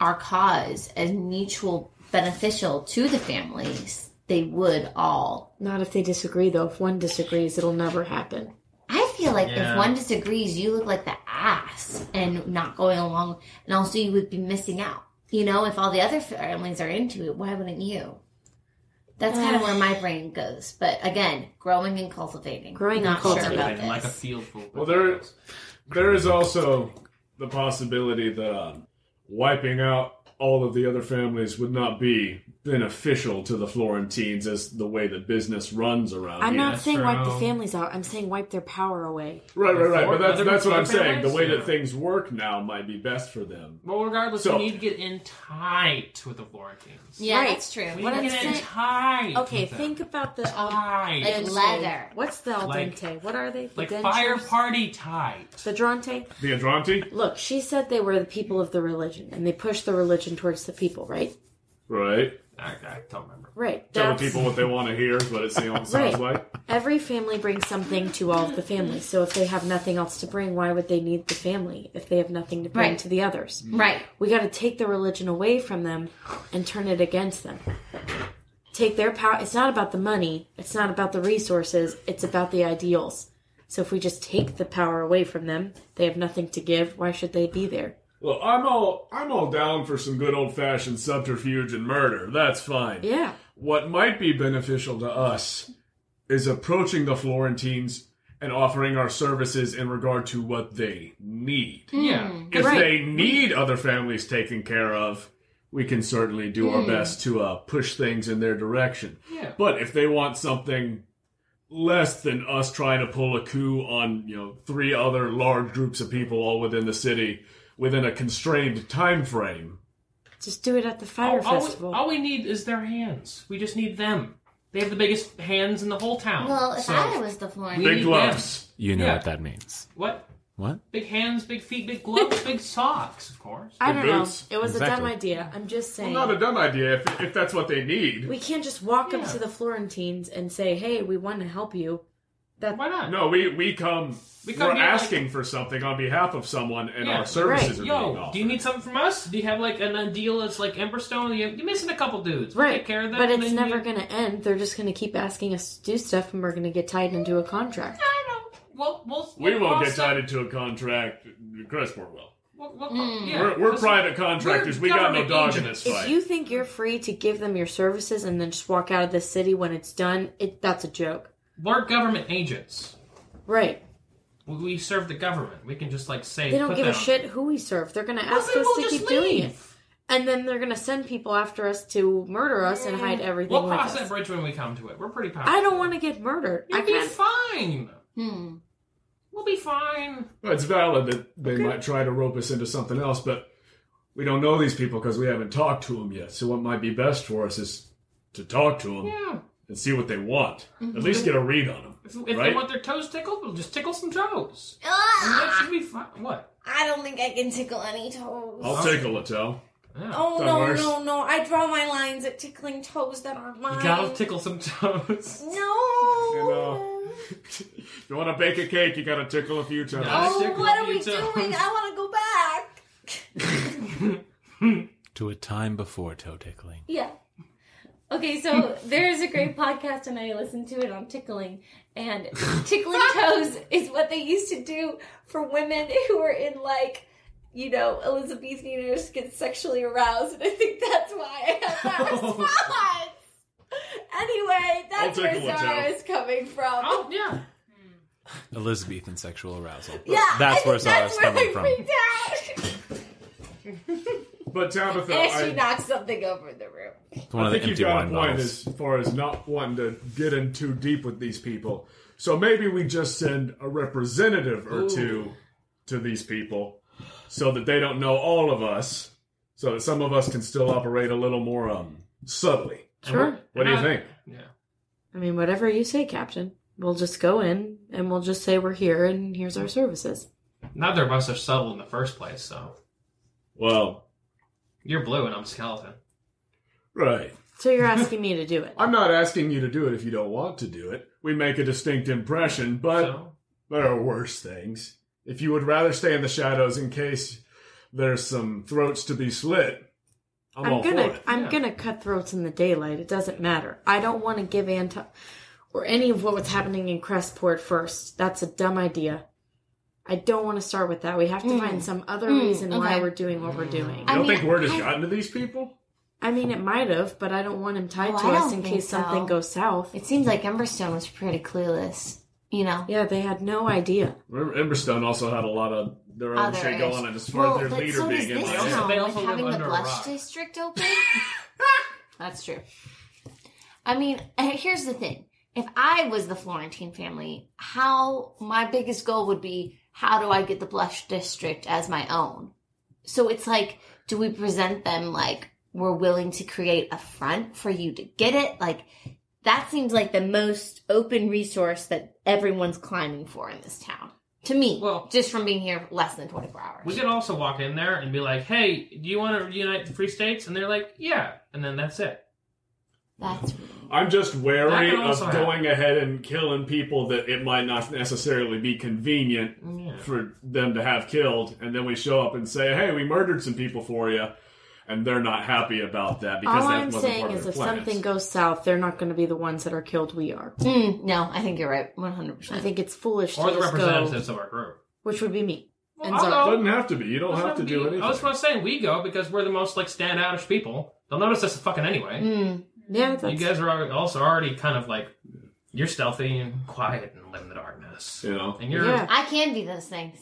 S4: our cause as mutual beneficial to the families, they would all.
S6: Not if they disagree, though. If one disagrees, it'll never happen.
S4: I feel like
S8: Yeah.
S4: if one disagrees, you look like the ass and not going along, and also you would be missing out. You know, if all the other families are into it, why wouldn't you? That's kind of where my brain goes. But again, growing and cultivating.
S6: Growing and
S4: not sure
S6: cultivating,
S4: about
S8: Cultivating
S4: this.
S8: like a field full.
S5: Well, there, there is also the possibility that um, wiping out all of the other families would not be beneficial to the Florentines as the way the business runs around
S6: I'm
S5: here.
S6: not saying wipe the
S8: true.
S6: families out. I'm saying wipe their power away.
S5: right, right, right. But that's,
S8: Other
S5: that's what I'm
S8: families?
S5: saying. The way
S8: Yeah.
S5: that things work now might be best for them.
S8: Well, regardless,
S5: So-
S8: we need to get in tight with the Florentines.
S4: Yeah,
S6: Right.
S4: that's true.
S8: We need
S6: What
S8: to
S6: I'm
S8: get in
S6: saying-
S8: tight.
S6: Okay,
S8: with them.
S6: think about the al
S8: tight.
S4: Like leather.
S6: What's the al
S8: Like-
S6: dente? what are they? The
S8: like
S6: dentures?
S8: fire party tight.
S6: The dronte?
S5: The Andronti?
S6: Look, she said they were the people of the religion, and they pushed the religion towards the people, right?
S5: Right.
S8: I, I don't remember.
S6: Right.
S5: Tell
S6: That's,
S5: the people what they want to hear is what it sounds
S6: Right.
S5: like.
S6: Every family brings something to all of the families. So if they have nothing else to bring, why would they need the family if they have nothing to bring
S4: Right.
S6: to the others?
S5: Mm.
S4: Right.
S6: We got to take the religion away from them and turn it against them. Take their power. It's not about the money. It's not about the resources. It's about the ideals. So if we just take the power away from them, they have nothing to give. Why should they be there?
S5: Look, I'm all I'm all down for some good old fashioned subterfuge and murder. That's fine.
S6: Yeah.
S5: What might be beneficial to us is approaching the Florentines and offering our services in regard to what they need.
S8: Yeah.
S5: If
S6: Hmm. Right.
S5: they need other families taken care of, we can certainly do our best to uh, push things in their direction.
S8: Hmm. Yeah.
S5: But if they want something less than us trying to pull a coup on, you know, three other large groups of people all within the city within a constrained time frame,
S6: Just do it at the
S4: Oh,
S6: fire
S8: All, all we,
S6: festival.
S8: all we need is their hands. We just need them. They have the biggest hands in the whole town.
S4: Well, if
S8: So-
S4: I was the Florentine,
S8: We
S5: big
S8: need
S5: gloves.
S1: You know
S8: Yeah.
S1: what that means.
S8: What?
S1: What?
S8: Big hands, big feet, big gloves, big socks, of course.
S6: I don't
S5: boots.
S6: know. It was a dumb
S1: Exactly.
S6: idea. I'm just saying.
S5: Not a dumb idea if, if that's what they need.
S6: we can't just walk up
S8: Yeah.
S6: to the Florentines and say, "Hey, we want to help you." That
S8: Why not?
S5: No, we we come.
S8: We come
S5: we're
S8: here like-
S5: asking for something on behalf of someone, and
S8: Yeah,
S5: our services
S6: right.
S5: are being
S8: Yo,
S5: offered.
S8: do you need something from us? Do you have like an a deal that's like Emberstone? You- You're missing a couple dudes. We'll
S6: right,
S8: Take care of them.
S6: but
S8: and
S6: it's
S8: then
S6: never
S8: you-
S6: going to end. They're just going to keep asking us to do stuff, and we're going to get tied into a contract.
S8: I don't. We'll, we'll,
S5: we
S8: we'll
S5: won't
S8: cross
S5: get
S8: that-
S5: tied into a contract. Crestmore will.
S8: We'll, we'll,
S6: Hmm.
S8: yeah,
S5: We're, we're
S8: just-
S5: private contractors.
S8: we're
S5: We got no
S8: government
S5: dog in
S8: agents.
S5: this
S6: If
S5: fight.
S6: you think you're free to give them your services and then just walk out of the city when it's done, it that's a joke.
S8: We're government agents.
S6: Right?
S8: We- We serve the government. We can just like say
S6: They don't
S8: put
S6: give a
S8: that on-
S6: shit who we serve. They're going to
S8: Well,
S6: ask
S8: then
S6: us
S8: we'll
S6: to
S8: just
S6: keep doing it,
S8: leave.
S6: and then they're going to send people after us to murder us and hide everything.
S8: We'll
S6: with
S8: cross
S6: us.
S8: that bridge when we come to it. We're pretty powerful.
S6: I don't want to get murdered.
S8: You'll
S6: I
S8: be
S6: can't.
S8: fine.
S4: hmm,
S8: We'll be fine.
S5: Well, it's valid that they might try to rope us into something else, but we don't know these people because we haven't talked to them yet. So what might be best for us is to talk to them
S8: Yeah. Mm-hmm.
S5: and see what they want. At least get a read on them,
S8: If, if they
S5: right?
S8: want their toes tickled, we'll just tickle some toes. And
S4: Ah,
S8: that should be fine. What?
S4: I don't think I can tickle any toes.
S5: I'll tickle a toe.
S12: Oh
S5: Done
S12: no,
S5: worse.
S12: no, no! I draw my lines at tickling toes that aren't mine.
S8: You gotta tickle some toes.
S12: no.
S5: You know, if you want to bake a cake, you gotta tickle a few times.
S8: Yeah.
S12: Oh,
S8: Tickle
S12: what are
S8: you
S12: we
S8: toes.
S12: doing? I want to go back.
S2: To a time before toe tickling.
S12: Yeah. Okay, so there is a great podcast, and I listened to it on tickling. And tickling toes is what they used to do for women who were in, like, you know, Elizabethan years to get sexually aroused. And I think that's why I have that
S5: Oh.
S12: response. Anyway, that's
S5: I'll
S12: where
S5: tickle a toe.
S12: Zara is coming from.
S8: Oh yeah.
S2: Elizabethan sexual arousal.
S12: yeah,
S2: That's
S12: I
S2: where
S12: think that's
S2: Zara's
S12: where
S2: coming
S12: I
S2: from.
S12: freaked out.
S5: But Tabitha,
S12: and she
S5: I,
S12: knocked something over in the room.
S2: It's one
S5: I
S2: of the
S5: think
S2: empty
S5: you've got a
S2: wine
S5: point
S2: bottles.
S5: as far as not wanting to get in too deep with these people. So maybe we just send a representative or two to these people so that they don't know all of us, so that some of us can still operate a little more um, subtly.
S6: Sure.
S5: What do you think?
S8: Yeah.
S6: I mean, whatever you say, Captain. We'll just go in and we'll just say we're here and here's our services.
S8: Neither of us are subtle in the first place, so
S5: Well,
S8: you're blue and I'm skeleton.
S5: right.
S6: So you're asking me to do it.
S5: I'm not asking you to do it if you don't want to do it. We make a distinct impression, but
S8: So
S5: There are worse things. If you would rather stay in the shadows in case there's some throats to be slit, I'm, all
S6: I'm
S5: for
S6: gonna
S5: it.
S6: I'm
S8: Yeah.
S6: gonna cut throats in the daylight. It doesn't matter. I don't want to give Anto or any of what was happening in Crestport first. That's a dumb idea. I don't want to start with that. We have to
S12: Mm.
S6: find some other reason why
S4: okay.
S6: we're doing what we're doing.
S5: You
S4: I
S5: don't
S4: mean,
S5: think word has
S4: I-
S5: gotten to these people?
S6: I mean, it might have, but I don't want him tied
S4: Oh,
S6: to
S4: I
S6: us
S4: don't
S6: in
S4: think
S6: case something
S4: so.
S6: goes south.
S4: It seems like Emberstone was pretty clueless. You know.
S6: Yeah, they had no idea.
S5: Remember, Emberstone also had a lot of their own
S4: Other
S5: shit
S4: ish.
S5: going on as far
S4: Well,
S5: as their
S4: but
S5: leader
S4: so does
S5: being in
S4: this
S8: line.
S5: line.
S4: town,
S8: They
S4: like
S8: also live
S4: having the
S8: under a
S4: blush
S8: rock.
S4: district open. That's true. I mean, uh, here's the thing: if I was the Florentine family, how my biggest goal would be how do I get the blush district as my own? So it's like, do we present them like we're willing to create a front for you to get it? Like that seems like the most open resource that everyone's climbing for in this town. To me,
S8: Well-
S4: just from being here less than 24 hours.
S8: we could also walk in there and be like, "Hey, do you want to reunite the free states?" And they're like, "Yeah," and then that's it.
S4: That's
S5: I'm just
S8: That
S5: wary
S8: can
S5: of
S8: also
S5: going ahead and killing people that it might not necessarily be convenient
S8: Yeah.
S5: for them to have killed, and then we show up and say, "Hey, we murdered some people for you," and they're not happy about that because
S6: All
S5: that
S6: I'm
S5: wasn't
S6: saying
S5: part
S6: is
S5: of
S6: if
S5: their plans.
S6: something goes south, they're not going to be the ones that are killed. We are.
S4: Mm, no, I think you're right. 100%.
S6: I think it's foolish
S8: Or
S6: to
S8: the
S6: just go,
S8: representatives of our group.
S6: which would be me.
S8: Well,
S6: and
S8: I'll
S6: Zara.
S8: go.
S5: doesn't have to be. You don't
S8: That's
S5: have to
S8: not
S5: do
S8: me.
S5: anything.
S8: I was just saying we go because we're the most like standoutish people. They'll notice us fucking anyway.
S4: Mm,
S6: Yeah,
S8: You
S6: Hmm. that's
S8: guys are al- also already kind of like you're stealthy and quiet and live in the darkness,
S5: you know.
S8: and you're
S6: Yeah.
S4: I can be those things.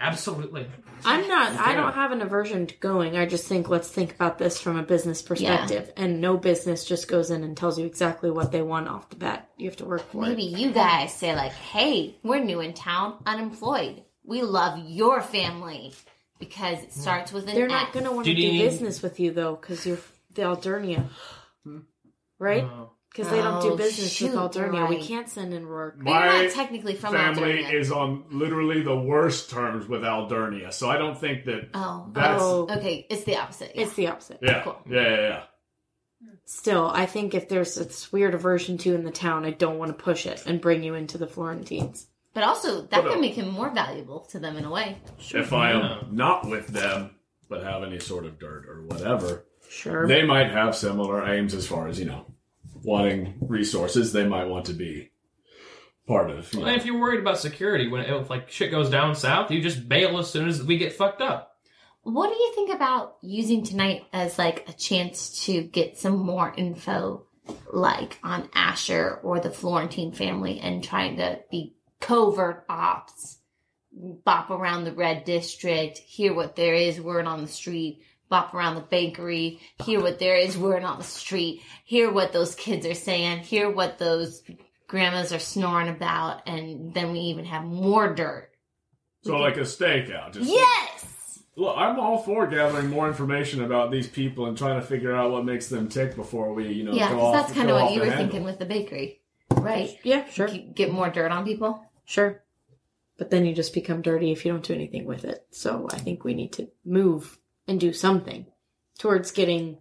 S8: absolutely
S6: I'm not. I
S5: Yeah.
S6: don't have an aversion to going. I just think let's think about this from a business perspective, and no business just goes in and tells you exactly what they want off the bat. You have to work for
S4: Maybe
S6: it.
S4: you guys say, like, hey, we're new in town, unemployed. We love your family because it starts with an
S6: They're not
S4: F.
S6: going to want
S8: Do
S6: to
S8: you
S6: do
S8: need-
S6: business with you though, because you're f- the Aldernia, right?
S8: Oh.
S6: Because they don't
S4: Oh,
S6: do business
S4: shoot,
S6: with Aldernia.
S4: you're
S6: We
S4: right.
S6: can't send in Rourke.
S4: They're
S5: My
S4: not technically from
S5: family
S4: Aldernia.
S5: is on literally the worst terms with Aldernia, so I don't think that.
S4: Oh,
S5: That's-
S6: Oh.
S4: okay. It's the opposite.
S6: It's the opposite.
S5: Yeah,
S4: Cool.
S5: yeah, yeah, yeah.
S6: Still, I think if there's this weird aversion to in the town, I don't want to push it and bring you into the Florentines.
S4: But also, that
S5: What
S4: can
S5: a-
S4: make him more valuable to them in a way.
S5: If I
S8: Yeah.
S5: am not with them, but have any sort of dirt or whatever,
S6: Sure.
S5: they might have similar aims as far as you know, wanting resources. They might want to be part of. you know.
S8: And if you're worried about security, when if like shit goes down south, you just bail as soon as we get fucked up.
S4: What do you think about using tonight as like a chance to get some more info, like on Asher or the Florentine family, and trying to be covert ops, bop around the red district, hear what there is word on the street, bop around the bakery, hear what there is word on the street, hear what those kids are saying, hear what those grandmas are snoring about, and then we even have more dirt.
S5: so like a stakeout. Just
S4: Yes.
S5: look, I'm all for gathering more information about these people and trying to figure out what makes them tick before we, you know,
S4: Yeah,
S5: go
S4: 'cause
S5: off-
S4: that's kind
S5: go
S4: of what
S5: off
S4: you
S5: the
S4: were
S5: handle.
S4: thinking with the bakery, right?
S6: yeah, sure.
S4: G- Get more dirt on people.
S6: Sure. But then you just become dirty if you don't do anything with it. So I think we need to move and do something. towards getting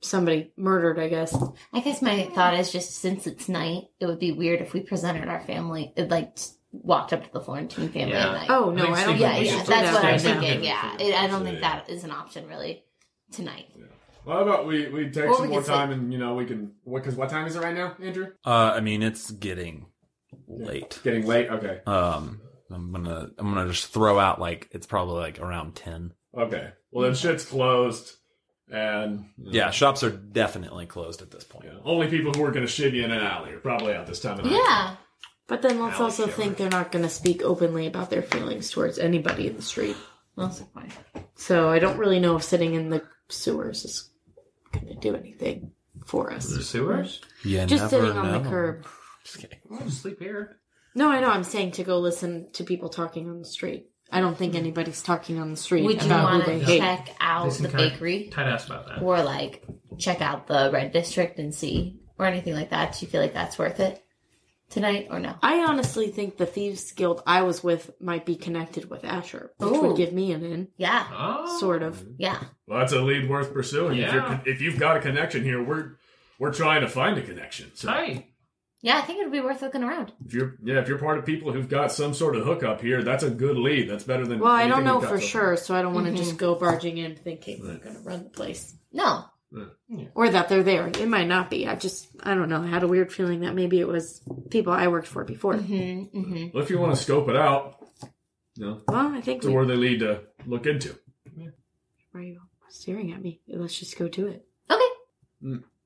S6: somebody murdered, I guess.
S4: I guess my thought is just since it's night, it would be weird if we presented our family, it, like just walked up to the Florentine family
S8: Yeah.
S4: at night.
S6: Oh, no,
S8: We've
S6: I
S8: seen what
S6: don't
S4: yeah,
S8: we
S6: think
S8: should
S4: yeah,
S8: do
S4: that's what I'm
S8: upstairs now.
S4: thinking. Yeah, it, I don't think that is an option really tonight.
S5: Well, how about we, we take
S4: Or
S5: some
S4: we
S5: more
S4: can sleep.
S5: time and, you know, we can. What? Because what time is it right now, Andrew?
S2: Uh, I mean, it's getting late.
S5: Getting late? Okay.
S2: Um, I'm gonna I'm gonna just throw out like it's probably like around ten.
S5: Okay. Well, then shit's closed. And. you know,
S2: Yeah, shops are definitely closed at this point.
S5: yeah, Only people who are going to shit you in an alley are probably out this time of night.
S4: Yeah,
S6: But then let's
S5: Alley
S6: also
S5: shiver.
S6: think they're not going to speak openly about their feelings towards anybody in the street.
S4: that's fine.
S6: So I don't really know if sitting in the sewers is going to do anything for us.
S17: The sewers?
S2: Yeah,
S6: Just
S2: never
S6: sitting on the
S2: know.
S6: curb.
S2: Just kidding.
S17: I'll just sleep here.
S6: No, I know. I'm saying to go listen to people talking on the street. I don't think anybody's talking on the street
S4: Mm-hmm. Would you
S6: about
S4: want
S6: who they
S4: to
S6: hate.
S4: check out
S17: Listen,
S4: the
S17: can I-
S4: bakery
S17: Tight ass about that.
S4: or like check out the red district and see or anything like that? Do you feel like that's worth it tonight or no?
S6: I honestly think the thieves guild I was with might be connected with Asher, which
S4: Ooh.
S6: would give me an in,
S4: Yeah,
S17: Oh.
S6: sort of.
S4: yeah.
S5: Well, that's a lead worth pursuing. If, you're,
S17: Yeah.
S5: con- if you've got a connection here, we're we're trying to find a connection. So
S17: Tight.
S4: Yeah, I think it would be worth looking around.
S5: if you're yeah, if you're part of people who've got some sort of hookup here, that's a good lead. That's better than.
S6: Well, I
S5: anything
S6: don't know
S5: we've got so
S6: for
S5: far.
S6: sure, so I don't want to
S4: Mm-hmm.
S6: just go barging in thinking we're going to run the place.
S4: No,
S6: Or that they're there. It might not be. I just, I don't know. I had a weird feeling that maybe it was people I worked for before.
S4: Mm-hmm,
S5: Well, if you want to scope it out, you know,
S6: Mm-hmm. Well, I think
S5: to
S6: we,
S5: where they lead to look into.
S6: why are you staring at me. Let's just go do it.
S4: okay.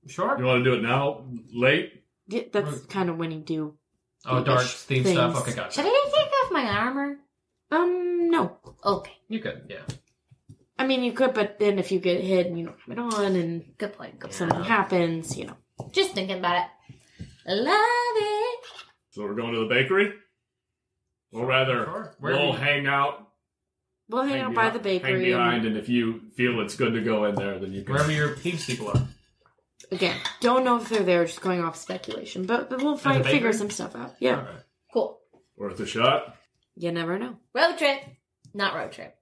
S17: Sure.
S5: You want to do it now, late?
S6: Yeah, That's kind of when you do.
S17: Oh, dark
S6: Thievish
S17: theme stuff.
S6: things.
S17: Okay, gotcha.
S4: Should I take off my armor?
S6: Um, no.
S4: Okay,
S17: You could, yeah.
S6: I mean, you could, but then if you get hit and you don't have it on and
S4: good point. Good point.
S6: something happens, you know.
S4: Just thinking about it. Love it.
S5: So we're going to the bakery, or rather,
S17: Sure. Where
S5: we'll
S17: we-
S5: hang out.
S6: We'll hang, out by
S5: behi-
S6: the bakery.
S5: Hang
S6: and-
S5: behind, and if you feel it's good to go in there, then you can.
S17: Wherever your thieves people are.
S6: Again, don't know if they're there, just going off speculation, but, but we'll
S17: At
S6: find,
S17: the
S6: figure
S17: bakery?
S6: some stuff out. Yeah.
S17: All right.
S4: Cool.
S5: Worth a shot.
S6: You never know.
S4: Road trip. Not road trip.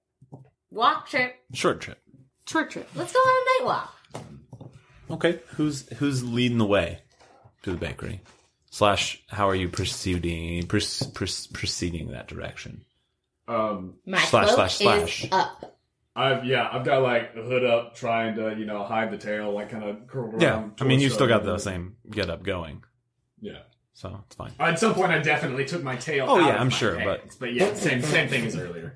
S4: Walk trip.
S2: Short trip.
S6: Short trip.
S4: Let's go on a night walk.
S2: Okay, who's who's leading the way to the bakery? Slash, how are you proceeding pers- pers- proceeding that direction?
S5: Um,
S4: My
S2: Slash,
S4: cloak
S2: slash, slash.
S4: is up.
S5: I've yeah, I've got like the hood up, trying to you know hide the tail, like kind of curled around.
S2: Yeah, I mean, you've still
S5: torso.
S2: got the same get up going,
S5: Yeah.
S2: so it's fine.
S5: At some point, I definitely took my tail.
S2: Oh,
S5: out
S2: yeah,
S5: of
S2: I'm
S5: my
S2: sure, but-
S5: pants, but yeah, same same thing as earlier.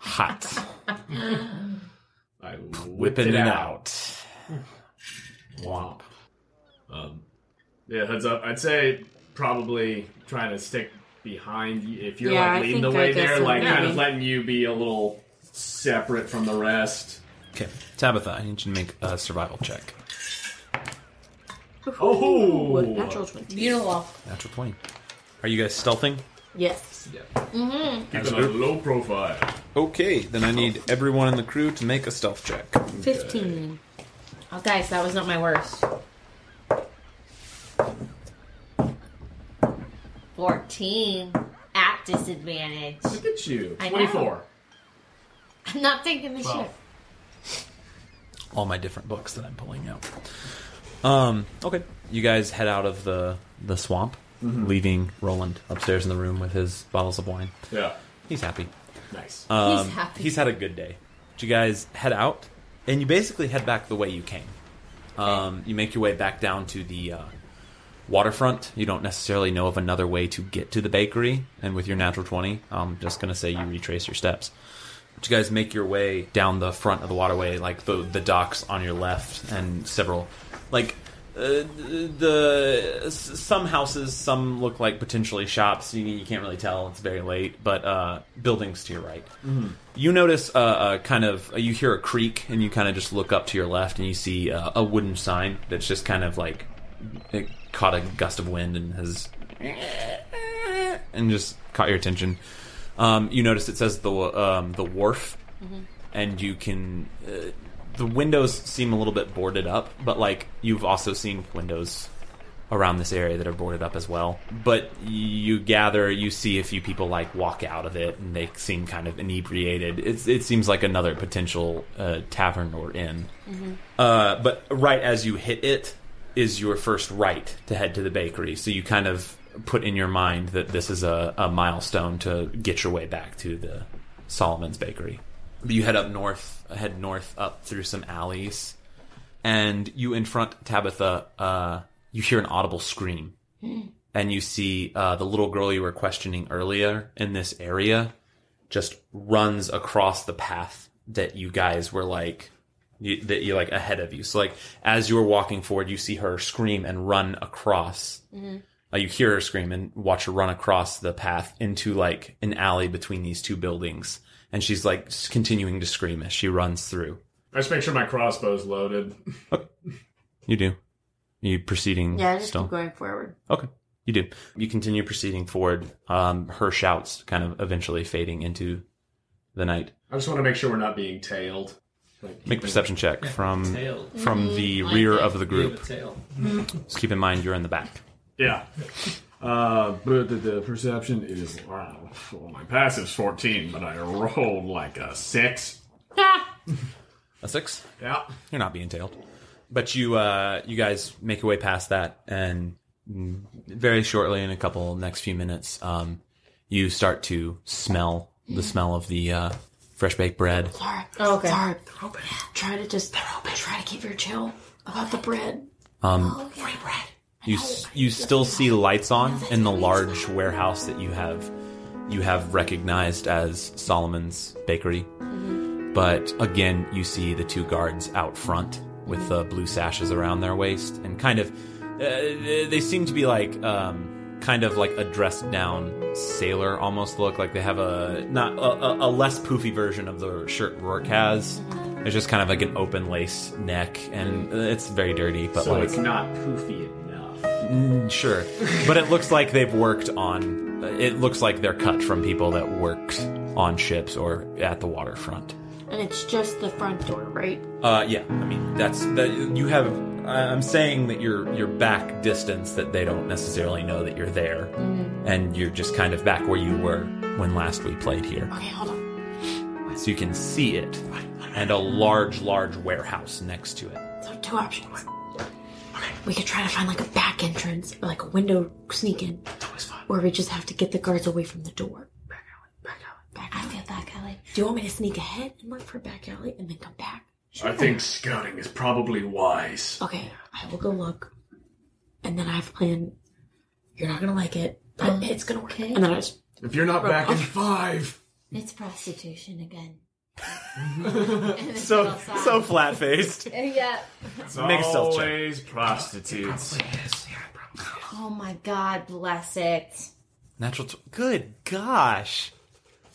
S2: Hot,
S5: I whipped
S2: whipping it out. Womp.
S5: Um, yeah, heads up. I'd say probably trying to stick behind you if you're
S6: Yeah, I
S5: like leading the
S6: think I
S5: way
S6: guess
S5: there,
S6: so,
S5: like kind of
S6: maybe.
S5: letting you be a little separate from the rest.
S2: Okay, Tabitha, I need you to make a survival check.
S5: Oh!
S6: Ooh, natural twenty.
S4: Beautiful.
S2: Natural twenty. Are you guys stealthing?
S6: Yes.
S4: Mm-hmm.
S5: Keeping a low profile.
S2: Okay, then I need everyone in the crew to make a stealth check.
S6: Fifteen.
S4: Oh, guys, that was not my worst. 14. At disadvantage.
S5: Look at you.
S4: I know.
S5: Twenty-four.
S4: I'm not taking the shit.
S2: all my different books that I'm pulling out. Um, okay. You guys head out of the the swamp,
S5: Mm-hmm.
S2: leaving Roland upstairs in the room with his bottles of wine.
S5: Yeah.
S2: He's happy.
S5: Nice.
S2: Um,
S4: happy.
S2: He's had a good day. But you guys head out, and you basically head back the way you came. Um, you make your way back down to the uh, waterfront. You don't necessarily know of another way to get to the bakery, and with your natural 20, I'm just going to say you retrace your steps. But you guys make your way down the front of the waterway, like the, the docks on your left, and several, like, uh, the s- some houses some look like potentially shops you, you can't really tell it's very late but uh buildings to your right you notice uh, uh, kind of you hear a creek and you kind of just look up to your left and you see uh, a wooden sign that's just kind of like it caught a gust of wind and has and just caught your attention um, you notice it says the um, the wharf and you can uh, the windows seem a little bit boarded up but like you've also seen windows around this area that are boarded up as well. But you gather, you see a few people like walk out of it, and they seem kind of inebriated. It's, it seems like another potential uh, tavern or inn.
S8: Mhm.
S2: Uh, but right as you hit it is your first right to head to the bakery. So you kind of put in your mind that this is a, a milestone to get your way back to the Solomon's Bakery. But you head up north, head north up through some alleys, and you confront Tabitha. Uh, you hear an audible scream, and you see uh, the little girl you were questioning earlier in this area just runs across the path that you guys were like you, that you like ahead of you. So like as you were walking forward, you see her scream and run across.
S8: Mhm.
S2: Uh, you hear her scream and watch her run across the path into like an alley between these two buildings, and she's like s- continuing to scream as she runs through.
S5: I just make sure my crossbow's loaded.
S2: You do. You proceeding?
S6: Yeah, I just
S2: still?
S6: keep going forward.
S2: Okay. You do. You continue proceeding forward. Um, her shouts kind of eventually fading into the night.
S1: I just want to make sure we're not being tailed. Like,
S2: Make a perception check from
S1: Tail.
S2: from
S6: Mm-hmm. Mm,
S2: the
S1: Mhm.
S2: rear
S1: Like it.
S2: of the group.
S1: Yeah, tail.
S2: Just keep in mind you're in the back.
S5: Yeah. Uh, but the, the perception is wow. Well, my passive's fourteen, but I rolled like a six.
S2: A six?
S5: Yeah.
S2: You're not being tailed. But you uh, you guys make your way past that, and very shortly, in a couple next few minutes, um, you start to smell the smell of the uh, fresh baked bread.
S6: Oh, okay. Sorry. Try to just try to keep your chill about the bread.
S2: Um, You s- you still see lights on in the large warehouse that you have you have recognized as Solomon's Bakery, but again you see the two guards out front with uh, blue sashes around their waist and kind of uh, they seem to be like um, kind of like a dressed down sailor almost look like they have a not a, a- a less poofy version of the shirt Rourke has. It's just kind of like an open lace neck and it's very dirty, but
S1: so
S2: like
S1: it's not poofy enough.
S2: Mm, sure, but it looks like they've worked on. It looks like they're cut from people that worked on ships or at the waterfront.
S6: And it's just the front door, right?
S2: Uh, yeah, I mean that's that. You have. I- I'm saying that you're you're back distance that they don't necessarily know that you're there,
S6: Mhm.
S2: and you're just kind of back where you were when last we played here.
S6: Okay, hold on.
S2: So you can see it, and a large, large warehouse next to it.
S6: So two options. Okay. We could try to find like a back entrance or like a window sneak in. That's always fun. Where we just have to get the guards away from the door. Back alley, back alley, back alley. I feel back alley. Do you want me to sneak ahead and look for back alley and then come back?
S1: I think scouting is probably wise.
S6: Okay, I will go look. And then I have a plan. You're not gonna like it, but it's gonna work. And then I just
S5: If you're not back in five,
S4: It's prostitution again.
S2: so so flat faced.
S18: yeah.
S5: it's
S2: Make a stealth check.
S5: always prostitutes.
S4: Oh my god, bless it.
S2: Natural. Tw- Good gosh.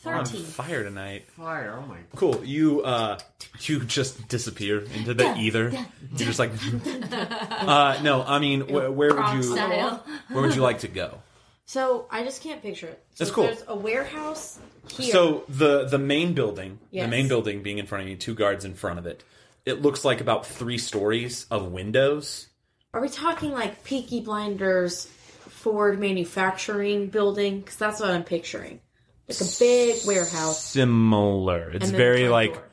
S2: We're On
S4: 13.
S2: fire tonight.
S5: Fire. Oh my.
S2: Cool. You uh, you just disappear into the ether. You're just like. uh, no, I mean, wh- where would you?
S6: Crocodile.
S2: Where would you like to go?
S6: So I just can't picture it. So
S2: That's cool.
S6: There's a warehouse here.
S2: So the the main building,
S6: Yes.
S2: the main building being in front of you, two guards in front of it. It looks like about three stories of windows.
S6: are we talking like Peaky Blinders Ford manufacturing building? Because that's what I'm picturing. Like a big warehouse.
S2: Similar.
S6: And
S2: It's
S6: then
S2: very
S6: front
S2: like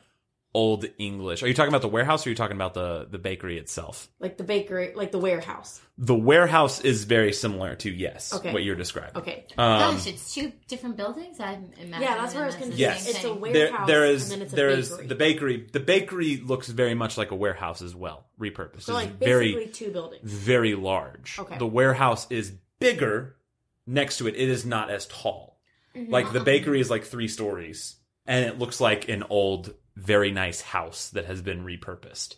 S2: old English. Are you talking about the warehouse? or Are you talking about the the bakery itself?
S6: Like the bakery, like the warehouse.
S2: The warehouse is very similar to yes,
S6: Okay.
S2: what you're describing.
S6: Okay.
S2: Um,
S4: Gosh, it's two different buildings. I'm imagining.
S6: Yeah, that's where I was
S4: them as
S6: confused.
S4: the
S2: yes,
S4: same thing.
S2: there, there is
S6: and then it's a
S2: there is
S6: bakery.
S2: the bakery. The bakery looks very much like a warehouse as well, repurposed.
S6: So, like,
S2: It's
S6: basically two buildings.
S2: very large.
S6: Okay.
S2: The warehouse is bigger. Next to it, it is not as tall.
S4: Mm-hmm.
S6: Mhm.
S2: Like the bakery is like three stories, and it looks like an old, very nice house that has been repurposed.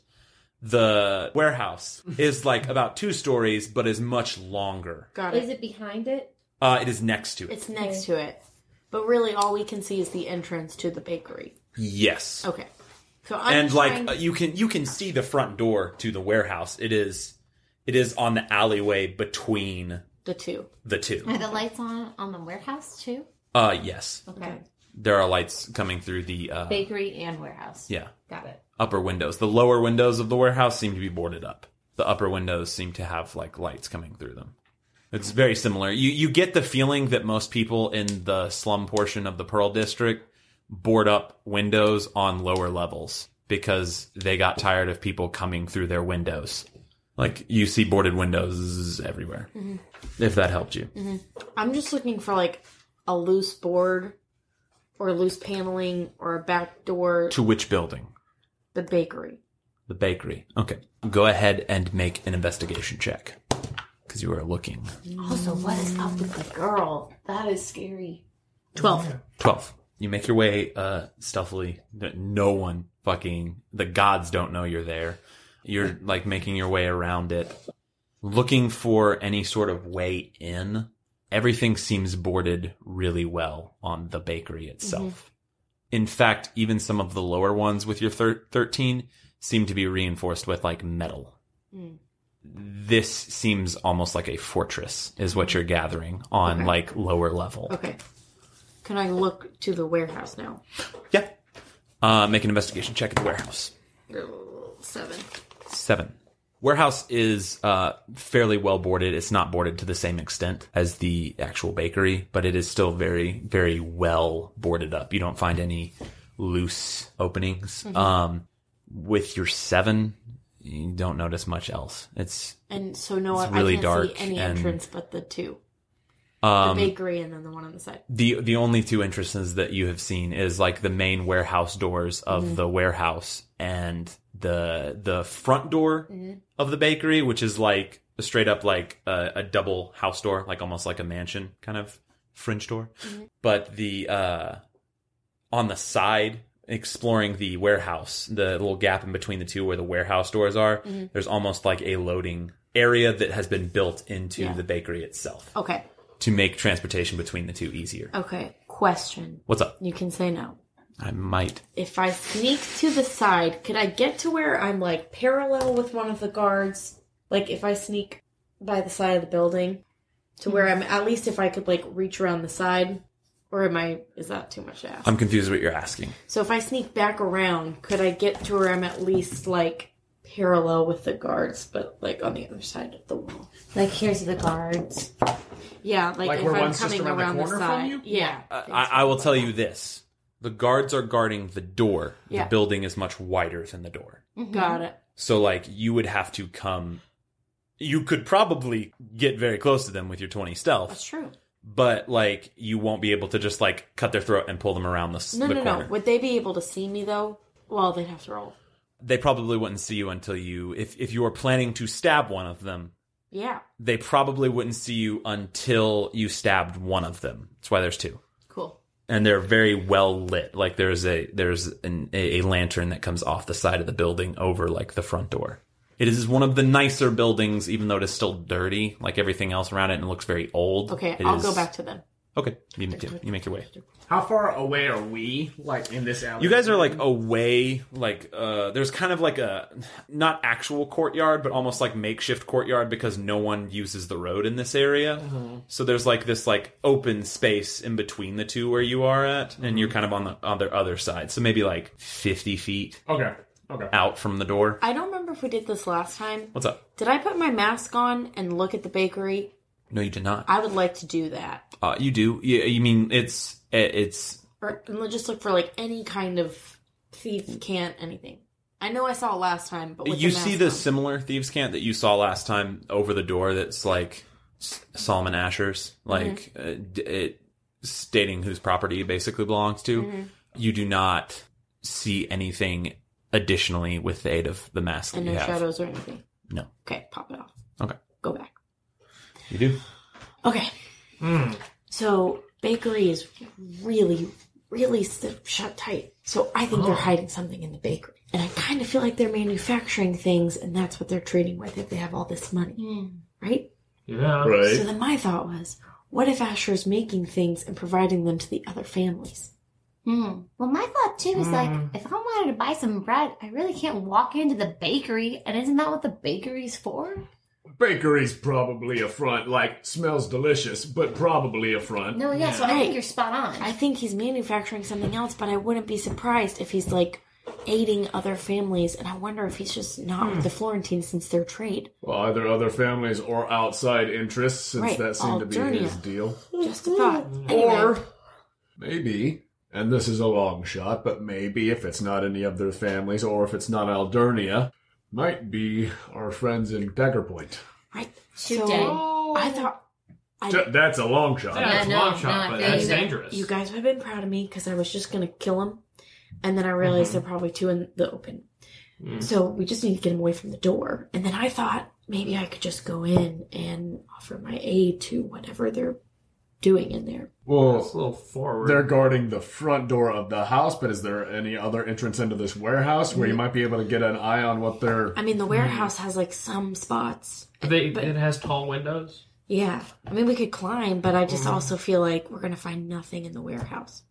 S2: The warehouse is like about two stories, but is much longer.
S6: Got
S4: Is it behind it?
S2: Uh, it is next to it.
S6: It's next to it. But really, all we can see is the entrance to the bakery.
S2: yes.
S6: Okay. So I'm
S2: and
S6: trying,
S2: like uh, you can you can see the front door to the warehouse. It is it is on the alleyway between
S6: the two.
S2: the two.
S4: Are the lights on on the warehouse too?
S2: Uh yes.
S4: Okay.
S2: There are lights coming through the uh,
S4: Bakery and warehouse.
S2: yeah
S4: Got it.
S2: upper windows. The lower windows of the warehouse seem to be boarded up. the upper windows seem to have like lights coming through them. It's very similar. You you get the feeling that most people in the slum portion of the Pearl District board up windows on lower levels because they got tired of people coming through their windows. Like you see boarded windows everywhere.
S6: Mhm.
S2: If that helped you.
S6: Mhm. I'm just looking for like a loose board or loose paneling or a back door.
S2: To which building?
S6: The bakery.
S2: The bakery. Okay. Go ahead and make an investigation check. Because you are looking.
S4: Also, what is up with the girl? That is scary.
S6: 12.
S2: 12. You make your way uh, stealthily. N- No one fucking, the gods don't know you're there. You're like making your way around it, looking for any sort of way in. Everything seems boarded really well on the bakery itself.
S6: Mm-hmm.
S2: In fact, even some of the lower ones with your thir- 13 seem to be reinforced with like metal.
S6: Mm.
S2: This seems almost like a fortress, is what you're gathering on
S6: Okay.
S2: like lower level.
S6: Okay. Can I look to the warehouse now?
S2: Uh, make an investigation check at the warehouse.
S6: Seven.
S2: Seven. Warehouse is uh, fairly well boarded. It's not boarded to the same extent as the actual bakery, but it is still very, very well boarded up. You don't find any loose openings.
S6: Mhm.
S2: Um, with your seven, you don't notice much else. It's
S6: And so no,
S2: it's
S6: I- I
S2: really
S6: can't
S2: dark
S6: see any
S2: and-
S6: entrance but the two.
S2: um,
S6: the bakery and then the one on the side.
S2: the the only two entrances that you have seen is like the main warehouse doors of
S6: Mhm.
S2: the warehouse and the the front door
S6: Mhm.
S2: of the bakery, which is like straight up like a, a double house door, like almost like a mansion kind of French door.
S6: Mm-hmm.
S7: Mhm.
S2: But the uh, on the side, exploring the warehouse, the little gap in between the two where the warehouse doors are,
S6: Mhm.
S2: there's almost like a loading area that has been built into
S6: Yeah.
S2: the bakery itself
S6: Okay.
S2: to make transportation between the two easier.
S6: Okay. Question.
S2: What's up?
S6: You can say no.
S2: I might.
S6: If I sneak to the side, could I get to where I'm like parallel with one of the guards? Like if I sneak by the side of the building to where I'm at least if I could like reach around the side or am I is that too much to ask?
S2: I'm confused what you're asking.
S6: So if I sneak back around, could I get to where I'm at least like parallel with the guards but like on the other side of the wall?
S4: Like, here's the guards.
S6: Yeah, like,
S4: Like
S6: if
S4: where
S6: I'm
S4: one's just
S6: coming
S4: around the
S6: around the,
S4: corner from
S6: side. Yeah.
S2: Uh, I, I will tell you this: the guards are guarding the door.
S6: Yeah. Mm-hmm.
S2: The building is much wider than the door,
S6: Got it.
S2: so like you would have to come. You could probably get very close to them with your 20 stealth. That's
S6: true.
S2: But like you won't be able to just like cut their throat and pull them around the, s-
S6: No,
S2: the
S6: no,
S2: corner.
S6: no. Would they be able to see me though? Well, they'd have to roll.
S2: They probably wouldn't see you until you if if you were planning to stab one of them.
S6: Yeah.
S2: They probably wouldn't see you until you stabbed one of them. That's why there's two.
S6: Cool.
S2: and they're very well lit. Like there's a there's an, a, a lantern that comes off the side of the building over like the front door. It is one of the nicer buildings, even though it is still dirty, like everything else around it, and it looks very old.
S6: Okay,
S2: It
S6: I'll
S2: is-
S6: go back to them.
S2: Okay, you, you- you make your way.
S19: How far away are we, like in this alley?
S2: You guys are like away, like uh, there's kind of like a not actual courtyard, but almost like makeshift courtyard because no one uses the road in this area.
S6: Mm-hmm.
S19: Mhm.
S2: So there's like this like open space in between the two where you are at, and
S6: Mm-hmm.
S2: you're kind of on the other other side. So maybe like fifty feet.
S19: Okay. Okay.
S2: Out from the door.
S6: I don't remember if we did this last time.
S2: What's up?
S6: Did I put my mask on and look at the bakery?
S2: No, you did not.
S6: I would like to do that.
S2: Uh, you do. You, you mean it's it- it's
S6: Or and let's just look for like any kind of thief, can't anything. I know I saw it last time, but with
S2: you
S6: the
S2: see
S6: mask
S2: the similar thieves' cant that you saw last time over the door. That's like S- Solomon Asher's,
S6: Mm-hmm.
S2: like uh d it stating whose property it basically belongs to.
S6: Mhm.
S2: You do not see anything additionally with the aid of the mask that
S6: and
S2: you
S6: no
S2: have.
S6: shadows or anything.
S2: No.
S6: Okay, pop it off.
S2: Okay.
S6: Go back.
S2: You do.
S6: Okay.
S5: Mm.
S6: So bakery is really, really st- shut tight. So I think they're
S4: Oh.
S6: hiding something in the bakery, and I kind of feel like they're manufacturing things, and that's what they're trading with if they have all this money,
S4: Hmm.
S6: right?
S17: Yeah.
S6: So then my thought was, what if Asher is making things and providing them to the other families?
S4: Hmm. Well, my thought too is like,
S2: Mm.
S4: if I wanted to buy some bread, I really can't walk into the bakery, and isn't that what the bakery's for?
S19: Bakery's probably a front. Like smells delicious, but probably a front.
S4: No, yeah. So I
S6: Right.
S4: think you're spot on.
S6: I think he's manufacturing something else, but I wouldn't be surprised if he's like aiding other families, and I wonder if he's just
S4: Hmm.
S6: not with the Florentines since their trade.
S5: Well, either other families or outside interests, since
S6: Right,
S5: that seemed to be his
S6: Aldernia.
S5: deal.
S6: Just a thought.
S5: Or maybe, and this is a long shot, but maybe if it's not any of their families or if it's not Aldernia, might be our friends in Dagger Point.
S6: Right.
S4: Shoot,
S6: so
S4: Dave.
S6: I thought
S5: Ju- that's a long shot.
S6: Yeah, it's a Yeah, long no, shot, no, I but feel that's you.
S8: dangerous.
S6: you guys would have been proud of me because I was just gonna kill him, and then I realized they're probably two in the open.
S8: Mm.
S6: So we just need to get him away from the door. And then I thought maybe I could just go in and offer my aid to whatever they're doing in there.
S5: Well,
S8: That's a little forward.
S5: They're guarding the front door of the house, but is there any other entrance into this warehouse where you might be able to get an eye on what they're?
S6: Mm. I mean, the warehouse has like some spots.
S8: They,
S6: but-
S8: it has tall windows.
S6: Yeah, I mean we could climb, but I just
S8: Mhm.
S6: also feel like we're gonna find nothing in the warehouse.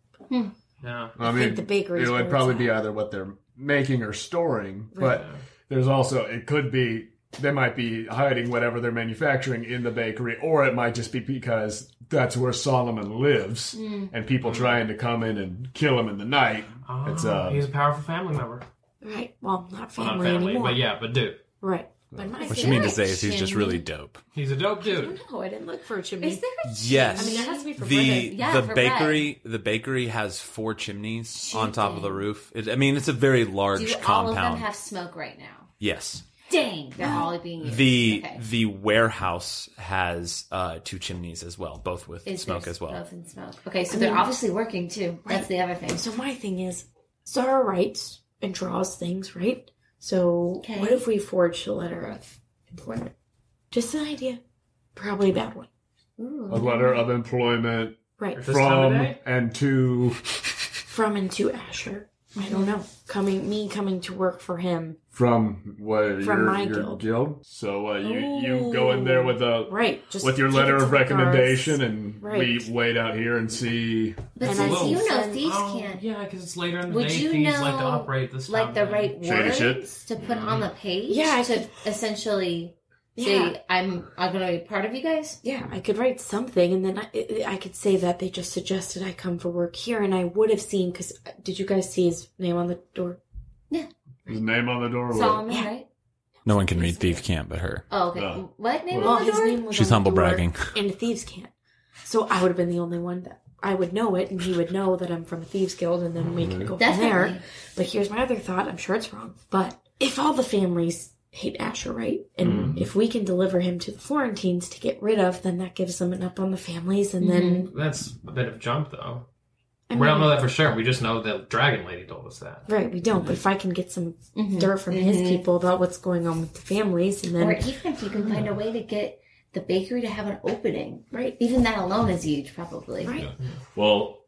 S8: Yeah.
S5: I
S6: I
S5: mean,
S6: think the bakery is
S5: It
S6: where
S5: would
S6: it's
S5: probably
S6: at.
S5: be either what they're making or storing,
S6: Right.
S5: but there's also it could be they might be hiding whatever they're manufacturing in the bakery, or it might just be because that's where Solomon lives,
S8: Mm.
S5: and people trying to come in and kill him in the night. it's
S8: Ah,
S5: uh,
S8: he's a powerful family member.
S6: Right. Well, not
S8: Well,
S6: family,
S8: not family,
S6: anymore.
S8: but yeah, but dude.
S6: Right. But my
S2: What you mean to say is he's just really dope.
S8: He's a dope dude.
S6: No, I didn't look for a chimney. Is there
S2: Yes.
S6: I mean, there has to be for
S2: the
S6: bread.
S2: the bakery. The bakery has four chimneys on top of the roof. It, I mean, it's a very large
S4: Do all of
S2: compound.
S4: them have smoke right now?
S2: yes.
S4: Dang, they're all being used.
S2: The
S4: okay.
S2: the warehouse has uh, two chimneys as well, both with
S4: Is
S2: smoke
S4: there
S2: as well.
S4: Both in smoke. Okay, so
S6: I
S4: they're
S6: mean-
S4: obviously working too. That's the other thing.
S6: So my thing is, Zara writes and draws things, right? So what if we forged a letter of employment? Just an idea. Probably a bad one.
S8: Ah.
S5: a letter of employment
S6: Right.
S5: from and to
S6: From and to Asher. I
S4: Mm-hmm.
S6: don't know. Coming, me coming to work for him.
S5: from what
S6: From
S5: your,
S6: my
S5: your
S6: guild.
S5: So uh, you you go in there with a
S6: Right, just
S5: with your
S6: take
S5: letter
S6: it to
S5: of
S6: the guards.
S5: recommendation, and
S6: Right.
S5: we wait out here and see.
S4: But
S8: It's a
S4: since
S8: little
S4: you know
S8: thin.
S4: thieves
S8: Oh,
S4: can't,
S8: yeah, because it's later in the
S4: would
S8: day.
S4: you
S8: thieves
S4: know
S8: like to operate this
S4: like the
S8: time.
S4: right
S8: Shady
S4: words
S8: shit.
S4: to put on the page?
S6: Yeah, I
S4: to essentially
S6: Yeah.
S4: say I'm I'm going to be part of you guys.
S6: Yeah, I could write something, and then I, I- I could say that they just suggested I come for work here, and I would have seen because did you guys see his name on the door?
S5: His name on the door. was-
S4: Solomon, right?
S2: No one can read Thief Camp but her.
S4: Oh, okay. What name
S6: Well,
S4: on the
S6: his
S4: door?
S6: name was
S2: She's
S6: on the
S2: humble
S6: door,
S2: bragging.
S6: and thieves can't. So I would have been the only one that I would know it, and he would know that I'm from a thieves guild, and then we could go from
S4: Definitely.
S6: there. But here's my other thought: I'm sure it's wrong, but if all the families hate Asher, right, and
S8: Mhm.
S6: if we can deliver him to the Florentines to get rid of, then that gives them an up on the families, and then
S4: Mm-hmm.
S8: Mm-hmm. That's a bit of a jump, though.
S6: I
S8: we don't
S6: mean-
S8: know that for sure. We just know the dragon lady told us that. Mm-hmm.
S6: Right, we don't. But if I can get some
S4: Mhm.
S6: dirt from his
S4: Mhm.
S6: people about what's going on with the families, and then
S4: Or even if you can find a way to get the bakery to have an opening,
S6: right?
S4: Even that alone is huge, probably.
S6: Right.
S5: Well,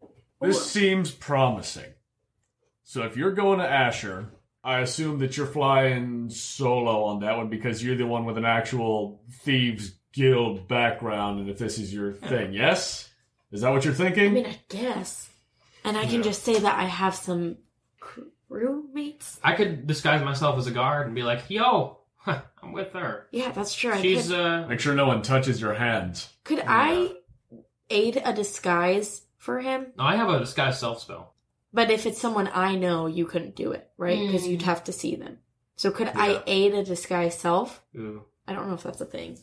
S5: this seems promising. So if you're going to Asher, I assume that you're flying solo on that one because you're the one with an actual thieves guild background, and if this is your thing, yes, is that what you're
S6: Hmm. I
S5: thinking?
S6: mean, I guess, and I can
S8: Yeah.
S6: just say that I have some crewmates.
S8: I could disguise myself as a guard and be like, "Yo, I'm with her."
S6: Yeah, that's true. I
S8: She's
S6: could,
S8: uh,
S5: Make sure no one touches your hands.
S6: could I aid a disguise for him?
S8: no, I have a disguise self spell.
S6: But if it's someone I know, you couldn't do it, right? Because
S4: Mm.
S6: you'd have to see them. So could I aid a disguise self?
S8: Ooh.
S6: I don't know if that's a thing.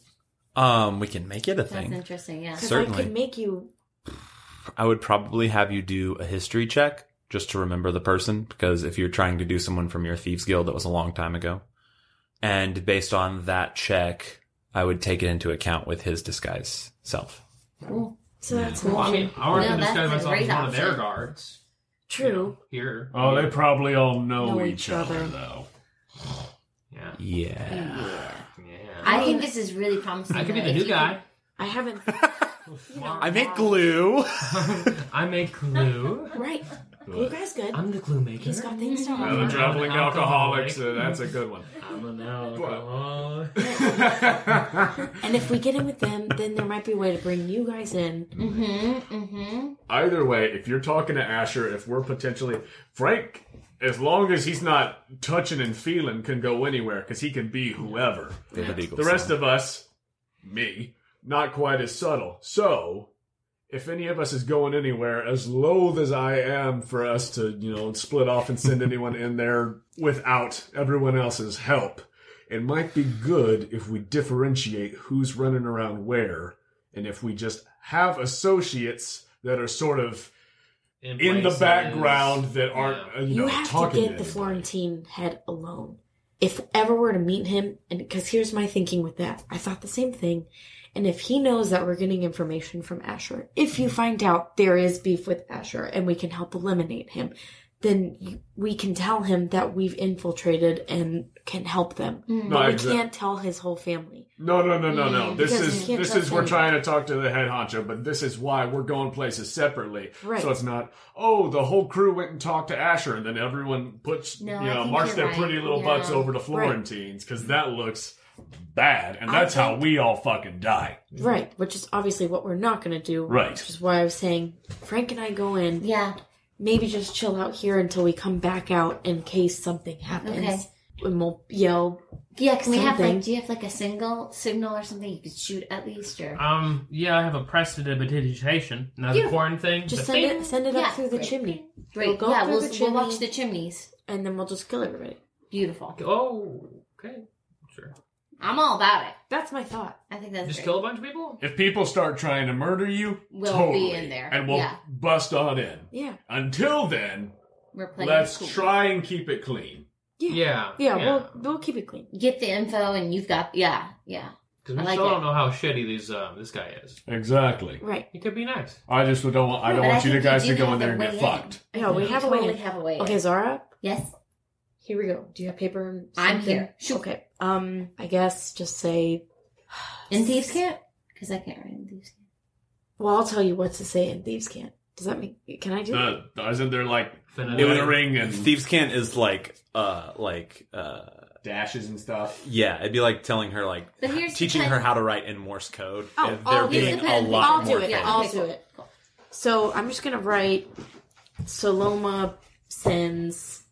S2: Um, we can make it a
S4: That's
S2: thing.
S4: interesting, yeah.
S6: 'Cause I
S2: Certainly.
S6: could make you
S2: I would probably have you do a history check just to remember the person because if you're trying to do someone from your thieves guild that was a long time ago, and based on that check, I would take it into account with his disguise self.
S4: Cool.
S6: So that's
S8: Well, I mean, I already
S4: No, that's
S8: disguise
S4: a
S8: myself as
S4: great
S8: one of their
S4: option.
S8: guards.
S6: True.
S8: Here.
S5: Oh, they probably all know,
S6: Know
S5: each,
S6: each
S5: other,
S6: other.
S5: though.
S8: Yeah.
S2: Yeah.
S4: I think this is really promising.
S8: I could be
S4: though,
S8: the
S4: if
S8: new
S4: you
S8: guy.
S4: could-
S6: I haven't.
S2: I make glue.
S8: I make glue.
S6: Right. You guys good?
S8: I'm the glue maker.
S6: He's got things to
S5: Yeah, the
S6: offer.
S5: traveling
S8: I'm an
S5: alcoholics,
S8: alcoholic.
S5: uh, that's a good one.
S8: I'm an alcoholic.
S6: And if we get in with them, then there might be a way to bring you guys in.
S4: Mm-hmm. Mm-hmm.
S5: Either way, if you're talking to Asher, if we're potentially Frank, as long as he's not touching and feeling, can go anywhere because he can be whoever.
S2: David Eagleson.
S5: The rest of us, me, not quite as subtle. So if any of us is going anywhere, as loath as I am for us to, you know, split off and send anyone in there without everyone else's help, it might be good if we differentiate who's running around where, and if we just have associates that are sort of in,
S8: In
S5: the
S8: places.
S5: background that aren't, uh, you
S6: You,
S5: know,
S6: have to
S5: talking.
S6: get the Florentine head alone. If ever we're to meet him, and because here's my thinking with that, I thought the same thing. And if he knows that we're getting information from Asher, if you find out there is beef with Asher and we can help eliminate him, then you- we can tell him that we've infiltrated and can help them.
S5: Mm. No,
S6: But
S5: I
S6: we
S5: agree.
S6: can't tell his whole family.
S5: No, no, no, no, no. This
S6: Mm, Because
S5: is
S6: you can't
S5: this
S6: trust
S5: is we're
S6: anyone.
S5: trying to talk to the head honcho, but this is why we're going places separately.
S6: Right.
S5: So it's not oh the whole crew went and talked to Asher, and then everyone puts
S6: No,
S5: you
S6: I
S5: know
S6: think
S5: marched
S6: you're
S5: their
S6: right.
S5: pretty little
S6: Yeah.
S5: butts over to
S6: Right.
S5: Florentines because that looks bad, and
S6: I
S5: that's how
S6: think-
S5: we all fucking die.
S6: Right, which is obviously what we're not going to do.
S5: Right.
S6: Which is why I was saying Frank and I go in.
S4: Yeah.
S6: Maybe just chill out here until we come back out in case something happens.
S4: Okay.
S6: And we'll yell.
S4: Yeah, can we have
S6: something.
S4: like? Do you have like a single signal or something you could shoot at least? Or
S8: Um, yeah, I have a prestidigitation. Now the
S4: Beautiful.
S8: corn thing. the
S6: Just send
S8: thing.
S6: it, send it
S4: Yeah,
S6: up through the
S4: great.
S6: chimney.
S4: Great.
S6: We'll go
S4: Yeah,
S6: through
S4: we'll-
S6: the
S4: we'll
S6: chimney,
S4: watch the chimneys.
S6: And then we'll just kill everybody.
S4: Beautiful.
S8: Oh, okay. Sure.
S4: I'm all about it.
S6: That's my thought.
S4: I think that's
S8: Just
S4: great.
S8: kill a bunch of people?
S5: If people start trying to murder you,
S4: We'll be
S5: totally,
S4: in there.
S5: and we'll
S4: Yeah.
S5: bust on in.
S6: Yeah.
S5: Until then,
S4: We're playing.
S5: let's
S4: cool.
S5: try and keep it clean.
S8: Yeah.
S6: Yeah, we'll we'll keep it clean.
S4: get the info, and you've got yeah, yeah.
S8: Because we
S4: I like
S8: still
S4: it.
S8: don't know how shitty these um, this guy is.
S5: Exactly.
S6: Right.
S8: He could be nice.
S5: I just don't. want- I don't
S4: But I
S5: want you
S4: think
S5: guys
S4: you
S5: to
S4: do
S5: go in
S4: have
S5: there
S4: a
S5: and
S4: way
S5: get
S4: in.
S5: fucked.
S6: No, we
S4: You
S6: have a
S4: totally
S6: way. in.
S4: have a way.
S6: Okay, Zara,
S4: Yes.
S6: here we go. Do you have paper? And
S4: I'm
S6: something?
S4: here. Shoot.
S6: Okay. Um, I guess just say.
S4: In thieves camp, because I can't write in thieves camp.
S6: Well, I'll tell you what to say in thieves can't. Does that make? Can I do? that?
S5: Uh, isn't there like
S8: Finna-
S5: littering and
S2: Thieves Cant is like, uh, like, uh,
S19: dashes and stuff.
S2: yeah, it'd be like telling her, like,
S4: But here's the
S2: teaching
S4: pen.
S2: her how to write in Morse code.
S6: Oh,
S2: and
S6: I'll
S2: they're
S6: use
S2: being
S6: the
S2: a
S6: pen.
S2: lot
S6: I'll
S2: more
S6: do it.
S2: famous.
S6: I'll
S4: Okay,
S6: do
S4: cool.
S6: it. So I'm just gonna write Saloma sends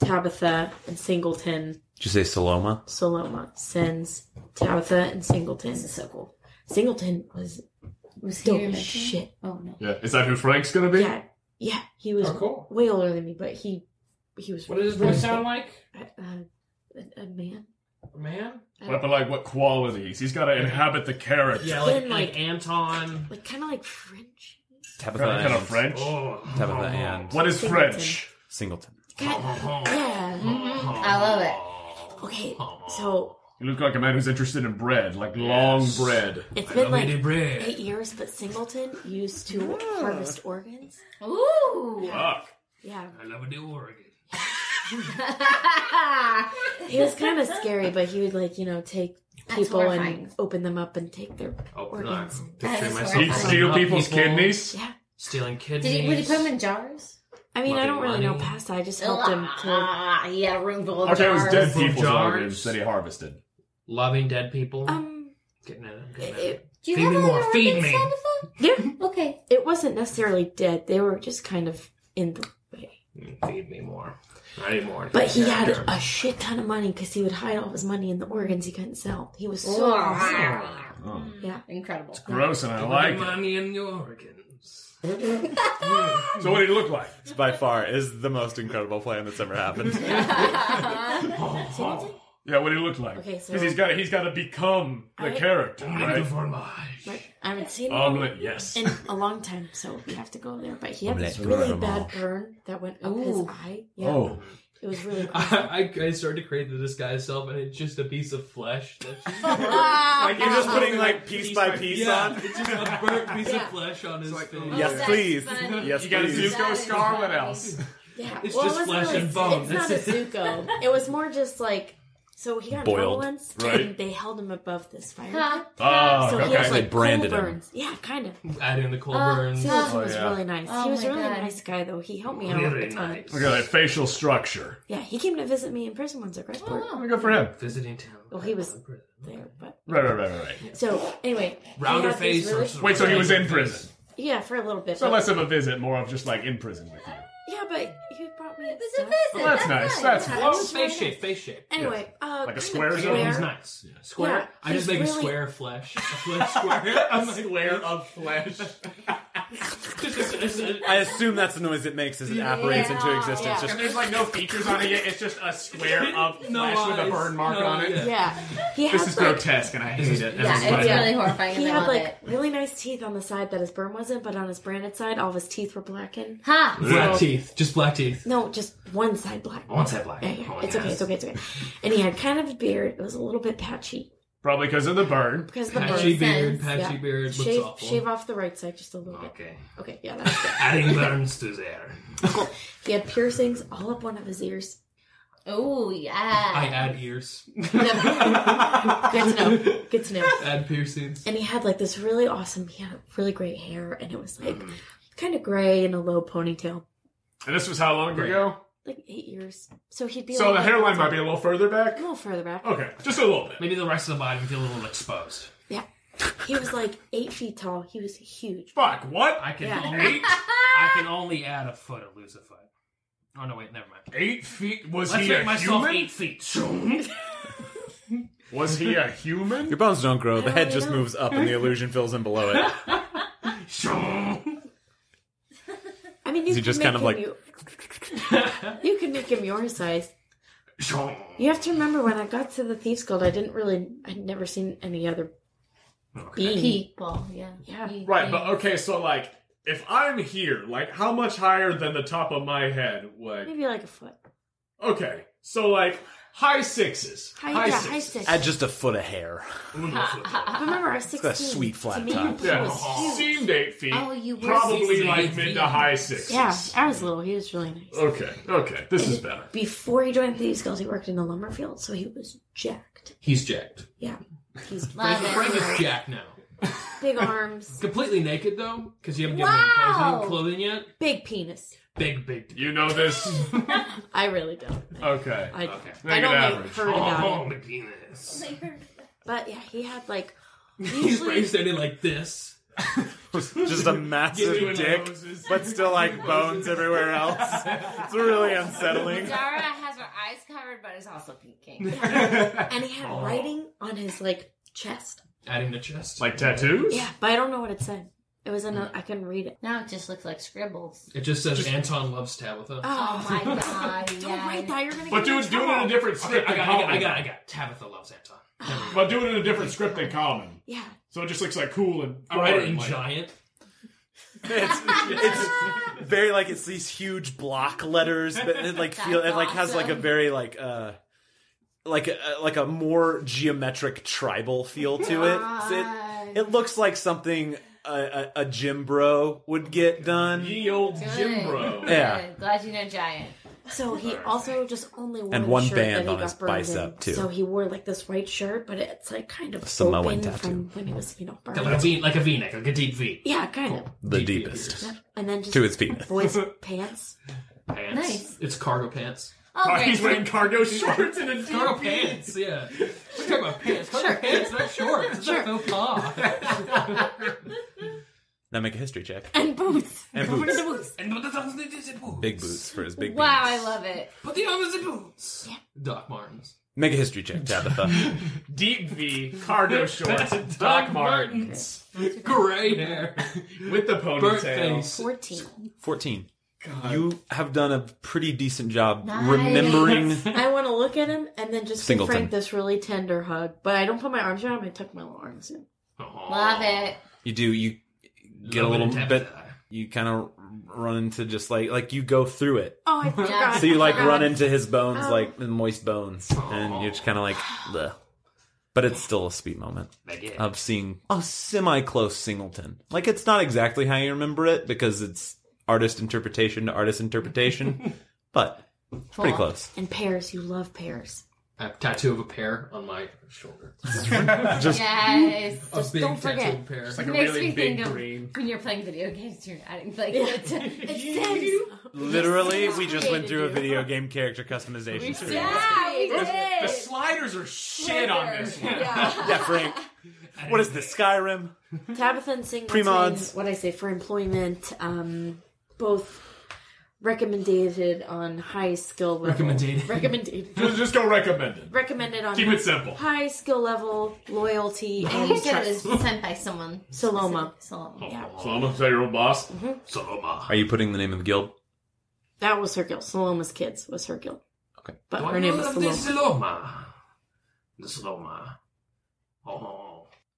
S6: Tabitha and Singleton.
S2: Did you say Saloma?
S6: Saloma sends Tabitha and Singleton.
S4: This is so cool.
S6: Singleton was
S4: Was
S6: Dope
S4: he your
S6: as
S4: mentor?
S6: shit.
S4: Oh no.
S5: Yeah, is that who Frank's gonna be?
S6: yeah, yeah. He was
S8: Oh, cool.
S6: way older than me, but he he was.
S8: What does his voice sound like?
S6: like? A, a man.
S8: Man?
S5: What, but like, what qualities? He's got to inhabit the character.
S8: Yeah, like,
S6: Then, like-
S8: like Anton.
S6: Like kind of like French.
S2: Tabitha
S5: Kind of,
S2: and
S5: kind of French.
S8: Oh.
S2: Tabitha and
S5: What is French?
S2: Singleton. Uh-huh.
S6: Kinda- yeah. mm-hmm.
S4: I love it.
S6: Okay. So
S5: You look like a man who's interested in bread, like long bread.
S6: it's
S8: I
S6: been
S8: love
S6: like
S8: lady bread.
S6: eight years, but Singleton used to harvest organs.
S4: Ooh.
S5: Fuck.
S6: Yeah,
S8: I love a new Oregon.
S2: Uh-huh.
S6: he was kind of scary, but he would like you know take
S4: That's
S6: people and
S4: horrifying.
S6: open them up and take their
S5: Oh,
S8: Open up.
S6: organs.
S4: That
S8: Picturing
S4: is
S8: myself
S5: He'd
S4: horrifying.
S8: opening
S5: steal
S8: up
S5: people's
S8: people,
S5: kidneys.
S6: Yeah,
S8: Stealing kidneys.
S4: Did he? Would he put them in jars?
S6: I mean I
S8: Lucky
S6: don't really know
S8: money.
S6: past that. I just helped him to.
S4: Ah, yeah, room full of
S5: Okay, it
S4: jars.
S5: was dead
S8: Jars.
S5: people's
S8: Jars.
S5: organs that he harvested.
S8: Loving dead people.
S6: Um,
S8: getting at it. Getting at
S6: it,
S8: it.
S4: Do you
S8: Feed
S4: have
S8: me
S4: other
S8: more, feed
S4: organs,
S8: me.
S4: Tabitha?
S6: yeah,
S4: Okay.
S6: it wasn't necessarily dead. They were just kind of in the way.
S8: Mm, Feed me more. I need more.
S6: But he had
S8: Sure.
S6: a shit ton of money because he would hide all his money in the organs he couldn't sell. He was so awesome.
S4: Wow.
S5: Oh.
S6: Yeah.
S4: Incredible.
S5: Gross, and I
S8: Put
S5: like
S8: the
S5: it.
S8: money in the organs.
S5: So what did he look like?
S2: This by far is the most incredible plan that's ever happened.
S5: Yeah, what did he look like?
S6: Okay, so-
S5: because he's got to he's got to become the
S6: I-
S5: character, right?
S6: Right. I haven't seen him
S5: Omelet, yes.
S6: in a long time, so we have to go there. But he had this
S2: Omelette
S6: really
S2: Royal
S6: bad
S2: Mange.
S6: burn that went up his
S4: Ooh.
S6: eye. Yeah,
S5: Oh,
S6: it was really.
S8: I, I I started to create the disguise self, and it's just a piece of flesh. That's just
S2: like you're just putting like piece by piece
S8: yeah,
S2: on. oh,
S8: it's just a burnt piece
S6: Yeah.
S8: of flesh on his face.
S2: Yes,
S4: that's
S2: please.
S4: funny.
S2: Yes,
S5: you got a
S2: please.
S5: Zuko scar. What else?
S6: Yeah,
S8: It's
S6: well,
S8: just
S6: it wasn't
S8: flesh
S6: really,
S8: and bone.
S6: It's not a
S8: That's it.
S6: Zuko. it was more just like so he got in trouble
S2: Boiled,
S6: once,
S5: right.
S6: and they held him above this fire.
S4: Huh?
S5: Ah,
S6: So he
S5: okay.
S6: was like
S2: They branded
S6: cool
S2: him.
S6: burns. Yeah, kind of.
S8: Adding the cold
S4: Uh,
S8: burns.
S4: so-
S6: Singleton was
S5: yeah.
S6: really nice.
S4: Oh
S6: he was a
S4: my
S6: really
S4: God.
S6: nice guy, though. He helped me out all the
S8: Really
S6: time.
S8: nice.
S5: Look at that facial structure.
S6: Yeah, he came to visit me in prison once at Grant Park.
S4: Oh,
S5: I'm gonna go for him.
S8: Visiting town.
S6: Well, he was there, but
S5: Right, right, right, right, right.
S6: so anyway, he
S8: Rounder
S6: had these
S8: face
S6: really-
S8: or
S5: Wait, so he was in prison.
S6: yeah, for a little bit.
S5: So
S6: but- Ah,
S5: less of a visit, more of just like in prison with you.
S6: Yeah, but he brought me
S4: It's a
S6: stuff.
S4: visit.
S8: Well, Oh, that's nice. That's
S6: nice.
S8: nice. Face shape, face shape.
S6: Anyway,
S8: Like
S6: uh,
S8: a
S6: kind of
S8: square zone? He's nice. Yeah. Square. I just
S6: he's
S8: make a
S6: really-
S8: square flesh. A flesh square. I'm like,
S19: Square of flesh.
S2: I assume that's the noise it makes as it operates into existence. Just
S19: and there's like no features on it yet. It's just a square of flesh
S2: No
S19: with a
S2: eyes,
S19: burn mark
S2: no-
S19: on it.
S6: Yeah. He
S19: this
S6: has,
S19: is
S6: like-
S19: grotesque, and I hate it.
S6: Yeah,
S19: This is
S6: it's
S19: my-
S6: really
S4: horrifying and
S6: He
S4: I
S6: had
S4: love
S6: like
S4: it.
S6: really nice teeth on the side that his burn wasn't, but on his branded side, all of his teeth were blackened.
S4: Ha!
S8: black teeth. Just black teeth.
S6: No, just one side black.
S8: One side black.
S6: Yeah, yeah.
S8: Oh,
S6: it's
S8: yes.
S6: okay. It's okay. It's okay. And he had kind of a beard. It was a little bit patchy
S19: Probably because of the burn.
S6: because the
S8: Patchy
S6: burn.
S8: beard,
S6: Yeah.
S8: patchy beard, looks
S6: Shave,
S8: awful.
S6: shave off the right side just a little bit.
S8: Okay.
S6: Okay. Yeah. That's good.
S8: Adding burns to there.
S6: He had piercings all up one of his ears.
S4: Oh yeah.
S8: I add ears.
S6: Good to know. Good to know.
S8: add piercings.
S6: And he had like this really awesome. He had really great hair, and it was like
S8: Mm-hmm.
S6: kind of gray and a low ponytail,
S19: And this was how long ago?
S6: like eight years. So he'd be.
S19: So
S6: like,
S19: the hairline might be a little further back.
S6: A little further back.
S19: Okay, just a little bit.
S8: Maybe the rest of the body would feel a little exposed.
S6: Yeah. He was like eight feet tall. He was huge.
S19: Fuck, what?
S8: I can
S6: Yeah.
S8: only I can only add a foot or lose a foot. Oh no, wait, never mind.
S19: Eight feet? Was
S8: Let's
S19: he
S8: make
S19: a
S8: myself
S19: human?
S8: eight feet.
S19: Was he a human?
S2: your bones don't grow. The
S6: I
S2: head
S6: don't
S2: just
S6: know.
S2: moves up, and the illusion fills in below it.
S6: I mean, you
S2: Is he
S6: could
S2: just
S6: make
S2: kind of
S6: him
S2: like-
S6: you, you could make him your size. You have to remember when I got to the Thieves Guild, I didn't really, I'd never seen any other being.
S4: People. Yeah.
S6: Yeah.
S4: You-
S19: Right,
S4: you-
S19: but okay, so like, if I'm here, like, how much higher than the top of my head? Like,
S6: Maybe like a foot.
S19: okay, so like, high sixes.
S6: High,
S19: high
S6: yeah,
S19: sixes.
S6: high six.
S2: Add just a foot of hair.
S6: But remember, I was
S2: got a
S6: 16.
S2: sweet flat
S6: to me,
S2: top.
S6: He
S19: Yeah,
S6: was huge.
S19: seemed eight feet.
S4: Oh, you were
S19: probably
S4: sixes.
S19: like mid to high sixes.
S6: Yeah, I was little. He was really nice.
S19: Okay, okay, this is better.
S6: Before he joined the Thieves Guild, he worked in the lumber field, so he was jacked.
S8: He's jacked.
S6: Yeah. He's
S4: Love it.
S8: Frank is jacked now.
S6: big arms,
S8: Completely naked though, because you haven't given
S4: Wow.
S8: him clothing, clothing yet.
S6: big penis.
S8: Big, big.
S19: You know this?
S6: I really don't.
S19: Okay.
S6: I,
S8: Okay.
S6: I
S19: Make
S6: don't
S19: it
S6: like,
S19: average.
S6: heard about it.
S8: Oh, my penis.
S6: But yeah, he had like
S8: He's
S6: usually
S8: Frank standing like this.
S2: Just a massive dick, but still like bones everywhere else. It's really unsettling.
S4: Dara has her eyes covered, but is also peeking.
S6: and he had writing on his like chest.
S8: Adding the chest.
S19: Like tattoos?
S6: Yeah, but I don't know what it said. It was in a I couldn't read it.
S4: now it just looks like scribbles.
S8: it just says Anton loves Tabitha.
S4: Oh my god.
S6: Don't
S4: yeah.
S6: write that. You're gonna.
S19: But
S6: get me
S19: do,
S6: in
S19: do it in
S6: trouble.
S19: a different
S8: Okay,
S19: script
S8: I
S19: than
S8: got, I got,
S19: common.
S8: I got, I got. Tabitha loves Anton. Never mind.
S19: But do it in a different script than common.
S6: Yeah,
S19: So it just looks like cool and.
S8: I write it in
S19: like-
S8: giant.
S2: It's, it's very like it's these huge block letters that it like feel it like has like a very like uh like a, like a more geometric tribal feel to it. So it it looks like something a, a, a gym bro would get done.
S19: Ye old Jim
S4: Good.
S19: Bro.
S2: Oh. Yeah.
S4: Good. Glad you know Giant.
S6: So he also just only wore
S2: And
S6: the
S2: one
S6: shirt
S2: band
S6: that he
S2: on
S6: got
S2: his
S6: burned in.
S2: bicep, too.
S6: So he wore like this white shirt, but it's like kind of
S2: Samoan
S6: open
S2: tattoo.
S6: from when he was you know burned.
S8: Like a V, like a V neck, like a deep V.
S6: Yeah, kind of.
S2: The
S8: Deep
S2: deepest.
S8: V.
S6: And then just
S2: To his penis.
S6: boys pants.
S8: Pants.
S4: Nice.
S8: It's cargo pants.
S4: Oh,
S19: Car-
S4: great.
S19: He's wearing cargo shorts and a
S8: Cargo pants, yeah. We're talking about pants. Cargo pants, not shorts. It's a faux pas.
S2: Now make a history check.
S6: and boots.
S2: And
S6: Don't forget
S2: boots.
S6: the boots.
S8: and put the thumbs in the boots.
S2: Big boots for his big
S4: Wow,
S2: penis.
S4: I love it.
S8: Put the arms in the boots. Doc Martens.
S2: Make a history check, Tabitha.
S19: Deep V cargo shorts. Doc, Martens
S8: Gray hair.
S19: with the
S8: Burnt
S19: ponytail.
S8: face.
S6: Fourteen.
S2: 14. You have done a pretty decent job
S4: Nice.
S2: remembering
S6: I want to look at him and then just give
S2: Singleton.
S6: Frank this really tender hug. But I don't put my arms around him. I tuck my little arms in.
S4: Love it.
S2: You do. You get a
S8: Love it
S2: little
S8: and
S2: bit.
S8: Tabitha.
S2: You kind of run into just like like you go through it.
S6: Oh, I forgot.
S2: So you like
S6: I forgot.
S2: run into his bones,
S6: Oh.
S2: like the moist bones, and you're just kind of like, Bleh. but it's still a sweet moment
S8: Baguette.
S2: of seeing a semi close singleton. Like it's not exactly how you remember it because it's artist interpretation to artist interpretation, but it's pretty
S4: Cool.
S2: close.
S6: And pears. You love pears.
S8: I have a tattoo of a pear on my shoulder.
S2: Just
S4: Yes.
S8: A big
S6: don't
S8: tattoo
S6: forget.
S8: of a pear.
S4: It makes me think of when you're playing video games, you're adding like it's, it's
S2: literally, we just went through a video game character customization screen.
S4: yeah, we
S19: The
S4: did.
S19: sliders are shit on this one.
S4: Yeah.
S2: Yeah, Frank. What is this? Skyrim?
S6: Tabitha and Singleton.
S2: Pre-mods.
S6: What I say for employment. Um, both recommended on high skill level.
S20: Recommended.
S6: Recommended.
S5: Just, just go recommend it.
S6: Recommended on
S5: Keep it simple.
S6: High skill level, loyalty,
S4: I
S6: and
S4: think it
S6: trust.
S4: was sent by someone.
S6: Saloma.
S4: Saloma.
S6: Yeah.
S5: Saloma, is that your old boss?
S6: Mhm.
S5: Saloma.
S2: Are you putting the name of the guild?
S6: That was her guild. Saloma's kids was her guild.
S2: Okay.
S6: But
S8: Do I
S6: her name
S8: know
S6: was
S8: of the
S6: Saloma.
S8: Saloma. The Saloma. Oh.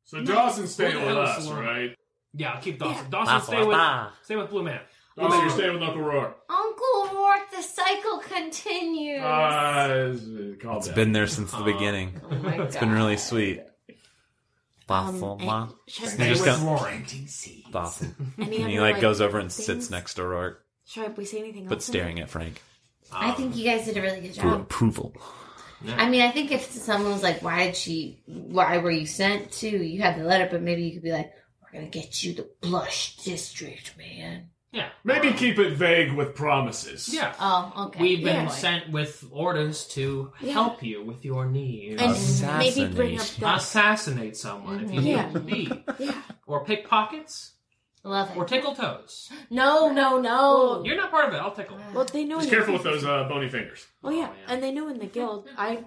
S5: So Dawson stayed
S8: Who the
S5: with
S8: hell is
S5: us,
S8: Saloma?
S5: right?
S8: Yeah, keep Dawson.
S5: That's
S8: Dawson, stay
S5: what
S8: with
S5: I-
S8: stay with Blue Man.
S5: Dawson, you're staying with Uncle Rourke.
S4: Uncle Rourke, the cycle continues.
S5: Uh,
S2: It's been there since the beginning.
S4: Oh my
S2: It's been
S4: God.
S2: really sweet.
S6: and
S2: Um, Bafflema.
S6: should I
S2: He
S6: say
S2: just
S6: what's
S2: got-
S6: roaring?
S2: Baffle. And
S6: Any
S2: he
S6: other,
S2: like,
S6: like,
S2: goes over and
S6: things?
S2: sits next to Rourke,
S6: Should we say anything
S2: but
S6: else?
S2: staring at Frank
S4: I think you guys did a really good
S2: for
S4: job.
S2: approval.
S4: I mean, I think if someone was like, "Why did she? Why were you sent to?" You had the letter, but maybe you could be like, "We're gonna get you to Blush District, man."
S8: Yeah.
S5: Maybe keep it vague with promises.
S8: Yeah.
S4: Oh, okay.
S8: We've been
S4: Yeah.
S8: sent with orders to
S4: Yeah.
S8: help you with your needs.
S6: And maybe bring up the-
S8: assassinate someone if you
S6: Yeah.
S8: need to be, or pickpockets,
S4: Love it.
S8: or tickle toes.
S6: No, no, no.
S8: Oh, You're not part of it. I'll tickle.
S6: Well, they know.
S5: Just
S6: in the-
S5: careful with those uh, bony fingers.
S6: Oh yeah, and they know in the guild I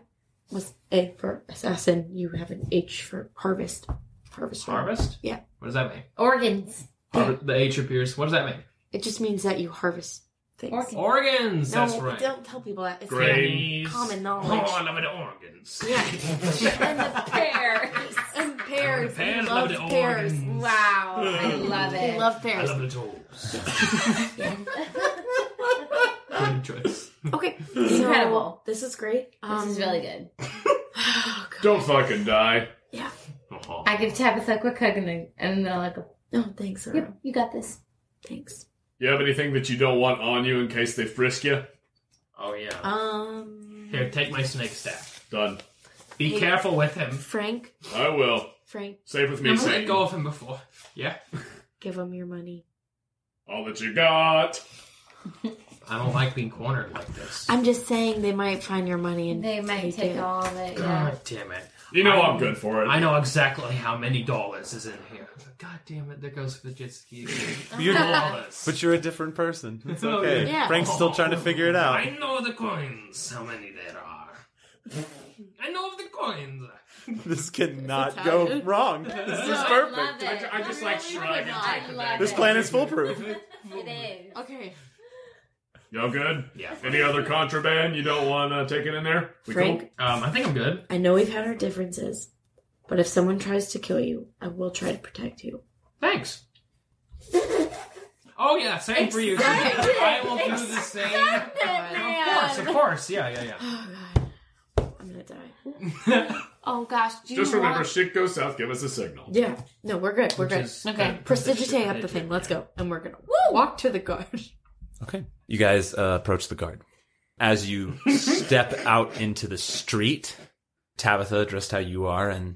S6: was A for assassin. You have an H for harvest. Harvest.
S8: Harvest?
S6: Yeah.
S8: What does that mean?
S4: Organs.
S8: Harv- The H appears. What does that mean?
S6: It just means that you harvest things.
S8: Organs. Organs,
S6: No,
S8: that's right.
S6: don't tell people that. It's
S8: Grains.
S6: common
S8: Oh,
S6: knowledge.
S8: I love it. Organs.
S6: and the pears. And pears.
S8: Pears,
S6: He
S8: love
S6: loves
S8: the
S6: pears.
S8: organs.
S6: Wow.
S8: I love
S6: He
S4: it.
S8: I
S6: loves pears.
S8: love the toes. Good choice.
S6: Okay.
S4: Incredible.
S6: So, this is great. Um,
S4: this is really good.
S5: Don't fucking die. Uh-huh.
S6: Yeah.
S4: I give Tabitha a quick hug and then- and they're like, oh,
S6: "No, thanks, Earl.
S4: Yep, you got this."
S6: Thanks.
S5: You have anything that you don't want on you in case they frisk you?
S8: Oh yeah.
S6: Um,
S8: Here, take my snake staff.
S5: Done.
S8: Be
S6: Hey.
S8: careful with him.
S6: Frank,
S5: I will.
S6: Frank,
S5: Save with me,
S8: Never let
S5: Satan.
S8: go of him before. Yeah.
S6: give him your money.
S5: All that you got.
S8: I don't like being cornered like this.
S6: I'm just saying they might find your money and
S4: They might
S6: take,
S4: take
S6: it.
S4: all of it. Yeah.
S8: God damn it.
S5: You know I'm good for it.
S8: I know exactly how many dollars is in here. God damn it, there goes the jet ski.
S2: You're-
S8: dollars.
S2: but you're a different person. It's
S8: Oh,
S2: okay.
S8: yeah.
S2: Frank's still trying to figure it out.
S8: I know the coins, how many there are. I know of the coins.
S2: This cannot go wrong. This is
S4: Love
S2: perfect.
S4: it.
S5: I just like shrug and
S4: I love
S2: This
S4: it.
S2: plan is foolproof.
S4: It is.
S6: Okay.
S5: Y'all good?
S8: Yeah.
S5: Any other contraband you don't want uh, taken in there? We
S6: Frank,
S5: cool?
S8: Um, I think I'm good.
S6: I know we've had our differences, but if someone tries to kill you, I will try to protect you.
S8: Thanks. Oh yeah, same for you. I will do the same. Of course, of course. Yeah, yeah, yeah.
S6: Oh god, I'm gonna die.
S4: Oh gosh, do you
S5: Just remember,
S4: want-
S5: shit goes south, give us a signal.
S6: Yeah, no, we're good. We're
S8: Which
S6: good.
S8: is-
S4: Okay.
S6: Prestigitate up the thing. Let's go, and we're gonna walk to the guard.
S2: Okay. You guys uh, approach the guard. As you step out into the street, Tabitha, dressed how you are, and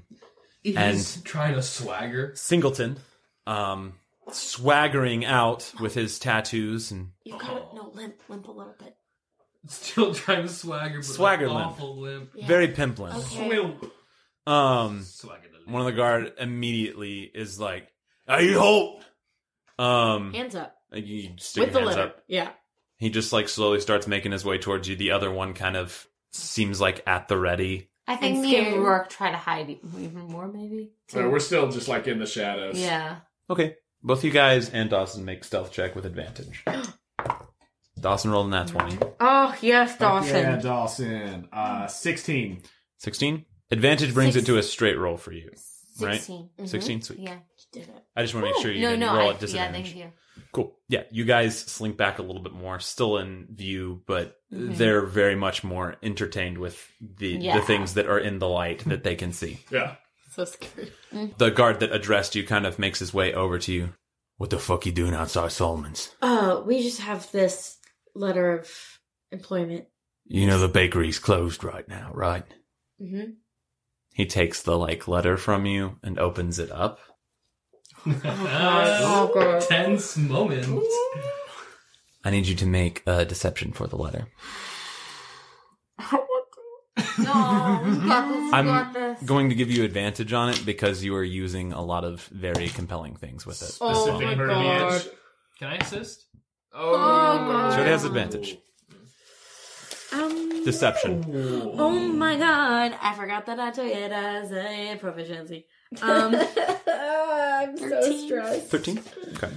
S8: He's trying to swagger.
S2: Singleton, um, swaggering out with his tattoos and
S6: You gotta no limp, limp a little bit.
S8: Still trying to swagger. But
S2: Swagger
S8: like,
S2: limp.
S8: Awful limp.
S2: very pimpless.
S8: Swim.
S2: Um,
S8: Swagger the limp.
S2: one of the guard immediately is like, "Hey, hold!" Um,
S6: Hands up
S2: like, you stick
S6: with the
S2: your hands
S6: letter.
S2: up.
S6: Yeah.
S2: He just like slowly starts making his way towards you. The other one kind of seems like at the ready.
S4: I think
S6: I'm
S4: me and
S6: scared.
S4: Rourke try to hide even more, maybe.
S5: So Uh, we're still just like in the shadows.
S4: Yeah.
S2: Okay. Both you guys and Dawson make stealth check with advantage. Dawson rolled a nat 20.
S6: Oh yes, Dawson.
S5: Dawson. Uh, 16.
S2: 16? Advantage brings
S4: Six-
S2: it to a straight roll for you. Right?
S4: 16.
S2: 16? Sweet.
S4: Yeah.
S6: Did it.
S2: I just want to make sure you
S4: no,
S2: didn't
S4: no.
S2: roll
S4: I,
S2: at
S4: yeah,
S2: disadvantage.
S4: thank you.
S2: Cool. Yeah, you guys slink back a little bit more, still in view, but they're very much more entertained with the,
S4: Mm-hmm. Yeah.
S2: the things that are in the light that they can see.
S5: Yeah.
S6: So scary.
S2: The guard that addressed you kind of makes his way over to you.
S7: What the fuck you doing outside Solomon's?
S6: Uh, we just have this letter of employment.
S7: You know the bakery's closed right now, right?
S6: Mm-hmm.
S2: He takes the like letter from you and opens it up.
S6: Oh, God.
S8: Tense moment.
S2: I need you to make a deception for the letter.
S4: No, we got this.
S2: I'm
S4: we got this.
S2: going to give you advantage on it because you are using a lot of very compelling things with it.
S6: Oh
S5: Specific
S6: my
S5: verbiage.
S6: god.
S8: Can I assist?
S4: Oh,
S5: So it has advantage.
S6: Um,
S5: Deception.
S6: Oh my god, I forgot that I took it as a proficiency. Um,
S21: I'm so stressed.
S5: 13? Okay.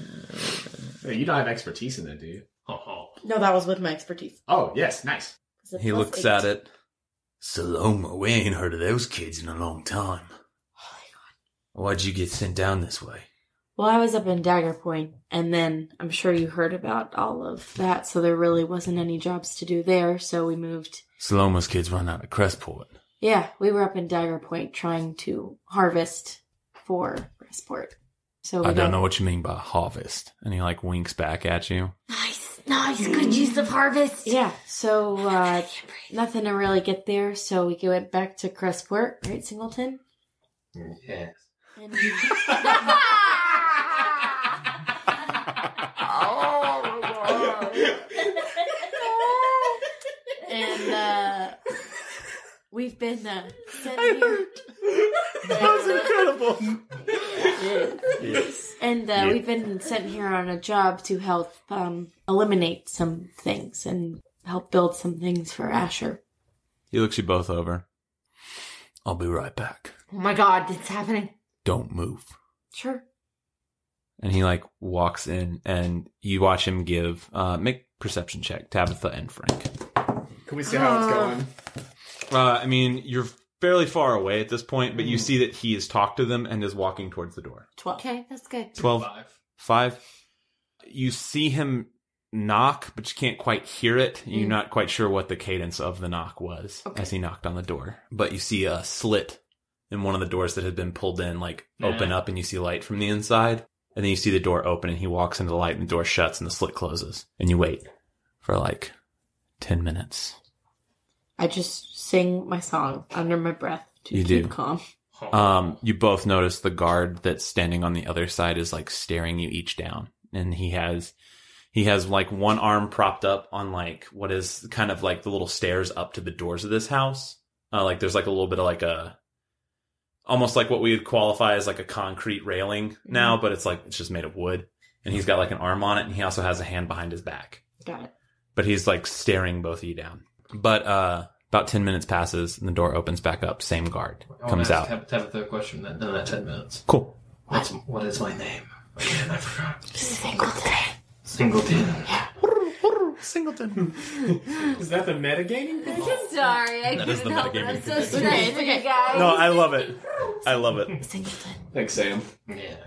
S1: Hey, you don't have expertise in that, do you?
S8: Oh,
S6: No, that was with my expertise.
S1: Oh, yes, nice.
S2: He looks at it. Saloma, we ain't heard of those kids in a long time. Why'd you get sent down this way?
S6: Well, I was up in Dagger Point, and then I'm sure you heard about all of that, so there really wasn't any jobs to do there, so we moved.
S2: Saloma's kids run out of Crestport.
S6: Yeah, we were up in Dagger Point trying to harvest for Crestport. So we
S2: I don't
S6: got-
S2: know what you mean by harvest. And he like winks back at you.
S6: Nice, good use of harvest. Yeah, so uh, nothing to really get there, so we went back to Crestport, right, Singleton?
S2: Mm.
S1: Yes.
S6: and uh, we've been uh, sent here.
S3: That was incredible.
S6: Yes. And uh,
S3: Yeah.
S6: we've been sent here on a job to help um, eliminate some things and help build some things for Asher.
S2: He looks you both over. I'll be right back.
S4: Oh my god, it's happening.
S2: Don't move.
S6: Sure.
S2: And he like walks in and you watch him give uh make perception check, Tabitha and Frank.
S1: Can we see how it's
S2: Ah.
S6: Oh.
S1: going?
S2: Uh, I mean, you're fairly far away at this point, but you
S6: Hmm.
S2: see that he has talked to them and is walking towards the door.
S6: 12.
S4: Okay, that's good.
S2: 12. Five. You see him knock, but you can't quite hear it. You're
S4: Mm.
S2: not quite sure what the cadence of the knock was
S4: Okay.
S2: as he knocked on the door. But you see a slit in one of the doors that had been pulled in, like open
S8: Yeah.
S2: up, and you see light from the inside. And then you see the door open, and he walks into the light, and the door shuts, and the slit closes. And you wait for like 10 minutes.
S6: I just sing my song under my breath to
S2: You
S6: keep
S2: do.
S6: calm.
S2: Um, you both notice the guard that's standing on the other side is like staring you each down, and he has he has like one arm propped up on like what is kind of like the little stairs up to the doors of this house. Uh, like there's like a little bit of like a almost like what we would qualify as like a concrete railing now,
S6: Mm-hmm.
S2: but it's like it's just made of wood. And he's got like an arm on it, and he also has a hand behind his back
S6: Got it.
S2: but he's like staring both of you down. But uh, about ten minutes passes, and the door opens back up. Same guard
S8: I want
S2: comes
S8: to
S2: out.
S8: ask Oh, Tab- Tabitha a question then in that 10 minutes.
S2: Cool.
S8: What's, what is my name? Again, I forgot.
S6: Singleton.
S8: Singleton.
S1: Singleton. is that the metagaming thing?
S16: Sorry, I
S1: That
S16: couldn't
S1: is the
S16: help it.
S1: metagaming
S16: I'm so
S1: thing.
S16: stressed,
S1: It's
S16: you guys.
S2: No, I love it. I love it.
S6: Singleton.
S1: Thanks, Sam.
S8: Yeah.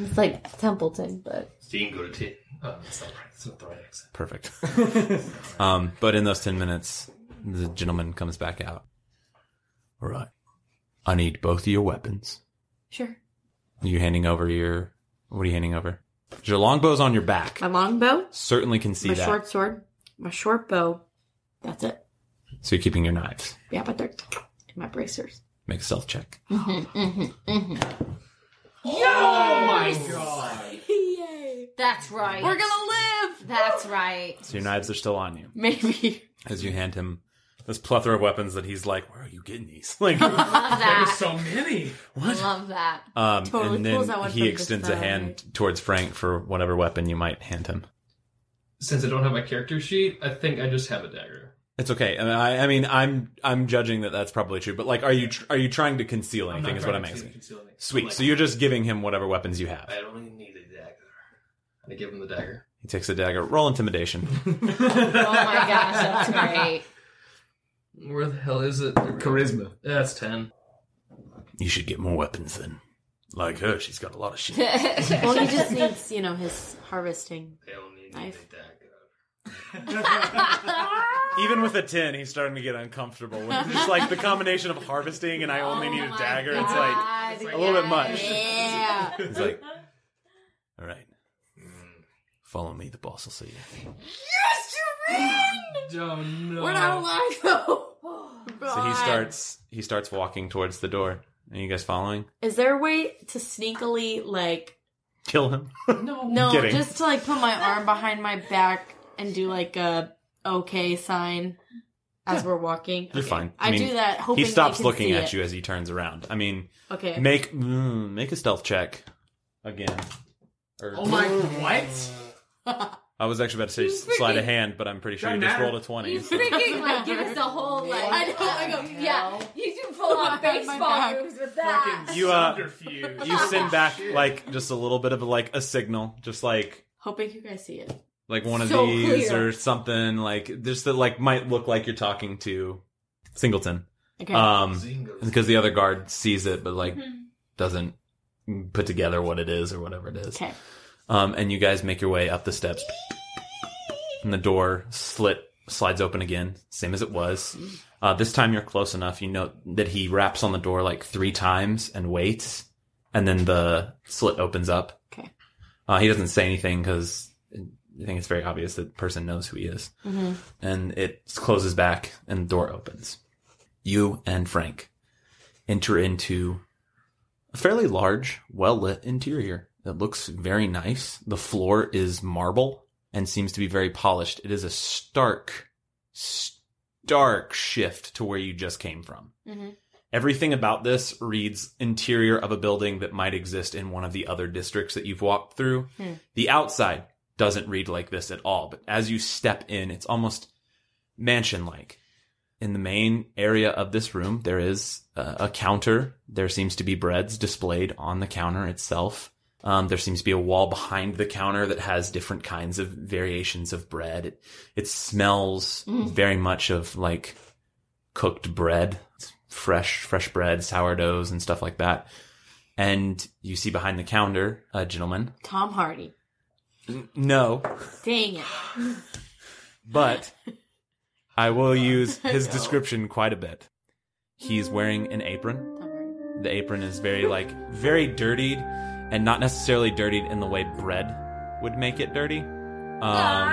S4: It's like Templeton, but
S8: Singleton. Oh, that's not right. That's not the right accent.
S2: Perfect. um, but in those ten minutes, the gentleman comes back out. All right. I need both of your weapons.
S6: Sure.
S2: Are you handing over your? What are you handing over? Your longbow's on your back.
S6: My longbow,
S2: Certainly can see
S6: my
S2: that.
S6: short sword, my short bow. That's it.
S2: So you're keeping your knives.
S6: Yeah, but they're in my bracers.
S2: Make a stealth check.
S4: Mm-hmm, Oh
S8: my
S4: god. Yay. That's right. We're
S16: gonna
S4: live. That's right.
S2: So your knives are still on you.
S4: Maybe.
S2: As you hand him this plethora of weapons that he's like, where are you getting these? Like,
S4: that.
S2: so many.
S4: I love that.
S2: Um,
S4: Totally
S2: and
S4: pulls that one
S2: then
S4: from
S2: he
S4: his
S2: extends a
S4: bag.
S2: hand towards Frank for whatever weapon you might hand him.
S22: Since I don't have my character sheet, I think I just have a dagger.
S2: It's okay. I mean, I, I mean, I'm I'm judging that that's probably true, but like, are you tr- are you trying to conceal
S8: I'm not
S2: anything? Is
S8: trying
S2: what I'm
S8: to conceal-
S2: asking.
S8: conceal anything.
S2: Sweet.
S8: Like-
S2: so you're just giving him whatever weapons you have.
S8: I only need a dagger. And I give him the dagger.
S2: He takes a dagger. Roll intimidation.
S8: oh
S16: my gosh, that's great.
S8: Where the hell is it? Charisma. That's 10.
S2: You should get more weapons then. Like her, she's got a lot of shit.
S6: well, he just needs, you know, his harvesting knife.
S2: Even with a ten, he's starting to get uncomfortable. When just like the combination of harvesting and I only need
S4: Oh
S2: a dagger, it's like a little bit much.
S16: Yeah.
S2: It's like, all right, follow me. The boss will see you.
S16: Yes, you're
S22: Oh no.
S16: We're not alive
S6: though.
S2: So he starts. He starts walking towards the door. Are you guys following?
S6: Is there a way to sneakily, like,
S2: Kill him.
S6: no, no,
S2: Kidding.
S6: just to like put my arm behind my back and do like a okay sign as we're walking?
S2: You're
S6: Okay.
S2: fine.
S6: I,
S2: mean,
S6: do that. Hoping
S2: he stops
S6: they can
S2: looking
S6: see
S2: at
S6: it.
S2: you as he turns around. I mean,
S6: Okay.
S2: Make
S8: Oh
S2: mm, make a stealth check again. Or-
S1: Oh my, what?
S2: I was actually about to say s- slide a hand, but I'm pretty sure you just rolled a 20. so-
S12: Freaking like give us the whole like
S23: I know, I go,
S12: yeah. You do full on baseball moves with that.
S2: you uh, you send back
S23: Shit.
S2: like just a little bit of like a signal, just like
S23: Hoping you guys see it.
S2: like one of
S23: So
S2: these
S23: clear.
S2: or something like just that like might look like you're talking to Singleton.
S23: Okay.
S2: Um,
S23: Singleton.
S2: because the other guard sees it but like
S23: Mhm.
S2: doesn't put together what it is or whatever it is.
S23: Okay.
S2: Um, and you guys make your way up the steps, and the door slit slides open again, same as it was. Uh, this time you're close enough. You know that he raps on the door like three times and waits, and then the slit opens up.
S23: Okay.
S2: Uh, he doesn't say anything because I think it's very obvious that the person knows who he is.
S23: Mhm.
S2: And it closes back, and the door opens. You and Frank enter into a fairly large, well lit interior that looks very nice. The floor is marble and seems to be very polished. It is a stark, stark shift to where you just came from.
S23: Mhm.
S2: Everything about this reads interior of a building that might exist in one of the other districts that you've walked through.
S23: Hmm.
S2: The outside doesn't read like this at all, but as you step in, it's almost mansion like. In the main area of this room, there is uh, a counter. There seems to be breads displayed on the counter itself. Um, there seems to be a wall behind the counter that has different kinds of variations of bread. It, it smells
S7: Mm.
S2: very much of like cooked bread, fresh, fresh bread, sourdoughs, and stuff like that. And you see behind the counter a gentleman.
S23: Tom Hardy.
S2: N- No,
S23: Dang it.
S2: but I will use his
S23: No.
S2: description quite a bit. He's wearing an apron. The apron is very like very dirtied, and not necessarily dirtied in the way bread would make it dirty. Um,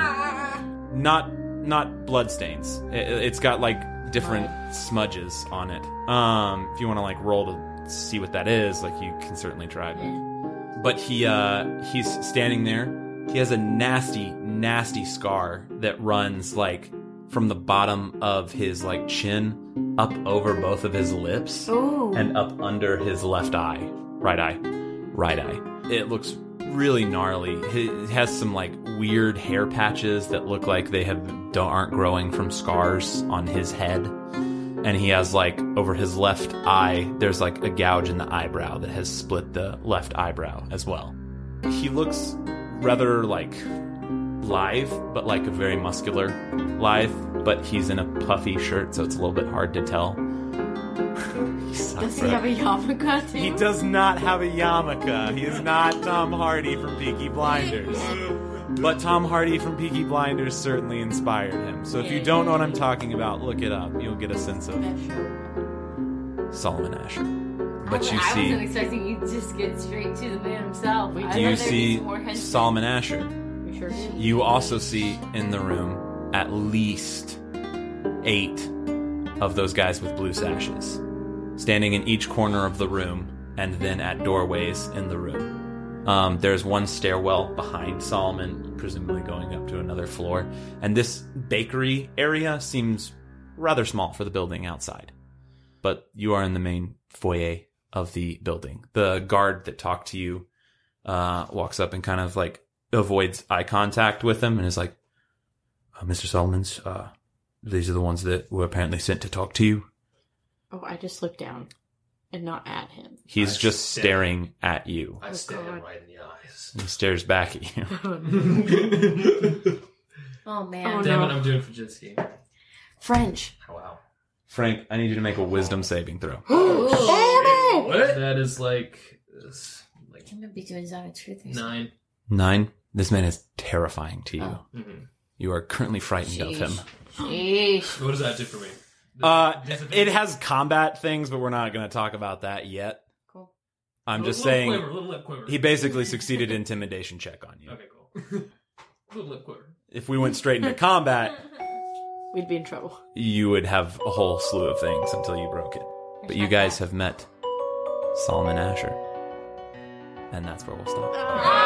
S2: not not blood stains. It, it's got like different smudges on it. Um, if you want to like roll to see what that is, like you can certainly try. But, but he uh, he's standing there. He has a nasty, nasty scar that runs like from the bottom of his like chin up over both of his lips
S23: Ooh.
S2: and up under his left eye, right eye, right eye. It looks really gnarly. It has some like weird hair patches that look like they have don't, aren't growing from scars on his head. And he has like over his left eye, there's like a gouge in the eyebrow that has split the left eyebrow as well. He looks rather like live, but like a very muscular live. But he's in a puffy shirt, so it's a little bit hard to tell. He sucks,
S23: Does he
S2: bro.
S23: have a yarmulke too?
S2: He does not have a yarmulke. He is not Tom Hardy from Peaky Blinders. But Tom Hardy from Peaky Blinders certainly inspired him. So if you don't know what I'm talking about, look it up. You'll get a sense of Solomon Asher. But you
S4: I wasn't
S2: see,
S4: expecting you to just get straight to the man himself. I
S2: do
S4: thought
S2: you
S4: there'd
S2: see
S4: be some more hints.
S2: Solomon Asher?
S4: We sure did.
S2: You also see in the room at least eight of those guys with blue sashes standing in each corner of the room and then at doorways in the room. Um, there's one stairwell behind Solomon, presumably going up to another floor, and this bakery area seems rather small for the building outside. But you are in the main foyer of the building. The guard that talked to you uh, walks up and kind of like avoids eye contact with him and is like, uh, Mr. Solomon's, uh, these are the ones that were apparently sent to talk to you.
S23: Oh, I just looked down and not at him.
S2: He's just staring at you.
S6: Oh,
S23: I stared him right
S24: in the eyes.
S2: He stares back at you.
S4: Oh man.
S8: Damn it, I'm doing Fujitsu.
S23: French.
S24: Wow.
S2: Frank, I need you to make a wisdom saving throw.
S4: Damn it!
S8: That is like s- like
S4: I'm gonna be doing Zone of Truth. or something.
S8: nine.
S2: Nine. This man is terrifying to you.
S4: Oh.
S8: Mhm.
S2: You are currently frightened of him.
S4: Sheesh.
S8: What does that do for me?
S2: Uh, it has combat things, but we're not going to talk about that yet.
S4: Cool.
S2: I'm
S8: Little-
S2: just
S8: little
S2: saying
S8: quiver, little lip quiver.
S2: he basically succeeded intimidation check on you.
S8: Okay, cool. Little lip quiver.
S2: If we went straight into combat,
S23: We'd be in trouble.
S2: you would have a whole slew of things until you broke it. But you guys have met Solomon Asher. And that's where we'll stop.